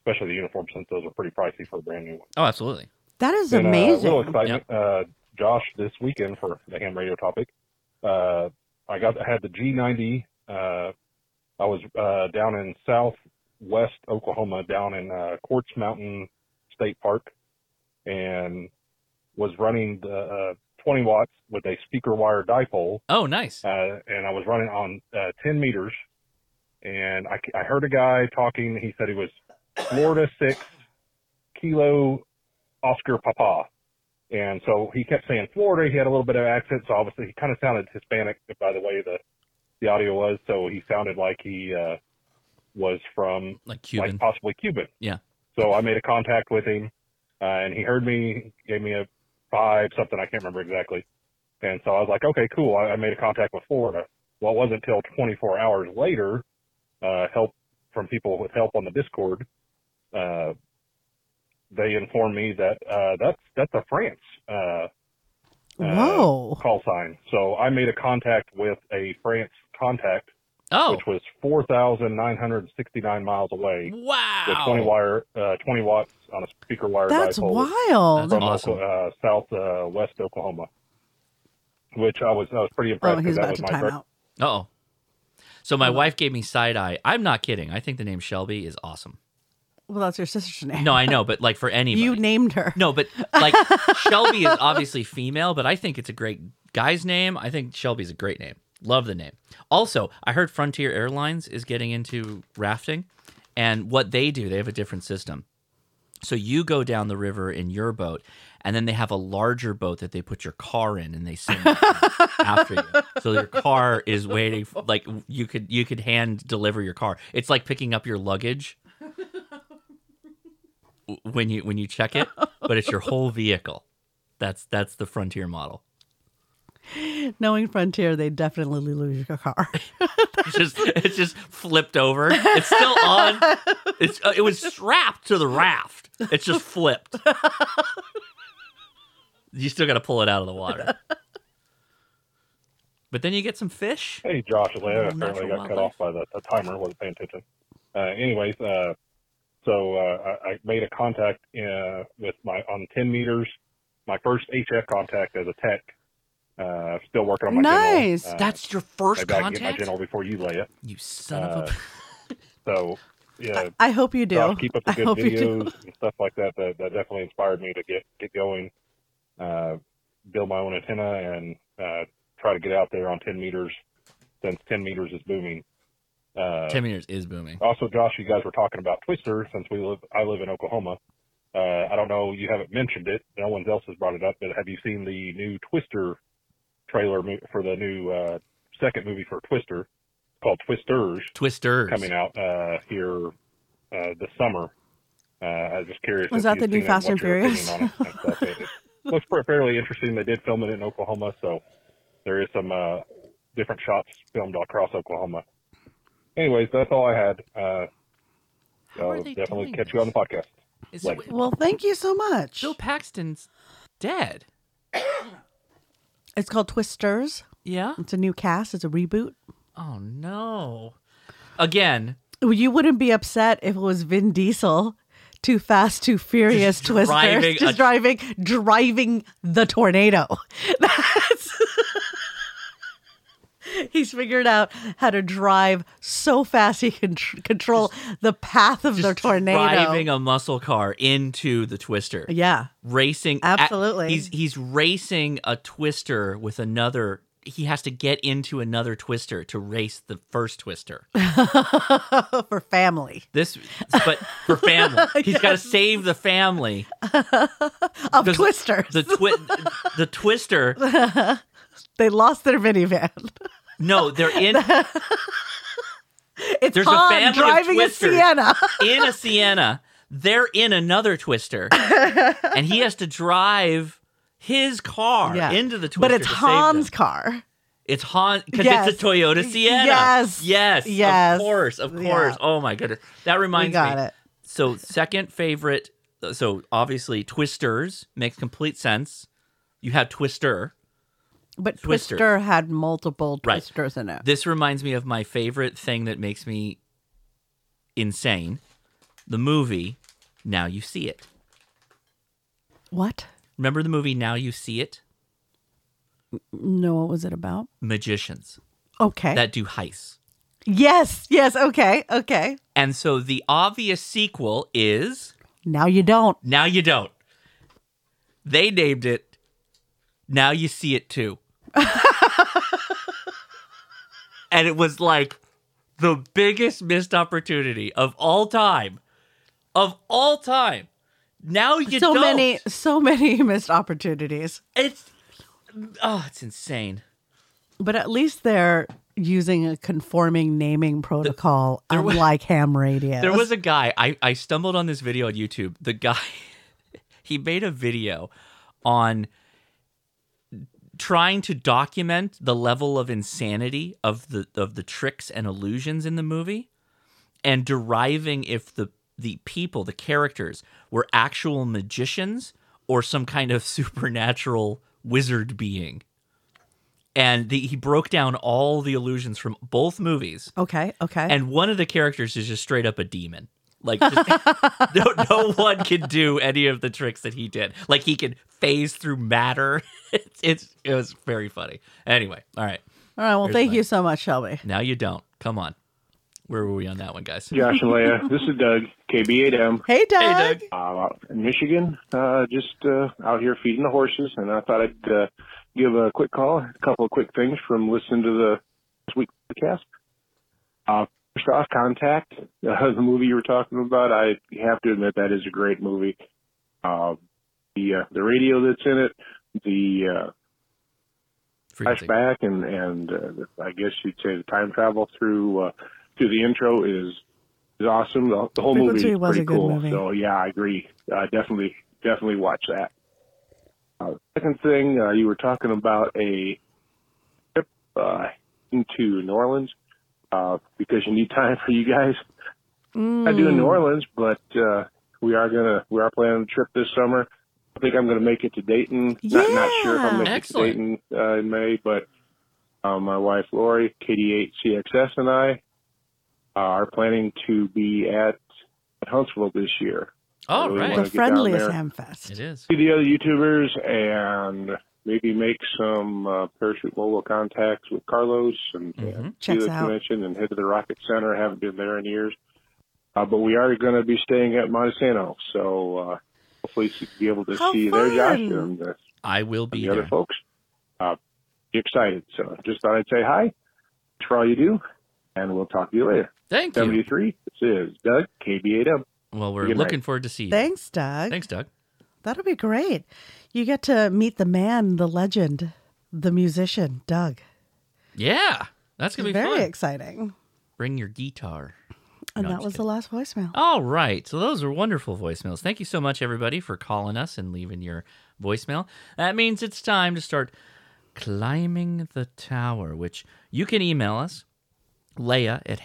especially the uniforms since those are pretty pricey for a brand new one.
Oh, absolutely.
That is
And, uh,
amazing.
real excitement, uh, Josh, this weekend for the ham radio topic. Uh, I got I had the G90. Uh, I was uh, down in southwest Oklahoma, down in uh, Quartz Mountain State Park, and was running the uh, 20 watts with a speaker wire dipole.
Oh, nice.
Uh, and I was running on uh, 10 meters, and I, I heard a guy talking. He said he was Florida 6 Kilo Oscar Papa. And so he kept saying Florida. He had a little bit of accent, so obviously he kind of sounded Hispanic by the way the the audio was. So he sounded like he uh, was from
like Cuban,
possibly Cuban.
Yeah.
So I made a contact with him, uh, and he heard me, gave me a five something I can't remember exactly. And so I was like, okay, cool. I, I made a contact with Florida. Well, it wasn't until 24 hours later, uh, help from people with help on the Discord. Uh, they informed me that uh, that's that's a France uh, uh,
Whoa.
call sign. So I made a contact with a France contact,
Oh.
which was four thousand nine hundred sixty nine miles away.
Wow,
with twenty wire, uh, twenty watts on a speaker wire.
That's
dipole
wild. That's
from
awesome.
Okla- uh, south uh, west Oklahoma, which I was I was pretty
Oh,
impressed. 'cause
he's
that
about
was
to
my
time
first-
out.
Oh. So my
Uh-huh.
wife gave me side eye. I'm not kidding. I think the name Shelby is awesome.
Well, that's your sister's name.
No, I know, but like for anybody.
You named her.
No, but like Shelby is obviously female, but I think it's a great guy's name. I think Shelby's a great name. Love the name. Also, I heard Frontier Airlines is getting into rafting, and what they do, they have a different system. So you go down the river in your boat, and then they have a larger boat that they put your car in and they send it after you. So your car is waiting. For, like you could you could hand deliver your car. It's like picking up your luggage w- when you when you check it, but it's your whole vehicle. That's that's the frontier model.
Knowing Frontier, they definitely lose your car.
It's just it's just flipped over. It's still on. It's uh, it was strapped to the raft. It's just flipped. You still got to pull it out of the water. But then you get some fish.
Hey, Josh, Atlanta apparently
Natural
got cut
wildlife.
off by the, the timer. wasn't paying attention. Uh, anyways, uh, so uh, I, I made a contact uh, with my on ten meters. My first HF contact as a tech. Uh, still working on my general.
Nice.
Uh,
That's your first
maybe I can Get my
contact?
general uh, before you lay it.
You son of
a. So yeah.
I hope you do.
Josh, keep up the
I
good
hope you
videos
do.
and stuff like that. That that definitely inspired me to get get going, uh, build my own antenna, and uh, try to get out there on ten meters. Since ten meters is booming. Uh,
10 meters is booming.
Also, Josh, you guys were talking about Twister. Since we live, I live in Oklahoma. Uh, I don't know. You haven't mentioned it. No one else has brought it up. But have you seen the new Twister trailer mo- for the new uh, second movie for Twister? It's called Twisters.
Twisters
coming out uh, here uh, this summer. Uh, I was just curious. if
Was that
you've
the new
seen it,
Fast
what
and
your
Furious?
opinion on it and stuff is. It looks fa- fairly interesting. They did film it in Oklahoma, so there is some uh, different shots filmed across Oklahoma. Anyways, that's all I had. Uh, I'll definitely catch you on the podcast.
Is-
Later.
Well, thank you so much.
Bill Paxton's dead.
It's called Twisters.
Yeah.
It's a new cast. It's a reboot.
Oh no. Again,
Well, You wouldn't be upset if it was Vin Diesel, Too Fast, Too Furious, Twisters,
driving
just
a-
driving, driving the tornado. That's- He's figured out how to drive so fast he can tr- control the path of the tornado.
driving a muscle car into the Twister.
Yeah.
Racing at-
Absolutely.
he's he's racing a Twister with another he has to get into another Twister to race the first Twister.
for family
This but for family. He's got to save the family.
of Twister.
The twi- the Twister
they lost their minivan.
No, they're in.
It's
There's
Han
a family of
driving a
twisters
Sienna.
in a Sienna. They're in another Twister, and he has to drive his car
Yeah.
into the Twister.
but it's
to save
Han's
them.
car.
It's Han because
Yes.
it's a Toyota Sienna.
Yes.
yes,
Yes.
Of course, of
Yeah.
course. Oh my goodness, that reminds
got
me.
it.
So second favorite. So obviously, Twisters makes complete sense. You have Twister.
But
Twister.
Twister had multiple
Right.
twisters in it.
This reminds me of my favorite thing that makes me insane the movie Now You See It.
What?
Remember the movie Now You See It?
No, what was it about?
Magicians
Okay.
that do heists.
yes, yes, okay, okay.
And so the obvious sequel is
Now you don't.
Now You Don't. They named it Now You See It Too. and it was like the biggest missed opportunity of all time. Of all time. Now you
so
don't.
many so many missed opportunities.
It's oh, it's insane.
But at least they're using a conforming naming protocol
there was-
unlike ham radio.
There was a guy I I stumbled on this video on YouTube. The guy he made a video on trying to document the level of insanity of the of the tricks and illusions in the movie and deriving if the the people, the characters were actual magicians or some kind of supernatural wizard being. And the, he broke down all the illusions from both movies.
Okay, okay.
And one of the characters is just straight up a demon. Like just, no, no one can do any of the tricks that he did. Like he can phase through matter. It's, it's it was very funny. Anyway, all right.
All right, well
Here's
thank
mine.
you so much, Shelby.
Now you don't. Come on. Where were we on that one, guys?
Josh and Leah, this is Doug, KB8M.
Hey Doug.
Uh, out in Michigan, uh, just uh, out here feeding the horses, and I thought I'd uh, give a quick call, a couple of quick things from listening to the this week's podcast. Uh, first off, Contact, uh, the movie you were talking about, I have to admit that is a great movie. Uh, the uh, the radio that's in it, the uh,
Frequency.
flashback, and and uh, I guess you'd say the time travel through uh, through the intro is is awesome. The, the whole
Frequency
movie is
was
pretty
a good
cool.
movie.
So yeah, I agree. Uh, definitely definitely watch that. Uh, second thing, uh, you were talking about a trip uh, into New Orleans uh, because you need time for you guys.
Mm.
I do in
Hmm.
New Orleans, but uh, we are gonna we are planning a trip this summer. I think I'm gonna make it to Dayton. Not, not sure if I'll make
Excellent.
it to Dayton uh, in May, but uh, my wife Lori, KD8CXS, and I are planning to be at Huntsville this year. I
All
really
right.
wanna get down there.
Hamfest.
It is.
See the other YouTubers and maybe make some uh, parachute mobile contacts with Carlos and
Mhm.
uh, see
Checks
the
out.
convention and head to the Rocket Center. I haven't been there in years. Uh, but we are going to be staying at Montesano, so uh, hopefully to be able to
How
see you there, Josh,
fun.
and uh,
I will be
the other
there.
folks. Uh, be excited. So just thought I'd say hi. Thanks for all you do, and we'll talk to you later.
Thank you.
73, this is Doug, KB8M.
Well, we're
Good night.
looking forward to see you.
Thanks, Doug.
Thanks, Doug.
That'll be great. You get to meet the man, the legend, the musician, Doug.
Yeah, that's gonna be
Very
fun.
exciting.
Bring your guitar.
And
No, I'm
that
just Oh,
was the last voicemail.
All right. So those are wonderful voicemails. Thank you so much, everybody, for calling us and leaving your voicemail. That means it's time to start climbing the tower, which you can email us, Leia at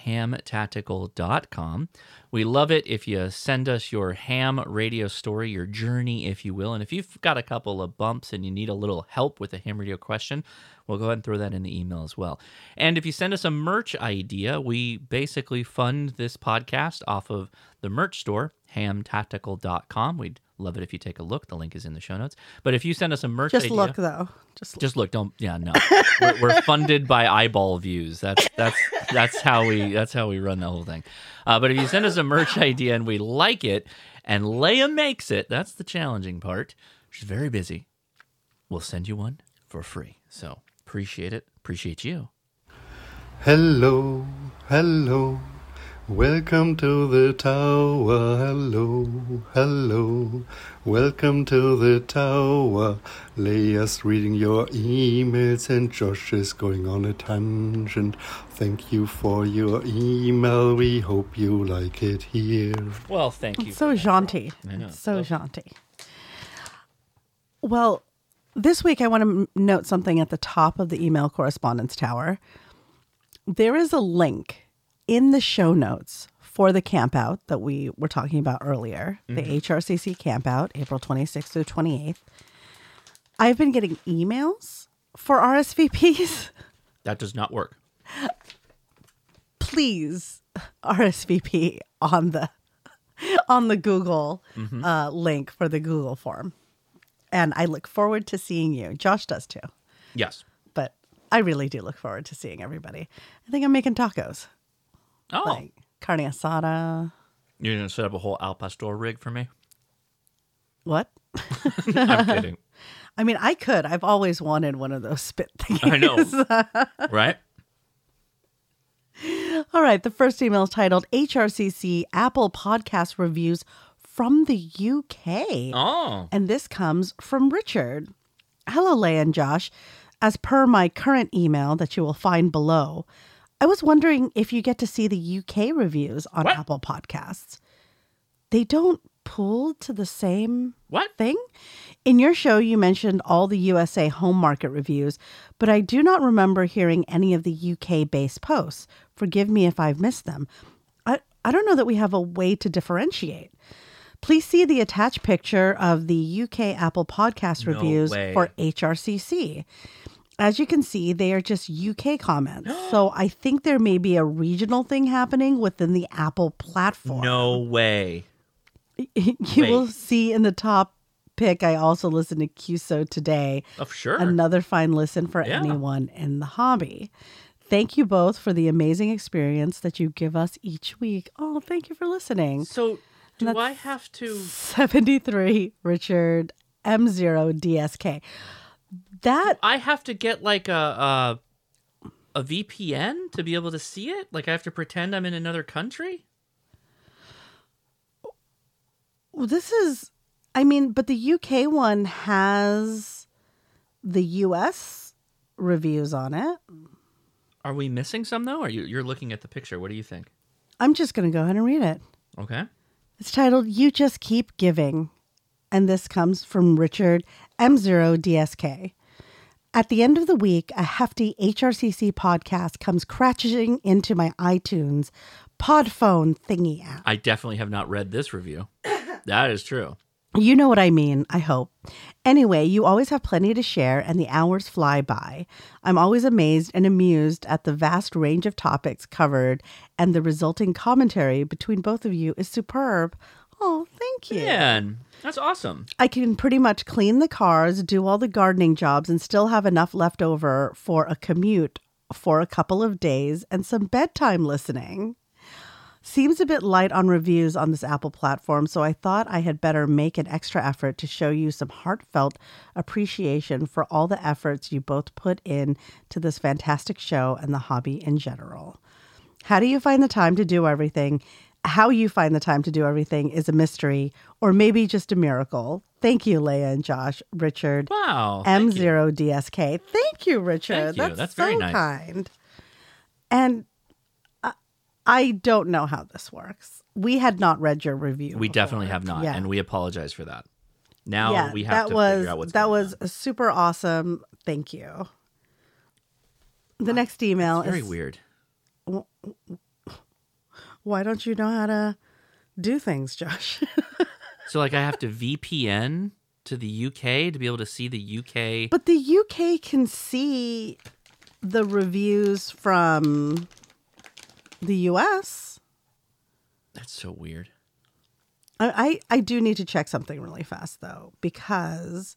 hamtactical.com. We love it if you send us your ham radio story, your journey, if you will. And if you've got a couple of bumps and you need a little help with a ham radio question, we'll go ahead and throw that in the email as well. And if you send us a merch idea, we basically fund this podcast off of the merch store, hamtactical.com. We'd love it if you take a look. The link is in the show notes. But if you send us a merch
Just
idea,
look, though. Just
just look don't yeah no we're, we're funded by eyeball views that's that's that's how we that's how we run the whole thing uh, but if you send us a merch idea and we like it and leia makes it that's the challenging part she's very busy we'll send you one for free so appreciate it appreciate you
Hello, hello, welcome to the tower. Hello, hello, welcome to the tower. Leia's reading your emails, and Josh is going on a tangent. Thank you for your email. We hope you like it here.
well thank you
It's so jaunty.
I know.
It's so jaunty. Well, this week I want to m- note something at the top of the email correspondence tower. There is a link in the show notes for the campout that we were talking about earlier, the
Mm-hmm.
Mhm.
HRCC campout, April 26th through 28th. I've been getting emails for RSVPs.
that does not work
please RSVP on the on the Google
Mhm.
uh, link for the Google form. And I look forward to seeing you. Josh does too,
yes
but I really do look forward to seeing everybody. I think I'm making tacos,
oh
like carne asada.
you're gonna set up a whole al pastor rig for me
What?
i'm kidding
I mean, I could. I've always wanted one of those spit things.
I know. right
All right. The first email is titled HRCC Apple Podcast Reviews from the UK.
Oh.
And this comes from Richard. Hello, Leigh and Josh. As per my current email that you will find below, I was wondering if you get to see the UK reviews on Apple Podcasts. They don't pull to the same
what
thing. In your show, you mentioned all the USA home market reviews, but I do not remember hearing any of the UK based posts. Forgive me if I've missed them. I, I don't know that we have a way to differentiate. Please see the attached picture of the UK Apple podcast
No
reviews
way.
for HRCC. As you can see, they are just UK comments. so I think there may be a regional thing happening within the Apple platform.
no way
you will see in the top pick I also listened to QSO today.
Oh, sure.
Another fine listen for
Yeah.
anyone in the hobby. Thank you both for the amazing experience that you give us each week. Oh, thank you for listening.
So,
do
I have to
73 Richard M0 DSK. That
I have to get like a, a a VPN to be able to see it. Like I have to pretend I'm in another country.
well, this is I mean, but the UK one has the US reviews on it.
Are we missing some though? Are you you're looking at the picture? What do you think?
I'm just going to go ahead and read it.
Okay.
It's titled You Just Keep Giving. And this comes from Richard M0DSK. At the end of the week, a hefty HRCC podcast comes crashing into my iTunes podphone thingy app.
I definitely have not read this review. that is true.
You know what I mean, I hope. Anyway, you always have plenty to share, and the hours fly by. I'm always amazed and amused at the vast range of topics covered, and the resulting commentary between both of you is superb. Oh, thank you.
Man, that's awesome.
I can pretty much clean the cars, do all the gardening jobs, and still have enough left over for a commute for a couple of days and some bedtime listening. Seems a bit light on reviews on this Apple platform, so I thought I had better make an extra effort to show you some heartfelt appreciation for all the efforts you both put in to this fantastic show and the hobby in general. How do you find the time to do everything? How you find the time to do everything is a mystery, or maybe just a miracle. Thank you, Leah and Josh, Richard.
Wow. thank you.
M0DSK. Thank you, Richard.
Thank you. That's very
so
nice.
kind. And I- I don't know how this works. We had not read your review.
We definitely have not,
Yeah.
and we apologize for that. Now
yeah,
we have
that
to
was
figure out what's
that
going
was a super awesome. Thank you. The next email
on. Very
is
weird.
Why don't you know how to do things, Josh?
So like I have to VPN to the UK to be able to see the UK.
but the UK can see the reviews from the US.
That's so weird.
I, I I do need to check something really fast though, because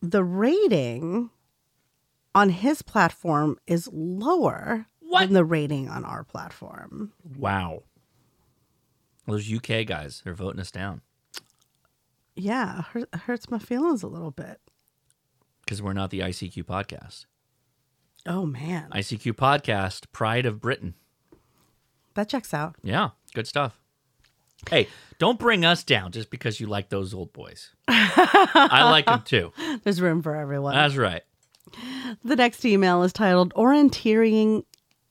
the rating on his platform is lower than the rating on our platform.
Wow. Those UK guys, they're voting us down
Yeah, hurt, hurts my feelings a little bit.
because we're not the ICQ podcast.
Oh man,
ICQ podcast, pride of Britain.
that checks out.
Yeah, good stuff. Hey, don't bring us down just because you like those old boys. I like them too.
There's room for everyone.
That's right.
The next email is titled Orienteering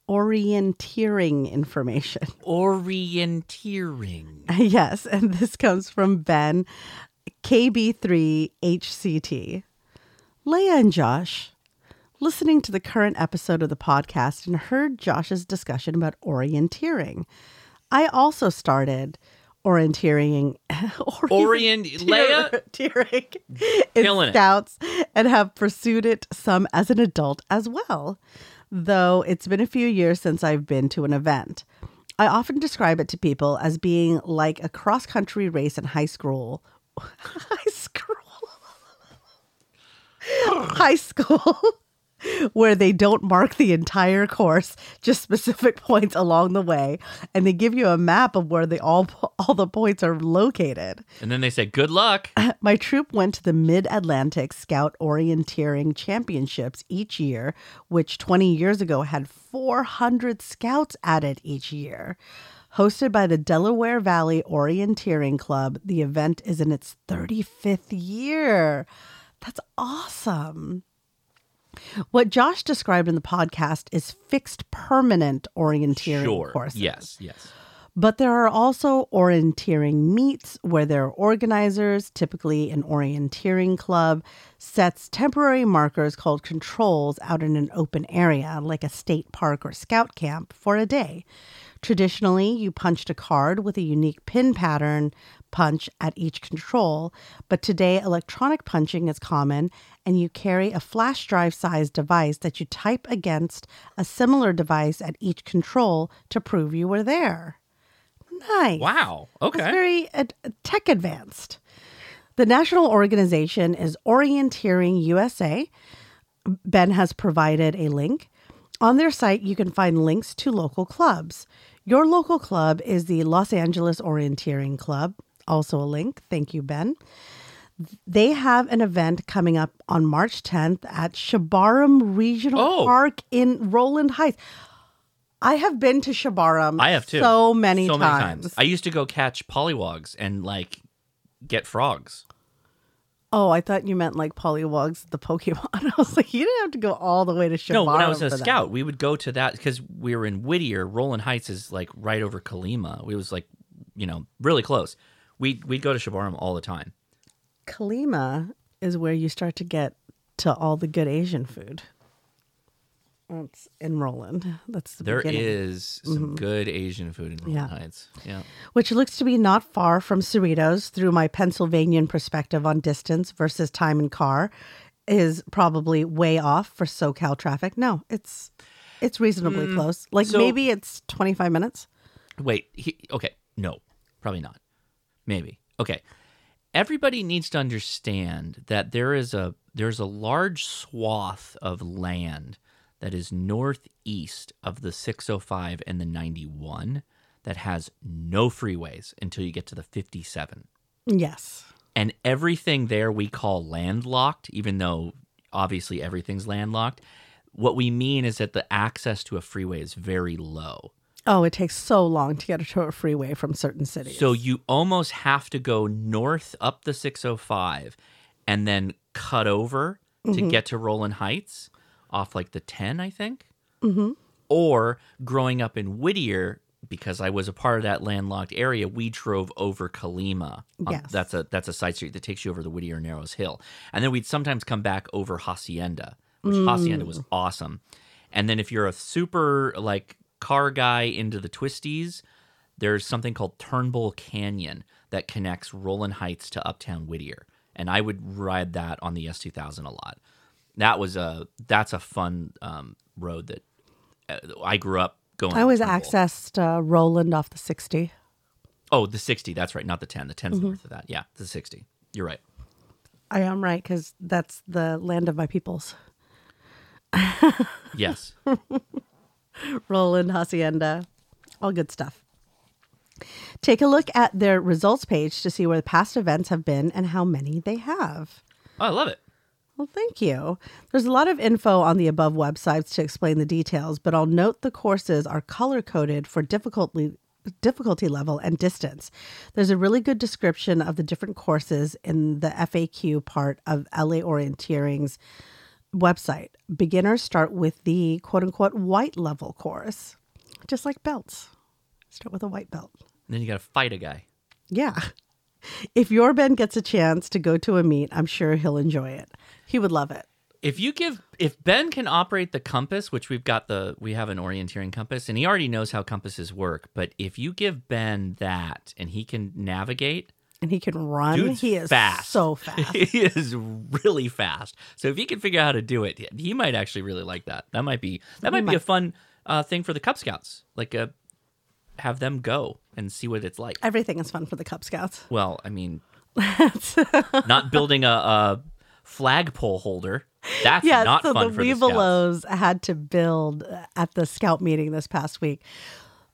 Orienteering Information.
Orienteering.
Yes, and this comes from Ben KB3HCT. Leia and Josh, listening to the current episode of the podcast and heard Josh's discussion about orienteering. I also started orienteering
Orient Leia
Orienteering
Killing
in
it.
Scouts and have pursued it some as an adult as well, though it's been a few years since I've been to an event. I often describe it to people as being like a cross country race in high school. high school. high school. Where they don't mark the entire course, just specific points along the way, and they give you a map of where the all all the points are located.
And then they say, good luck.
My troop went to the Mid Atlantic Scout Orienteering Championships each year, which 20 years ago had 400 scouts at it each year. Hosted by the Delaware Valley Orienteering Club, the event is in its 35th year. That's awesome. What Josh described in the podcast is fixed permanent orienteering
Sure.
courses.
Yes, yes.
But there are also orienteering meets where their organizers, typically an orienteering club, sets temporary markers called controls out in an open area, like a state park or scout camp, for a day. Traditionally, you punched a card with a unique pin pattern punch at each control, but today electronic punching is common and you carry a flash drive sized device that you type against a similar device at each control to prove you were there. Nice.
Wow.
That's
Okay.
very ad- tech advanced. The national organization is Orienteering USA. Ben has provided a link. On their site, you can find links to local clubs. Your local club is the Los Angeles Orienteering Club, also a link. Thank you, Ben. They have an event coming up on March 10th at Shabaram Regional
Oh.
Park in Roland Heights. I have been to Shabaram
I have too.
so many
so
times.
I used to go catch pollywogs and like get frogs.
Oh, I thought you meant like Pollywog's the Pokemon. I was like, you didn't have to go all the way to Shabara.
No, when I was a
for that.
scout, we would go to that because we were in Whittier. Roland Heights is like right over Kalima. We was like, you know, really close. We we'd go to Shabaram all the time.
Kalima is where you start to get to all the good Asian food. That's in Roland. That's the
There is
beginning.
some
Mhm.
good Asian food in Roland
Yeah.
Heights. Yeah.
which looks to be not far from Cerritos through my Pennsylvanian perspective on distance versus time in car is probably way off for SoCal traffic. No, it's it's reasonably
Mm,
close. Like
so-
maybe it's 25 minutes.
Wait, he, okay, no, probably not. Maybe. Okay. Everybody needs to understand that there is a there's a large swath of land that is northeast of the 605 and the 91 that has no freeways until you get to the 57.
Yes.
And everything there we call landlocked, even though obviously everything's landlocked. What we mean is that the access to a freeway is very low.
Oh, it takes so long to get to a freeway from certain cities.
So you almost have to go north up the 605 and then cut over to
Mhm.
get to Roland Heights off like the 10, I think.
hmm
Or growing up in Whittier, because I was a part of that landlocked area, we drove over Kalima. Um,
Yes.
that's a that's a side street that takes you over the Whittier Narrows Hill. And then we'd sometimes come back over Hacienda, which
Mm.
Hacienda was awesome. And then if you're a super like car guy into the twisties, there's something called Turnbull Canyon that connects Roland Heights to Uptown Whittier, and I would ride that on the S2000 a lot. That was a that's a fun um, road that uh, I grew up going.
I always
on Turnbull.
accessed uh, Roland off the 60.
Oh, the 60. That's right, not the 10. The 10's
Mhm.
north of that. Yeah, the 60. You're right.
I am right because that's the land of my peoples.
Yes. Oh,
Roland Hacienda, all good stuff. Take a look at their results page to see where the past events have been and how many they have.
Oh, I love it.
Well, thank you. There's a lot of info on the above websites to explain the details, but I'll note the courses are color coded for difficulty difficulty level and distance. There's a really good description of the different courses in the FAQ part of LA Orienteering's website. Beginners start with the quote unquote white level course, just like belts. Start with a white belt.
then you got to fight a guy.
Yeah. If your Ben gets a chance to go to a meet, I'm sure he'll enjoy it. He would love it.
If you give if Ben can operate the compass, which we've got the we have an orienteering compass and he already knows how compasses work, but if you give Ben that and he can navigate,
and he can run.
Dude's
he is
fast.
so fast.
he is really fast. So if he can figure out how to do it, he might actually really like that. That might be that
He
might, be
might.
a fun uh, thing for the Cub Scouts. Like uh have them go and see what it's like.
Everything is fun for the Cub Scouts.
Well, I mean, not building a, a flagpole holder. That's
yeah,
not
so
fun
the
for the Scouts.
Weebelows had to build uh, at the scout meeting this past week.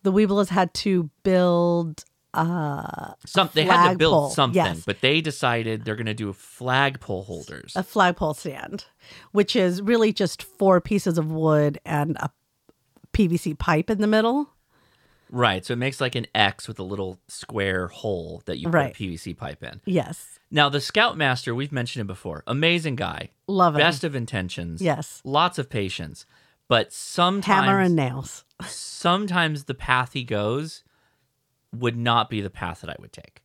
The Weebelows had to build uh,
Some, they had to build
flagpole.
something,
Yes,
but they decided they're going to do flagpole holders.
a flagpole stand, which is really just four pieces of wood and a PVC pipe in the middle.
Right. So it makes like an X with a little square hole that you put
Right.
a PVC pipe in.
Yes,
Now, the Scoutmaster, we've mentioned him before. Amazing guy.
Love him.
Best of intentions.
Yes.
Lots of patience. But sometimes
hammer and nails.
sometimes the path he goes would not be the path that I would take.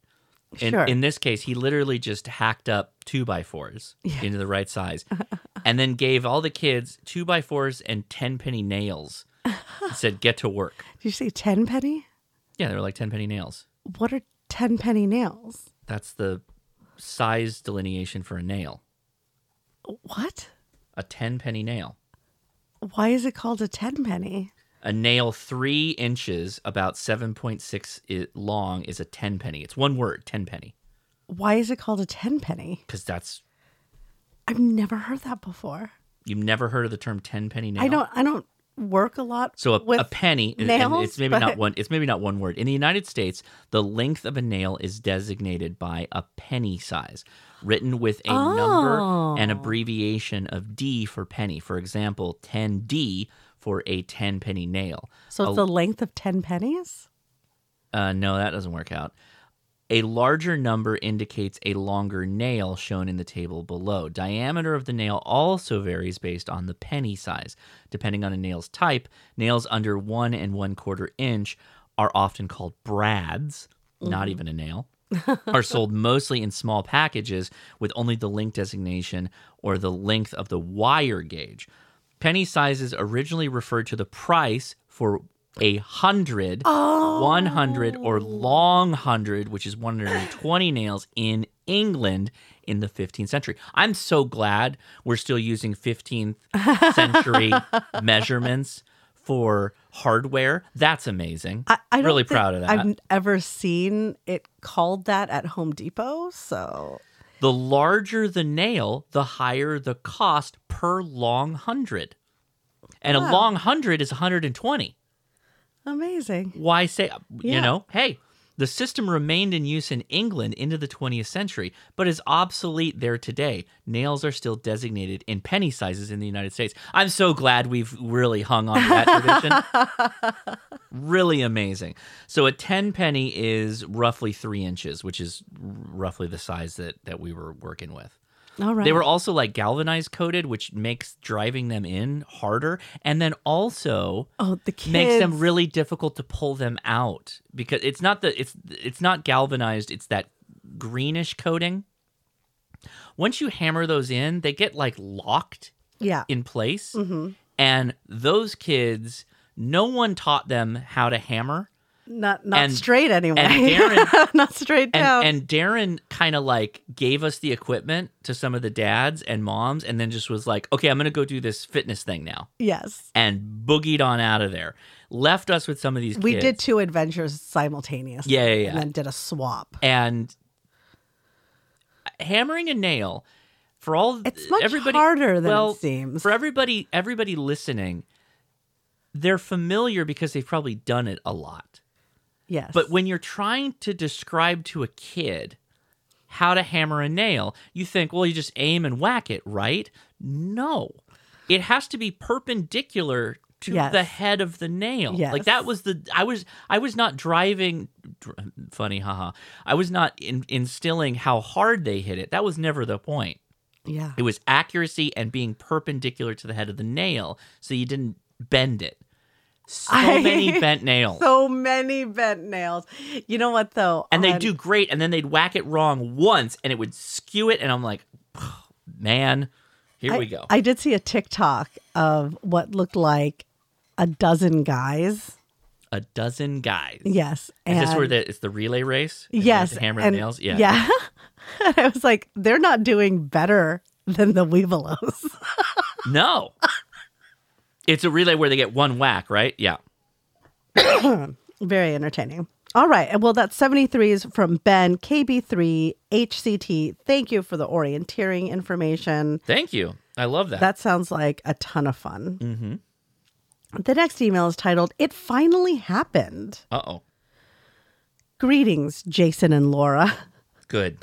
In,
Sure.
in this case, he literally just hacked up two by fours
Yeah.
into the right size and then gave all the kids two by fours and 10 penny nails. He said, Get to work.
Did you say ten penny?
Yeah, they were like 10 penny nails.
What are ten penny nails?
That's the size delineation for a nail,
What?
a 10 penny nail.
Why is it called a ten penny?
A nail three inches, about 7.6 i- long, is a 10 penny. It's one word, 10 penny,
Why is it called a tenpenny?
because that's
I've never heard that before.
You've never heard of the term ten penny nail?
I don't. I don't work a lot.
So a,
with
a penny, and- and
nails,
it's maybe
but-
not one. It's maybe not one word. In the United States, the length of a nail is designated by a penny size, written with a number and
Oh.
abbreviation of D for penny. For example, ten D for a ten penny nail.
So it's
A-
the length of ten pennies.
uh, no, that doesn't work out. A larger number indicates a longer nail shown in the table below. Diameter of the nail also varies based on the penny size. Depending on a nail's type, nails under one and one quarter inch are often called brads, not
Mhm.
even a nail, are sold mostly in small packages with only the link designation or the length of the wire gauge. Penny sizes originally referred to the price for a hundred,
Oh.
100, or long hundred, which is 120 nails in England in the 15th century. I'm so glad we're still using 15th century measurements for hardware. That's amazing.
I, I don't
really
think
proud of that.
I've ever seen it called that at Home Depot. So
The larger the nail, the higher the cost per long hundred. And
Wow.
a long hundred is 120.
amazing.
Why say,
Yeah.
you know, hey, the system remained in use in England into the 20th century, but is obsolete there today. Nails are still designated in penny sizes in the United States. I'm so glad we've really hung on to that tradition. really amazing. So a 10 penny is roughly three inches, which is r- roughly the size that, that we were working with.
All right.
They were also like galvanized coated, which makes driving them in harder, and then also
Oh, the
makes
kids.
them really difficult to pull them out because it's not the it's it's not galvanized; it's that greenish coating. Once you hammer those in, they get like locked
Yeah.
in place,
Mhm.
and those kids, no one taught them how to hammer.
Not not
And-
straight anyway.
Darren-
not straight
And,
down.
and Darren kind of like gave us the equipment to some of the dads and moms, and then just was like, okay, I'm going to go do this fitness thing now.
yes.
And boogied on out of there. Left us with some of these
We
kids.
did two adventures simultaneously.
Yeah, yeah, yeah.
And then did a swap.
And hammering a nail for all
It's much
everybody,
harder than
well,
it seems.
For everybody, everybody listening, they're familiar because they've probably done it a lot.
Yes.
But when you're trying to describe to a kid how to hammer a nail, you think, well, you just aim and whack it, right? No. It has to be perpendicular to
Yes.
the head of the nail.
Yes.
Like that was the I was I was not driving dr- funny haha. I was not in, instilling how hard they hit it. That was never the point.
yeah.
It was accuracy and being perpendicular to the head of the nail so you didn't bend it. So
I-
many bent nails.
So many bent nails. You know what though?
and they
On-
do great and then they'd whack it wrong once and it would skew it and i'm like man here
I,
we go
I did see a TikTok of what looked like a dozen guys.
A dozen guys
Yes.
is this where
and-
the, it's the relay race And you have
Yes.
to hammer the
and-
nails yeah
Yeah. and I was like, they're not doing better than the Weevilos.
no it's a relay where they get one whack right yeah
Very entertaining. All right. and Well, that's 73s from Ben, KB3HCT. Thank you for the orienteering information.
thank you i love that
That sounds like a ton of fun.
mm-hmm
The next email is titled, It Finally Happened.
uh-oh
Greetings, Jason and Laura.
good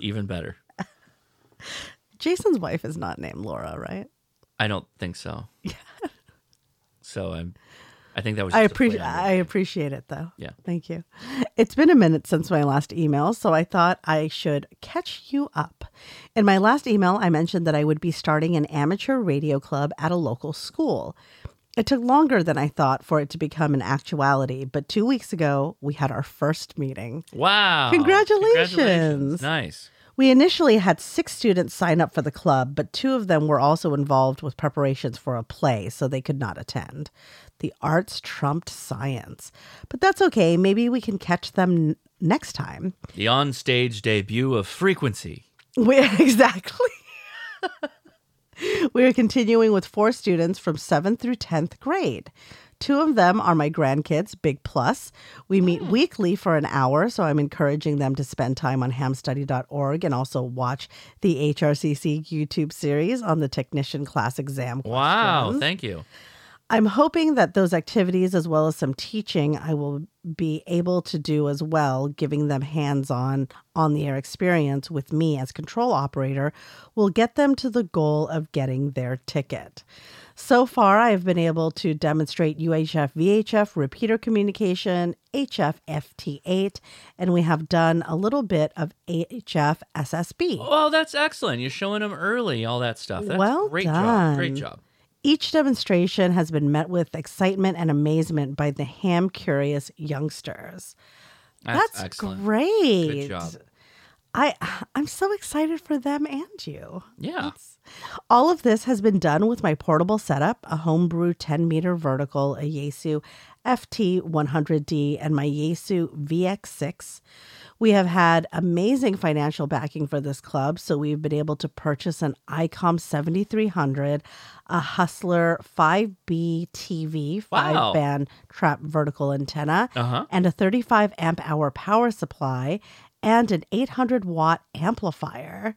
even better
Jason's wife is not named Laura, right?
i don't think so yeah so i'm i think that was
I
just a play
appreciate
on
I appreciate it though.
Yeah.
Thank you. It's been a minute since my last email, so I thought I should catch you up. In my last email, I mentioned that I would be starting an amateur radio club at a local school. It took longer than I thought for it to become an actuality, but 2 weeks ago, we had our first meeting.
it. wow
Congratulations.
congratulations nice
We initially had six students sign up for the club, but two of them were also involved with preparations for a play, so they could not attend. The arts trumped science. But that's okay. Maybe we can catch them n- next time.
the onstage debut of frequency
We, exactly. we are continuing with four students from 7th through 10th grade. Two of them are my grandkids, Big Plus. We meet weekly for an hour, so I'm encouraging them to spend time on hamstudy.org and also watch the HRCC YouTube series on the technician class exam.
Wow,
questions.
thank you.
I'm hoping that those activities, as well as some teaching, I will be able to do as well, giving them hands on, on the air experience with me as control operator, will get them to the goal of getting their ticket. So far, I have been able to demonstrate UHF VHF repeater communication, HF FT8, and we have done a little bit of HF SSB.
Well, that's excellent. You're showing them early all that stuff. That's
Well
great
done.
job. Great job.
Each demonstration has been met with excitement and amazement by the ham curious youngsters.
That's
That's,
excellent.
great.
Good job.
I I'm so excited for them and you.
Yeah.
All of this has been done with my portable setup, a homebrew 10 meter vertical, a Yaesu FT100D, and my Yaesu VX6. We have had amazing financial backing for this club, so we've been able to purchase an ICOM 7300, a Hustler 5B TV,
Wow.
5 band trap vertical antenna,
Uh-huh.
and a 35 amp hour power supply, and an 800 watt amplifier.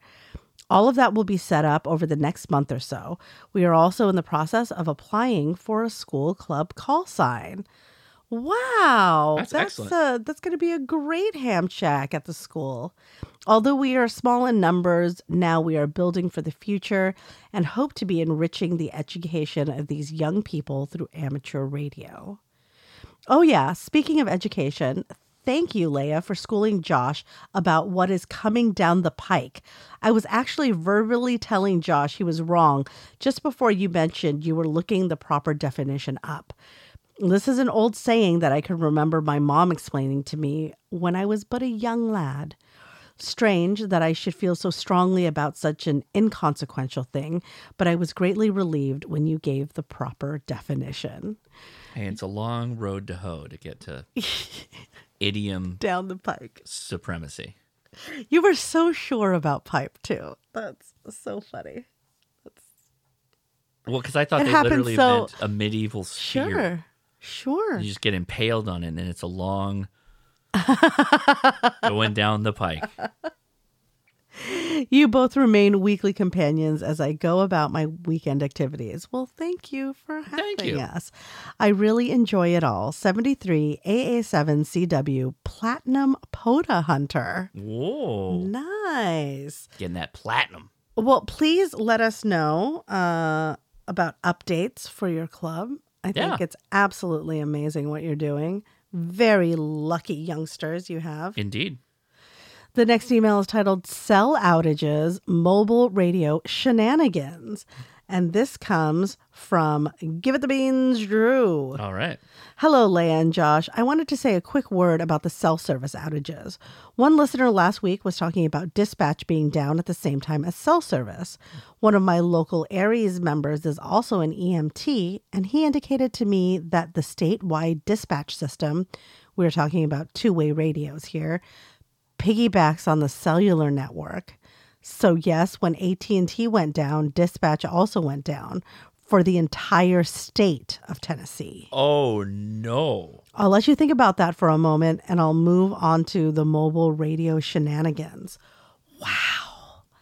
All of that will be set up over the next month or so. We are also in the process of applying for a school club call sign. Wow.
That's excellent.
uh, that's going to be a great ham shack at the school. Although we are small in numbers, now we are building for the future and hope to be enriching the education of these young people through amateur radio. Oh, yeah. Speaking of education, thank you, Leia, for schooling Josh about what is coming down the pike. I was actually verbally telling Josh he was wrong just before you mentioned you were looking the proper definition up. This is an old saying that I can remember my mom explaining to me when I was but a young lad. Strange that I should feel so strongly about such an inconsequential thing, but I was greatly relieved when you gave the proper definition.
Hey, it's a long road to hoe to get to idiom
Down the pike.
supremacy.
You were so sure about pipe too. That's so funny.
Well, because I thought
It
they
happens
literally
so-
meant a medieval sphere.
Sure. Sure.
You just get impaled on it, and then it's a long going down the pike.
You both remain weekly companions as I go about my weekend activities. Well, thank you for having
you.
us. I really enjoy it all. 73 AA7CW Platinum Poda Hunter.
Whoa.
Nice.
Getting that platinum.
Well, please let us know uh, about updates for your club. I think
Yeah.
it's absolutely amazing what you're doing. Very lucky youngsters you have.
Indeed.
The next email is titled Cell Outages Mobile Radio Shenanigans. And this comes from Give It the Beans, Drew.
All right.
Hello, Leia and Josh. I wanted to say a quick word about the cell service outages. One listener last week was talking about dispatch being down at the same time as cell service. One of my local Aries members is also an EMT, and he indicated to me that the statewide dispatch system, we're talking about two way radios here, piggybacks on the cellular network. So yes, when AT&T went down, dispatch also went down for the entire state of Tennessee.
Oh, no.
I'll let you think about that for a moment and I'll move on to the mobile radio shenanigans.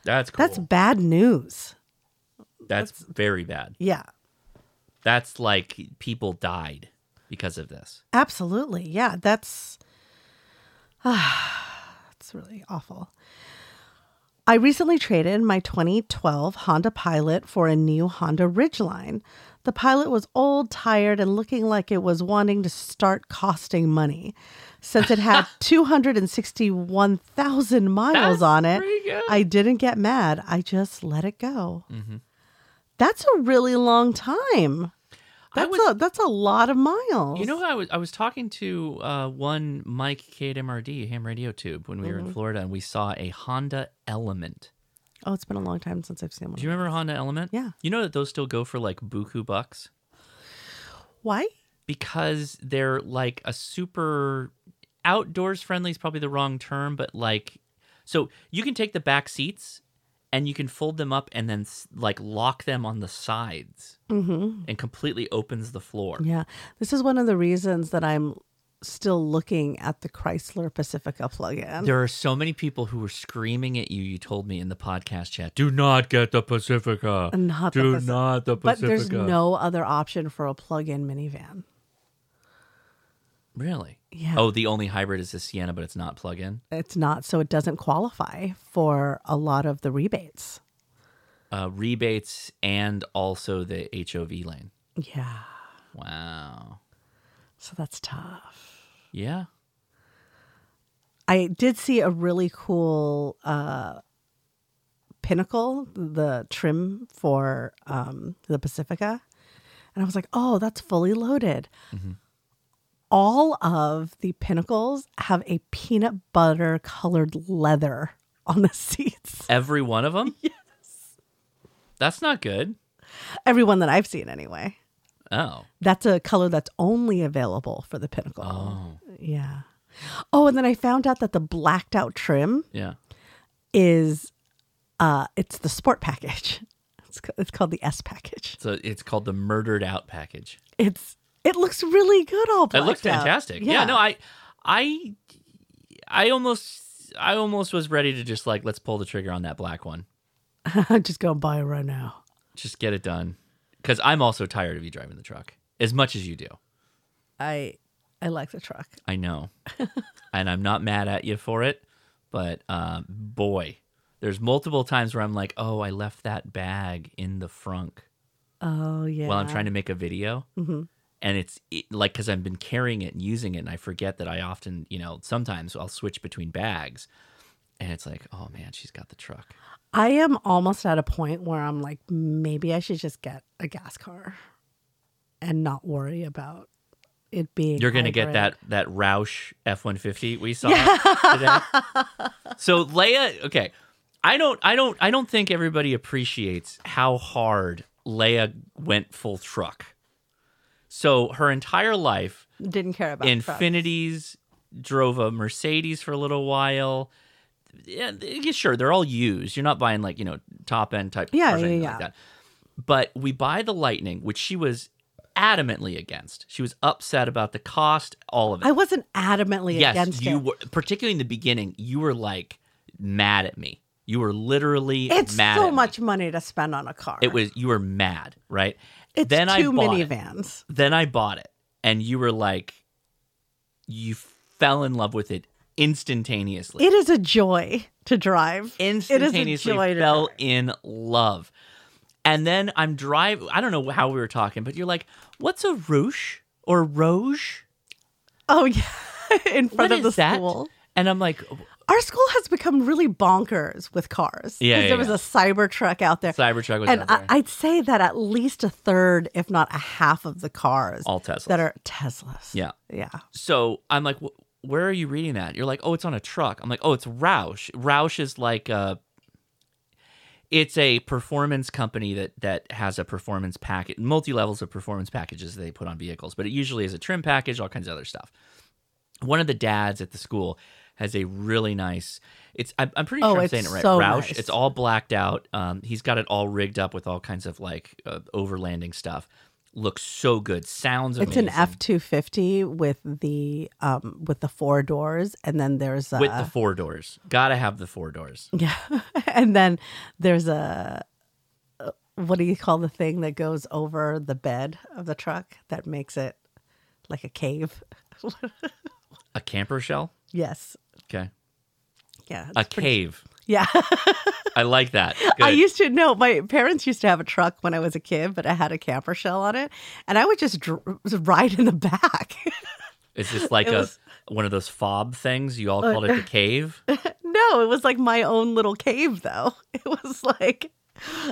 That's cool.
That's bad news.
That's, very bad.
Yeah,
That's like people died because of this.
absolutely. Yeah, that's that's really awful. I recently traded my 2012 Honda Pilot for a new Honda Ridgeline. The Pilot was old, tired, and looking like it was wanting to start costing money. Since it had 261,000 miles
That's
on it,
pretty good.
I didn't get mad. I just let it go.
Mm-hmm.
That's a really long time.
I
That's
was-
a that's a lot of miles.
You know, I was I was talking to uh, one Mike K at MRD Ham Radio Tube when we were in
Mhm.
Florida, and we saw a Honda Element.
Oh, it's been a long time since I've seen one.
Do you remember Honda Element?
Yeah.
You know that those still go for like buku bucks
Why?
because they're like a super outdoors friendly is probably the wrong term, but like so you can take the back seats and you can fold them up and then s- like lock them on the sides
Mm-hmm.
and completely opens the floor.
Yeah, this is one of the reasons that I'm still looking at the Chrysler Pacifica plug-in.
There are so many people who were screaming at you. You told me in the podcast chat, do not get the Pacifica.
Not the
do
Paci-
not the
but
Pacifica.
there's no other option for a plug-in minivan.
really.
Yeah.
Oh, the only hybrid is the Sienna, but it's not plug-in.
It's not, so it doesn't qualify for a lot of the rebates.
uh, rebates and also the HOV lane.
Yeah.
Wow.
So that's tough.
Yeah.
I did see a really cool uh, pinnacle, the trim for um, the Pacifica. And I was like, oh, that's fully loaded.
Mhm.
All of the pinnacles have a peanut butter colored leather on the seats.
Every one of them? yes. That's not good.
Everyone that I've seen, anyway.
Oh.
That's a color that's only available for the pinnacle.
Oh.
Yeah. Oh, and then I found out that the blacked out trim
Yeah.
is uh it's the sport package. It's ca- it's called the S package.
So it's called the murdered out package.
It's it looks really good all blacked
It looks
out.
fantastic. Yeah. no, I I I almost I almost was ready to just like let's pull the trigger on that black one.
I'm just going to buy it right now.
Just get it done. Cuz I'm also tired of you driving the truck as much as you do.
I I like the truck.
I know. and I'm not mad at you for it, but uh, boy, there's multiple times where I'm like, "Oh, I left that bag in the frunk."
Oh yeah.
while I'm trying to make a video.
Mhm.
And it's it, like, because I've been carrying it and using it, and I forget that I often, you know, sometimes I'll switch between bags. And it's like, oh man, she's got the truck.
I am almost at a point where I'm like maybe I should just get a gas car and not worry about it being
You're going to get
hybrid.
that that Roush F150 we saw
Yeah.
today. So Leia, okay. I don't I don't I don't think everybody appreciates how hard Leia went full truck. So her entire life
didn't care about trucks.
Infinities drove a Mercedes for a little while. Yeah, yeah, sure, they're all used. You're not buying like you know top end type
Yeah,
cars or
yeah,
anything
yeah.
like that. But we buy the Lightning, which she was adamantly against. She was upset about the cost, all of it.
I wasn't adamantly
yes,
against
you
it.
were particularly in the beginning. You were like mad at me. You were literally
It's
mad
so
at me.
much money to spend on a car.
It was you were mad, right?
It's
then I
two
bought it.
minivans.
Then I bought it, and you were like, you fell in love with it instantaneously.
It is a joy to drive. it is a
instantaneously
joy to
fell in love, and then I'm drive. I don't know how we were talking, but you're like, what's a rouge or roge?
Oh yeah, in front
What
of the
is that?
school.
And I'm like, "Oh,
Our school has become really bonkers with cars. 'Cause
Yeah, yeah,
there was
yeah.
a Cybertruck out there.
Cybertruck was
and
out there.
I, I'd say that at least a third, if not a half, of the cars
All Teslas.
that are Teslas.
yeah,
Yeah.
So I'm like, "Wh- where are you reading that? You're like, oh, it's on a truck. I'm like, oh, it's Roush. Roush is like a, it's a performance company that that has a performance package, multi levels of performance packages that they put on vehicles, but it usually is a trim package, all kinds of other stuff. One of the dads at the school has a really nice. It's I'm, I'm pretty
Oh,
sure I'm
it's
saying it right.
so
Roush.
nice.
It's all blacked out. Um, he's got it all rigged up with all kinds of like uh, overlanding stuff. Looks so good. Sounds
It's
amazing.
an F two fifty with the um with the four doors, and then there's a
with the four doors. Gotta have the four doors.
Yeah. and then there's a uh, what do you call the thing that goes over the bed of the truck that makes it like a cave?
A camper shell.
yes.
Okay.
Yeah.
A
it's pretty-
cave.
Yeah.
I like that.
I
Good.
used to know my parents used to have a truck when I was a kid, but it had a camper shell on it, and I would just dr- ride in the back.
It's just like
it
a
was-
one of those fob things. You all
Uh,
called it the cave.
no, it was like my own little cave, though. It was like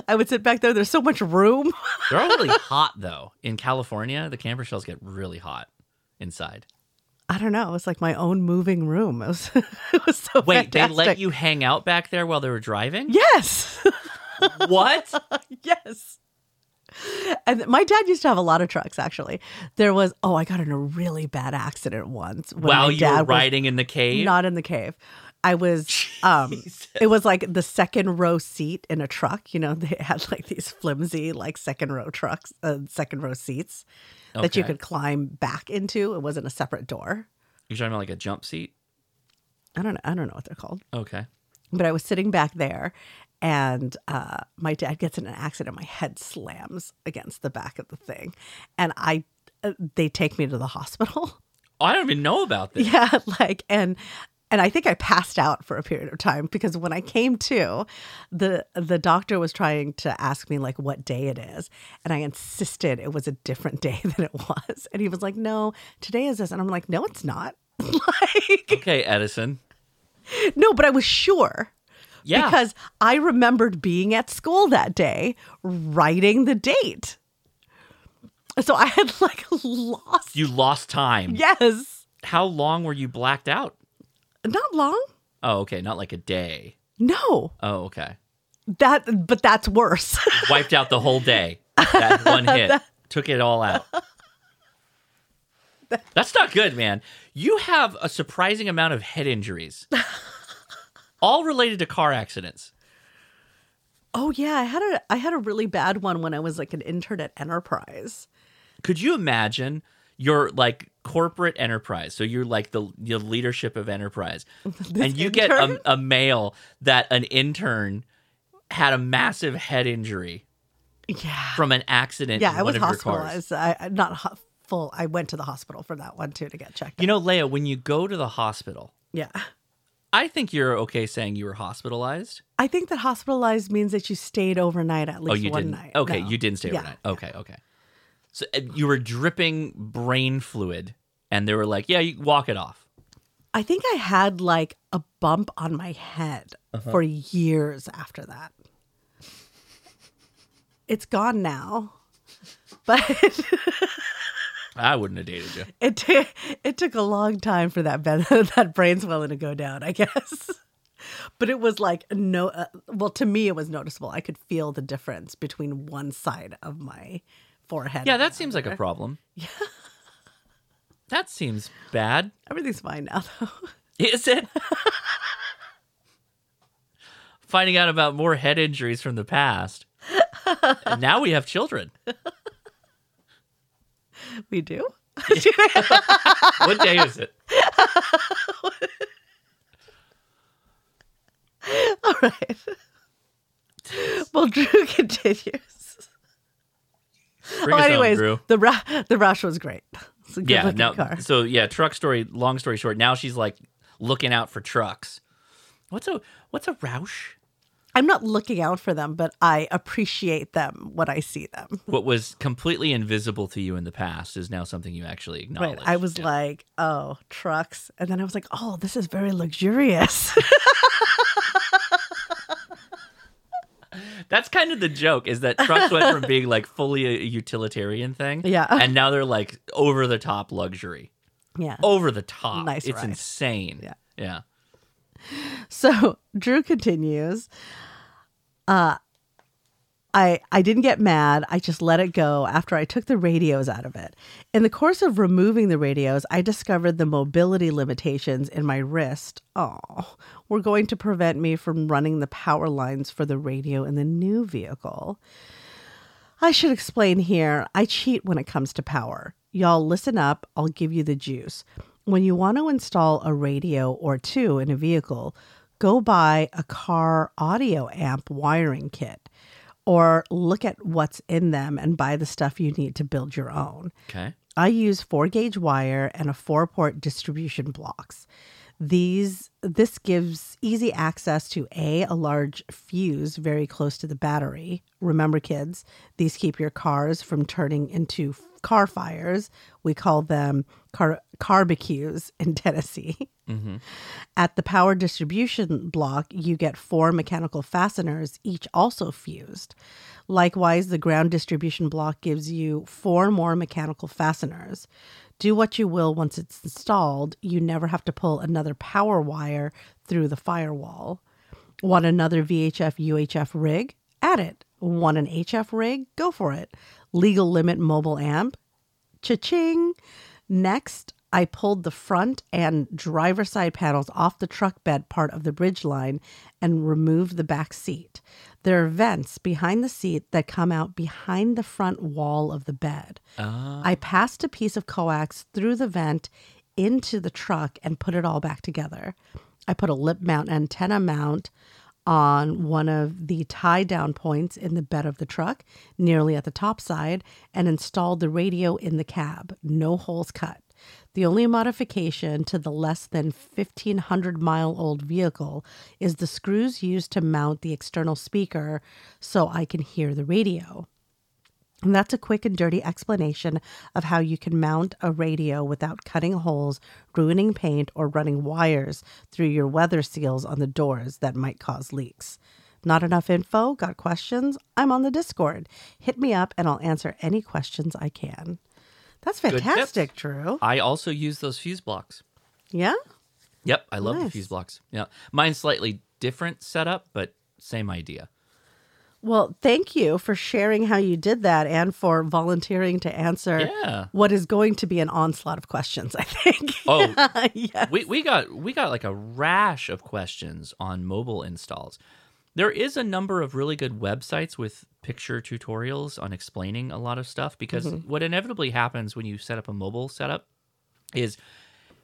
I would sit back there. There's so much room.
They're all really hot though. In California, the camper shells get really hot inside.
I don't know. It was like my own moving room. It was, it was so
Wait, they let
fantastic.
you hang out back there while they were driving?
Yes.
What?
yes. And my dad used to have a lot of trucks actually. There was oh, I got in a really bad accident once when
While
my
you
dad
were
was
riding in the cave?
Not in the cave. I was um it was like the second row seat in a truck, you know, they had like these flimsy like second row trucks, uh, second row seats that you
Okay.
could climb back into. It wasn't a separate door.
You're talking about like a jump seat?
I don't I don't know what they're called.
Okay.
but I was sitting back there and uh, my dad gets in an accident. My head slams against the back of the thing. And I, uh, they take me to the hospital.
Oh, I don't even know about this.
yeah. Like, and and I think I passed out for a period of time because when I came to, the the doctor was trying to ask me like what day it is, and I insisted it was a different day than it was, and he was like, "No, today is this," and I'm like, "No, it's not." like,
okay, Edison.
No, but I was sure.
Yeah.
Because I remembered being at school that day, writing the date. So I had like lost.
You lost time.
Yes.
How long were you blacked out?
Not long.
Oh, okay. Not like a day.
No.
Oh, okay.
That, but that's worse.
Wiped out the whole day. That one hit that... took it all out. That... That's not good, man. You have a surprising amount of head injuries, all related to car accidents.
Oh yeah, I had a I had a really bad one when I was like an intern at Enterprise.
Could you imagine your like corporate enterprise? So you're like the the leadership of enterprise, and you get a, a, mail that an intern had a massive head injury.
Yeah,
from an accident.
Yeah, I
was
hospitalized. I, not ho- full. I went to the hospital for that one too to get checked.
You out. know, Leah, when you go to the hospital,
yeah,
I think you're okay saying you were hospitalized.
I think that hospitalized means that you stayed overnight at least oh,
you
one
didn't.
night.
Okay,
no.
you didn't stay overnight. Yeah, okay, yeah. okay. So uh, you were dripping brain fluid, and they were like, "Yeah, you walk it off."
I think I had like a bump on my head uh-huh. for years after that. It's gone now, but.
I wouldn't have dated you.
It t- it took a long time for that ben- that brain swelling to go down, I guess. But it was like no, uh, well, to me it was noticeable. I could feel the difference between one side of my forehead.
Yeah, that seems like a problem. Yeah, that seems bad.
Everything's fine now, though.
Is it? Finding out about more head injuries from the past. and now we have children.
We do.
what day is it?
All right. Well, Drew continues.
Bring oh,
anyways,
on,
the ra- the rush was great.
yeah. Now, car. so yeah, truck story. Long story short, now she's like looking out for trucks. What's a what's a Roush?
I'm not looking out for them, but I appreciate them when I see them.
What was completely invisible to you in the past is now something you actually acknowledge.
Right. I was yeah. like, oh, trucks. And then I was like, oh, this is very luxurious.
That's kind of the joke is that trucks went from being like fully a utilitarian thing.
Yeah.
And now they're like over the top luxury.
Yeah.
Over the top.
Nice.
It's
ride.
insane. Yeah. Yeah.
So Drew continues. Uh, I I didn't get mad. I just let it go after I took the radios out of it. In the course of removing the radios, I discovered the mobility limitations in my wrist. Oh, were going to prevent me from running the power lines for the radio in the new vehicle. I should explain here. I cheat when it comes to power. Y'all listen up. I'll give you the juice. When you want to install a radio or two in a vehicle, go buy a car audio amp wiring kit or look at what's in them and buy the stuff you need to build your own.
Okay.
I use 4 gauge wire and a 4 port distribution blocks. These this gives easy access to a a large fuse very close to the battery. Remember kids, these keep your cars from turning into car fires. We call them car barbecues in Tennessee.
Mm-hmm.
At the power distribution block, you get four mechanical fasteners, each also fused. Likewise, the ground distribution block gives you four more mechanical fasteners. Do what you will once it's installed, you never have to pull another power wire through the firewall. Want another VHF UHF rig? Add it. Want an HF rig? Go for it. Legal limit mobile amp? Cha-ching! Next, I pulled the front and driver side panels off the truck bed part of the bridge line and removed the back seat. There are vents behind the seat that come out behind the front wall of the bed.
Ah.
I passed a piece of coax through the vent into the truck and put it all back together. I put a lip mount antenna mount on one of the tie down points in the bed of the truck, nearly at the top side, and installed the radio in the cab. No holes cut. The only modification to the less than 1,500 mile old vehicle is the screws used to mount the external speaker so I can hear the radio. And that's a quick and dirty explanation of how you can mount a radio without cutting holes, ruining paint, or running wires through your weather seals on the doors that might cause leaks. Not enough info? Got questions? I'm on the Discord. Hit me up and I'll answer any questions I can. That's
Good tips.
fantastic, Drew.
I also use those fuse blocks.
Yeah?
Yep, I love the
Nice.
fuse blocks. Yeah, mine's slightly different setup, but same idea.
Well, thank you for sharing how you did that and for volunteering to answer
Yeah.
what is going to be an onslaught of questions, I think.
Oh,
yes.
we we got we got like a rash of questions on mobile installs. There is a number of really good websites with picture tutorials on explaining a lot of stuff because
Mhm.
Mm-hmm.
what inevitably happens when you set up a mobile setup is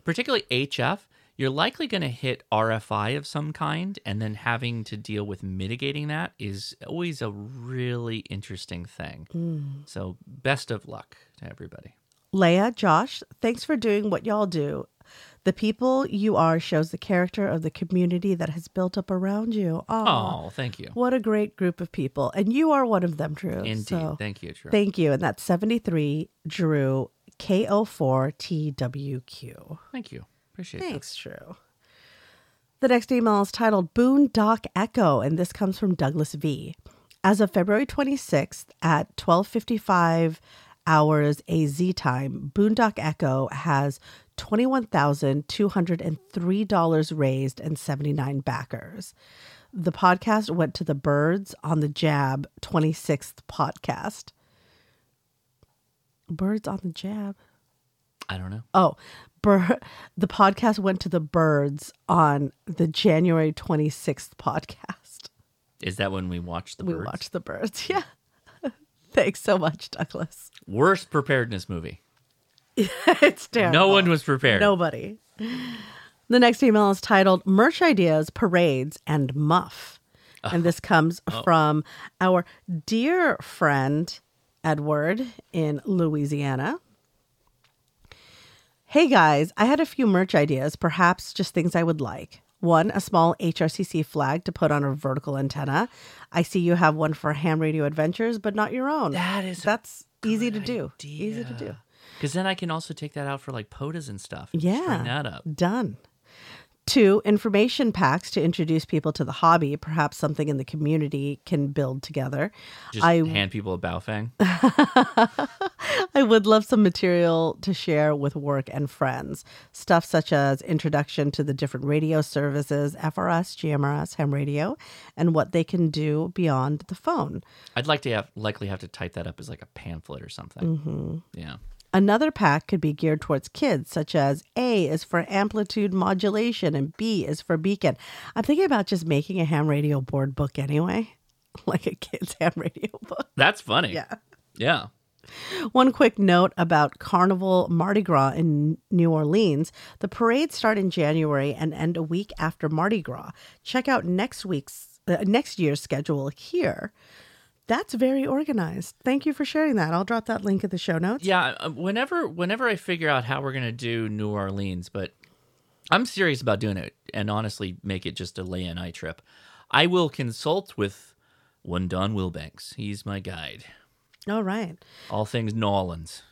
particularly HF, you're likely going to hit RFI of some kind, and then having to deal with mitigating that is always a really interesting thing.
Mm.
So, best of luck to everybody.
Leah, Josh, thanks for doing what y'all do. The people you are shows the character of the community that has built up around you. Aw.
Oh, thank you.
What a great group of people. And you are one of them, Drew.
Indeed.
So
Thank you, Drew.
Thank you. And that's 73 Drew KO4TWQ.
Thank you. Appreciate that.
Thanks, Drew. The next email is titled Boondock Echo, and this comes from Douglas V. As of February 26th at 12:55 hours AZ time, Boondock Echo has $21,203 raised and 79 backers. The podcast went to the Birds on the Jab 26th podcast. Birds on the Jab.
I don't know.
Oh, bir- the podcast went to the birds on the January 26th podcast.
Is that when we watch the
we
birds?
watched the birds. Yeah. Thanks so much, Douglas.
Worst preparedness movie.
it's terrible.
No one was prepared.
Nobody. The next email is titled Merch Ideas, Parades, and Muff. And this comes
Oh.
from our dear friend Edward in Louisiana. Hey guys, I had a few merch ideas, perhaps just things I would like. One, a small HRCC flag to put on a vertical antenna. I see you have one for Ham Radio Adventures, but not your own. That is that's easy to do. Easy to do.
Because then I can also take that out for like potas and stuff. Just
Yeah.
Bring that up.
Done. Two, information packs to introduce people to the hobby. Perhaps something in the community can build together.
Just
I
hand people a Baofeng.
I would love some material to share with work and friends. Stuff such as introduction to the different radio services, FRS, GMRS, Ham Radio, and what they can do beyond the phone.
I'd like to have likely have to type that up as like a pamphlet or something.
Mhm.
Yeah.
Another pack could be geared towards kids, such as A is for amplitude modulation and B is for beacon. I'm thinking about just making a ham radio board book anyway, like a kid's ham radio book.
That's funny.
Yeah.
Yeah.
One quick note about Carnival Mardi Gras in New Orleans. The parades start in January and end a week after Mardi Gras. Check out next week's uh, next year's schedule here. That's very organized. Thank you for sharing that. I'll drop that link in the show notes.
Yeah. uh, Whenever whenever I figure out how we're gonna do New Orleans, but I'm serious about doing it and honestly make it just a lay and I trip. I will consult with one Don Wilbanks. He's my guide.
All right.
All things New Orleans.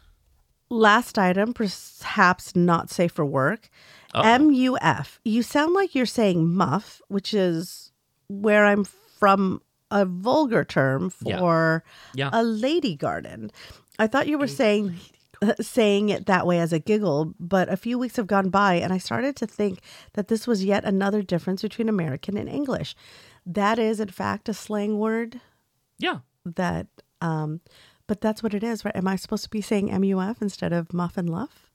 Last item, perhaps not safe for work. MUF. You sound like you're saying muff, which is where I'm from a vulgar term
Yeah.
for
Yeah.
a lady garden. I thought you were saying saying it that way as a giggle, but a few weeks have gone by and I started to think that this was yet another difference between American and English. That is in fact a slang word.
Yeah.
That um but that's what it is, right? Am I supposed to be saying MUF instead of muff and luff?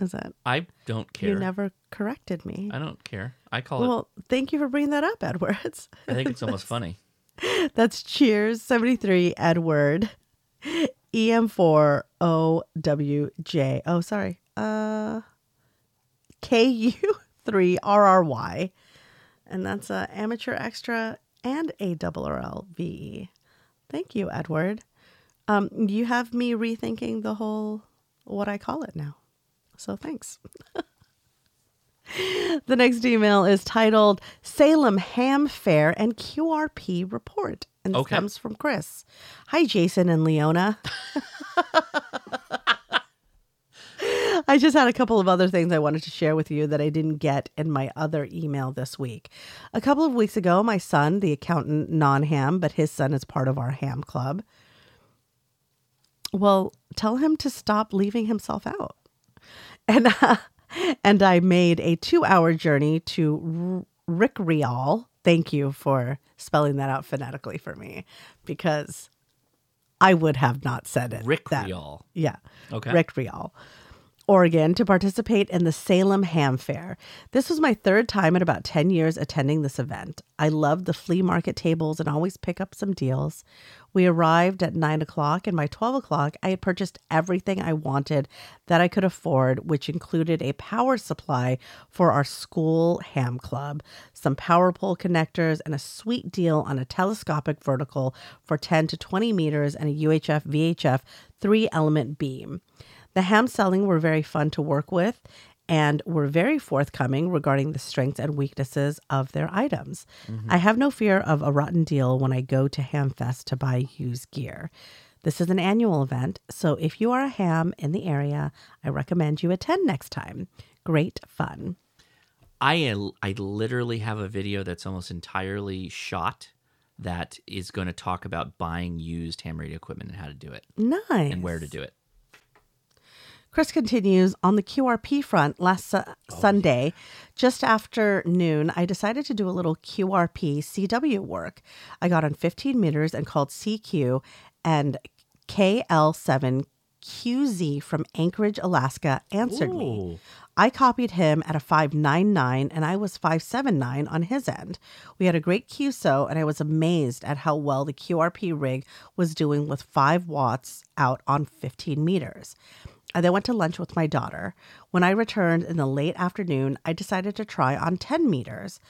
Is that
I don't care.
You never corrected me.
I don't care. I call
Well, thank you for bringing that up, Edwards.
it. I think it's almost funny.
That's Cheers 73 Edward E EM4OWJ. Oh, sorry. Uh KU3RRY. And that's uh, amateur extra and a double RLVE. E. Thank you, Edward. Um, you have me rethinking the whole what I call it now. So thanks. the next email is titled Salem Ham Fair and QRP Report. And this
Okay.
comes from Chris. Hi, Jason and Leona. I just had a couple of other things I wanted to share with you that I didn't get in my other email this week. A couple of weeks ago, my son, the accountant, non ham, but his son is part of our ham club. Well, tell him to stop leaving himself out. And, uh, and I made a two hour journey to R- Rick Rial. Thank you for spelling that out phonetically for me because I would have not said it.
Rick
that-
Rial.
Yeah.
Okay.
Rick Rial, Oregon, to participate in the Salem Ham Fair. This was my third time in about 10 years attending this event. I loved the flea market tables and always pick up some deals. We arrived at 9 o'clock, and by 12 o'clock, I had purchased everything I wanted that I could afford, which included a power supply for our school ham club, some power pole connectors, and a sweet deal on a telescopic vertical for 10 to 20 meters and a UHF VHF three element beam. The ham selling were very fun to work with and were very forthcoming regarding the strengths and weaknesses of their items. I have no fear of a rotten deal when I go to Hamfest to buy used gear. This is an annual event, so if you are a ham in the area, I recommend you attend next time. Great fun.
I I literally have a video that's almost entirely shot that is going to talk about buying used ham radio equipment and how to do it.
Nice.
And where to do it.
Chris continues on the QRP front last su- Sunday, just after noon, I decided to do a little QRP CW work. I got on 15 meters and called CQ and KL7QZ from Anchorage, Alaska answered me. I copied him at a 599 and I was 579 on his end. We had a great QSO and I was amazed at how well the QRP rig was doing with 5 watts out on 15 meters. I then went to lunch with my daughter. When I returned in the late afternoon, I decided to try on 10 meters.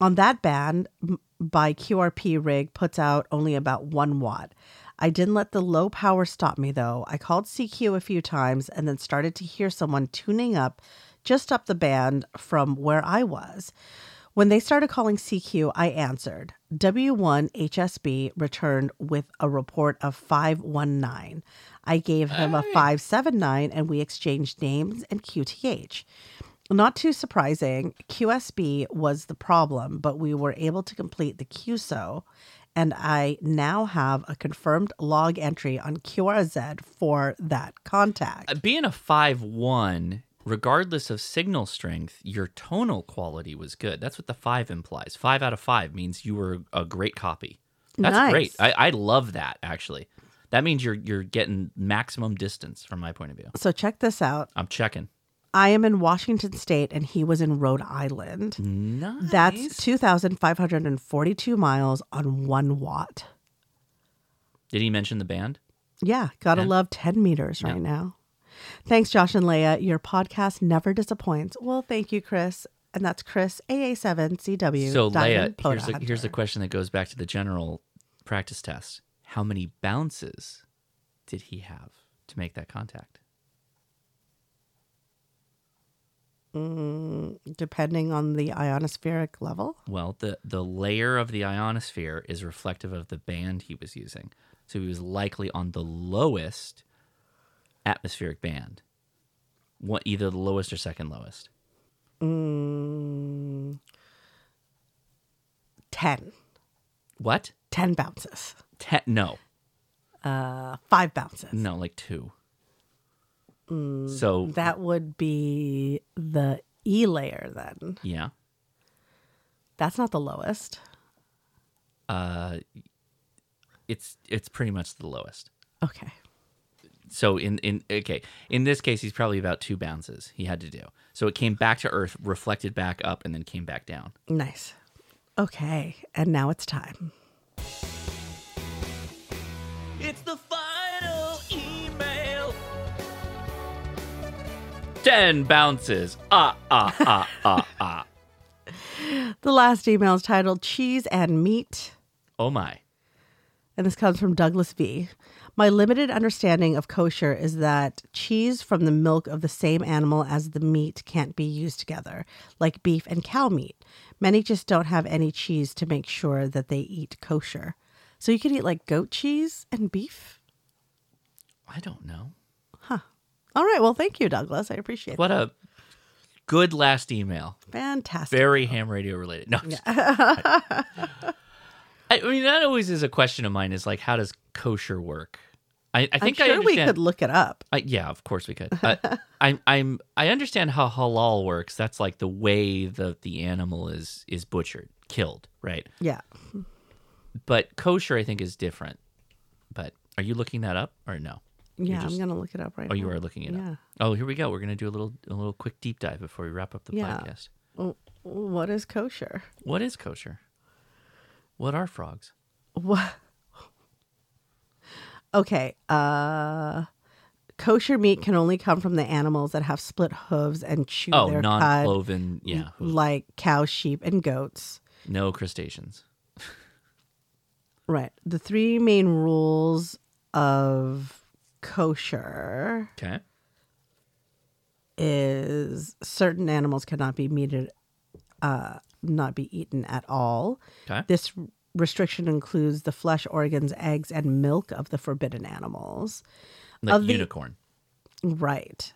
On that band, m- by QRP rig puts out only about one watt. I didn't let the low power stop me though. I called CQ a few times and then started to hear someone tuning up just up the band from where I was. When they started calling CQ, I answered. W1 HSB returned with a report of 519. I gave him a 579 and we exchanged names and QTH. Not too surprising, QSB was the problem, but we were able to complete the QSO, and I now have a confirmed log entry on QRZ for that contact.
Uh, Being a 5 1, regardless of signal strength, your tonal quality was good. That's what the 5 implies. 5 out of 5 means you were a great copy. That's
Nice.
great. I, I love that, actually. That means you're you're getting maximum distance from my point of view.
So check this out.
I'm checking.
I am in Washington State and he was in Rhode Island.
Oh, Nice.
That's 2,542 miles on one watt.
Did he mention the band?
Yeah, gotta
Yeah.
love 10 meters right now. Thanks, Josh and Leia. Your podcast never disappoints. Well, thank you, Chris. And that's Chris AA7CW.
So Leia,
Diamond Poda
here's a,
Hunter.
here's a question that goes back to the general practice test. How many bounces did he have to make that contact?
Mm, depending on the ionospheric level.
Well, the the layer of the ionosphere is reflective of the band he was using. So he was likely on the lowest atmospheric band. What either the lowest or second lowest.
Mm, 10.
What?
10 bounces.
Te- no.
Uh, five bounces.
No, like two.
Mm,
So-
that would be the E layer then.
Yeah.
That's not the lowest.
Uh it's it's pretty much the lowest.
Okay.
so in in okay in this case he's probably about two bounces he had to do so it came back to earth reflected back up and then came back down
Nice. Okay. And now it's time.
it's the final email 10 bounces ah ah ah ah ah
The last email is titled Cheese and Meat.
oh my
And this comes from Douglas V. My limited understanding of kosher is that cheese from the milk of the same animal as the meat can't be used together, like beef and cow meat. Many just don't have any cheese to make sure that they eat kosher. So you could eat like goat cheese and beef?
I don't know.
Huh. All right. Well, thank you, Douglas. I appreciate
What
that.
a good last email.
fantastic.
Very ham radio related. No. I'm just- I I mean, that always is a question of mine is like, how does kosher work? I, I
I
think
am
I
sure we
understand-
could look it up.
I, yeah, of course we could. I, I'm, I'm, I understand how halal works. That's like the way the the animal is is butchered, killed, right?
Yeah.
But kosher, I think, is different. But are you looking that up or no? You're
Yeah, I'm
just-
gonna look it up right
Oh, you
now.
are looking it
Yeah.
up. Oh, here we go. We're gonna do a little a little quick deep dive before we wrap up the
Yeah.
podcast.
W- What is kosher?
What is kosher? What are frogs?
What? Okay. Uh, kosher meat can only come from the animals that have split hooves and chew
Oh,
their cud,
non-cloven. Yeah,
like cows, sheep, and goats.
no crustaceans.
Right. The three main rules of kosher
Okay.
is certain animals cannot be meated, uh, not be eaten at all.
Okay.
This restriction includes the flesh, organs, eggs, and milk of the forbidden animals.
Like
Of the-
unicorn.
Right.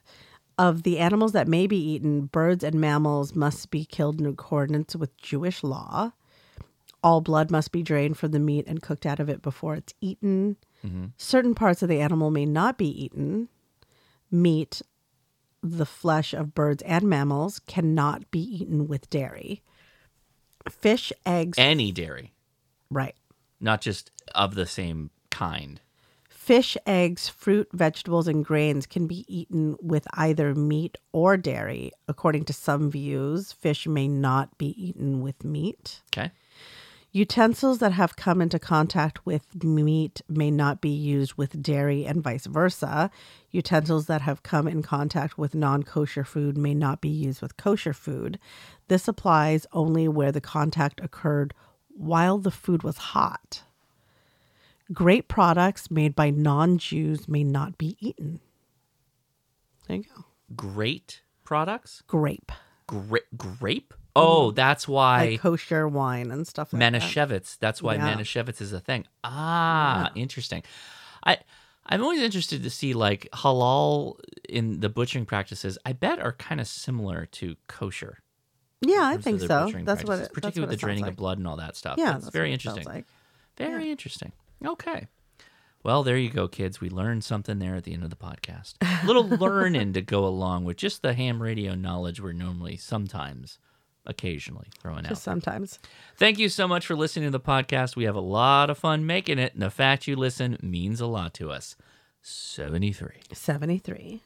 Of the animals that may be eaten, birds and mammals must be killed in accordance with Jewish law. All blood must be drained from the meat and cooked out of it before it's eaten.
Mhm.
Certain parts of the animal may not be eaten. Meat, the flesh of birds and mammals, cannot be eaten with dairy. Fish, eggs,
Any dairy,
right.
not just of the same kind.
Fish, eggs, fruit, vegetables, and grains can be eaten with either meat or dairy. According to some views, fish may not be eaten with meat.
Okay.
Utensils that have come into contact with meat may not be used with dairy and vice versa. Utensils that have come in contact with non kosher food may not be used with kosher food. This applies only where the contact occurred while the food was hot. Great products made by non Jews may not be eaten. There you go.
Great products.
Grape.
Gra- grape. Oh, that's why
like kosher wine and stuff like that.
Manischewitz. That's why
Yeah.
Manischewitz is a thing. Ah, interesting. I I'm always interested to see like halal in the butchering practices. I bet are kind of similar to kosher. in
Yeah, I
terms of
think
their
so.
butchering
That's what
practices,
it, that's
particularly
what
with
it
the draining
sounds
of
like.
blood and all that stuff.
Yeah,
it's
that's
very
what it sounds
interesting.
like.
Very interesting. Okay. Well, there you go, kids. We learned something there at the end of the podcast. A little learning to go along with just the ham radio knowledge we're normally sometimes, occasionally throwing out.
Just sometimes.
Thank you so much for listening to the podcast. We have a lot of fun making it, and the fact you listen means a lot to us. 73.
73.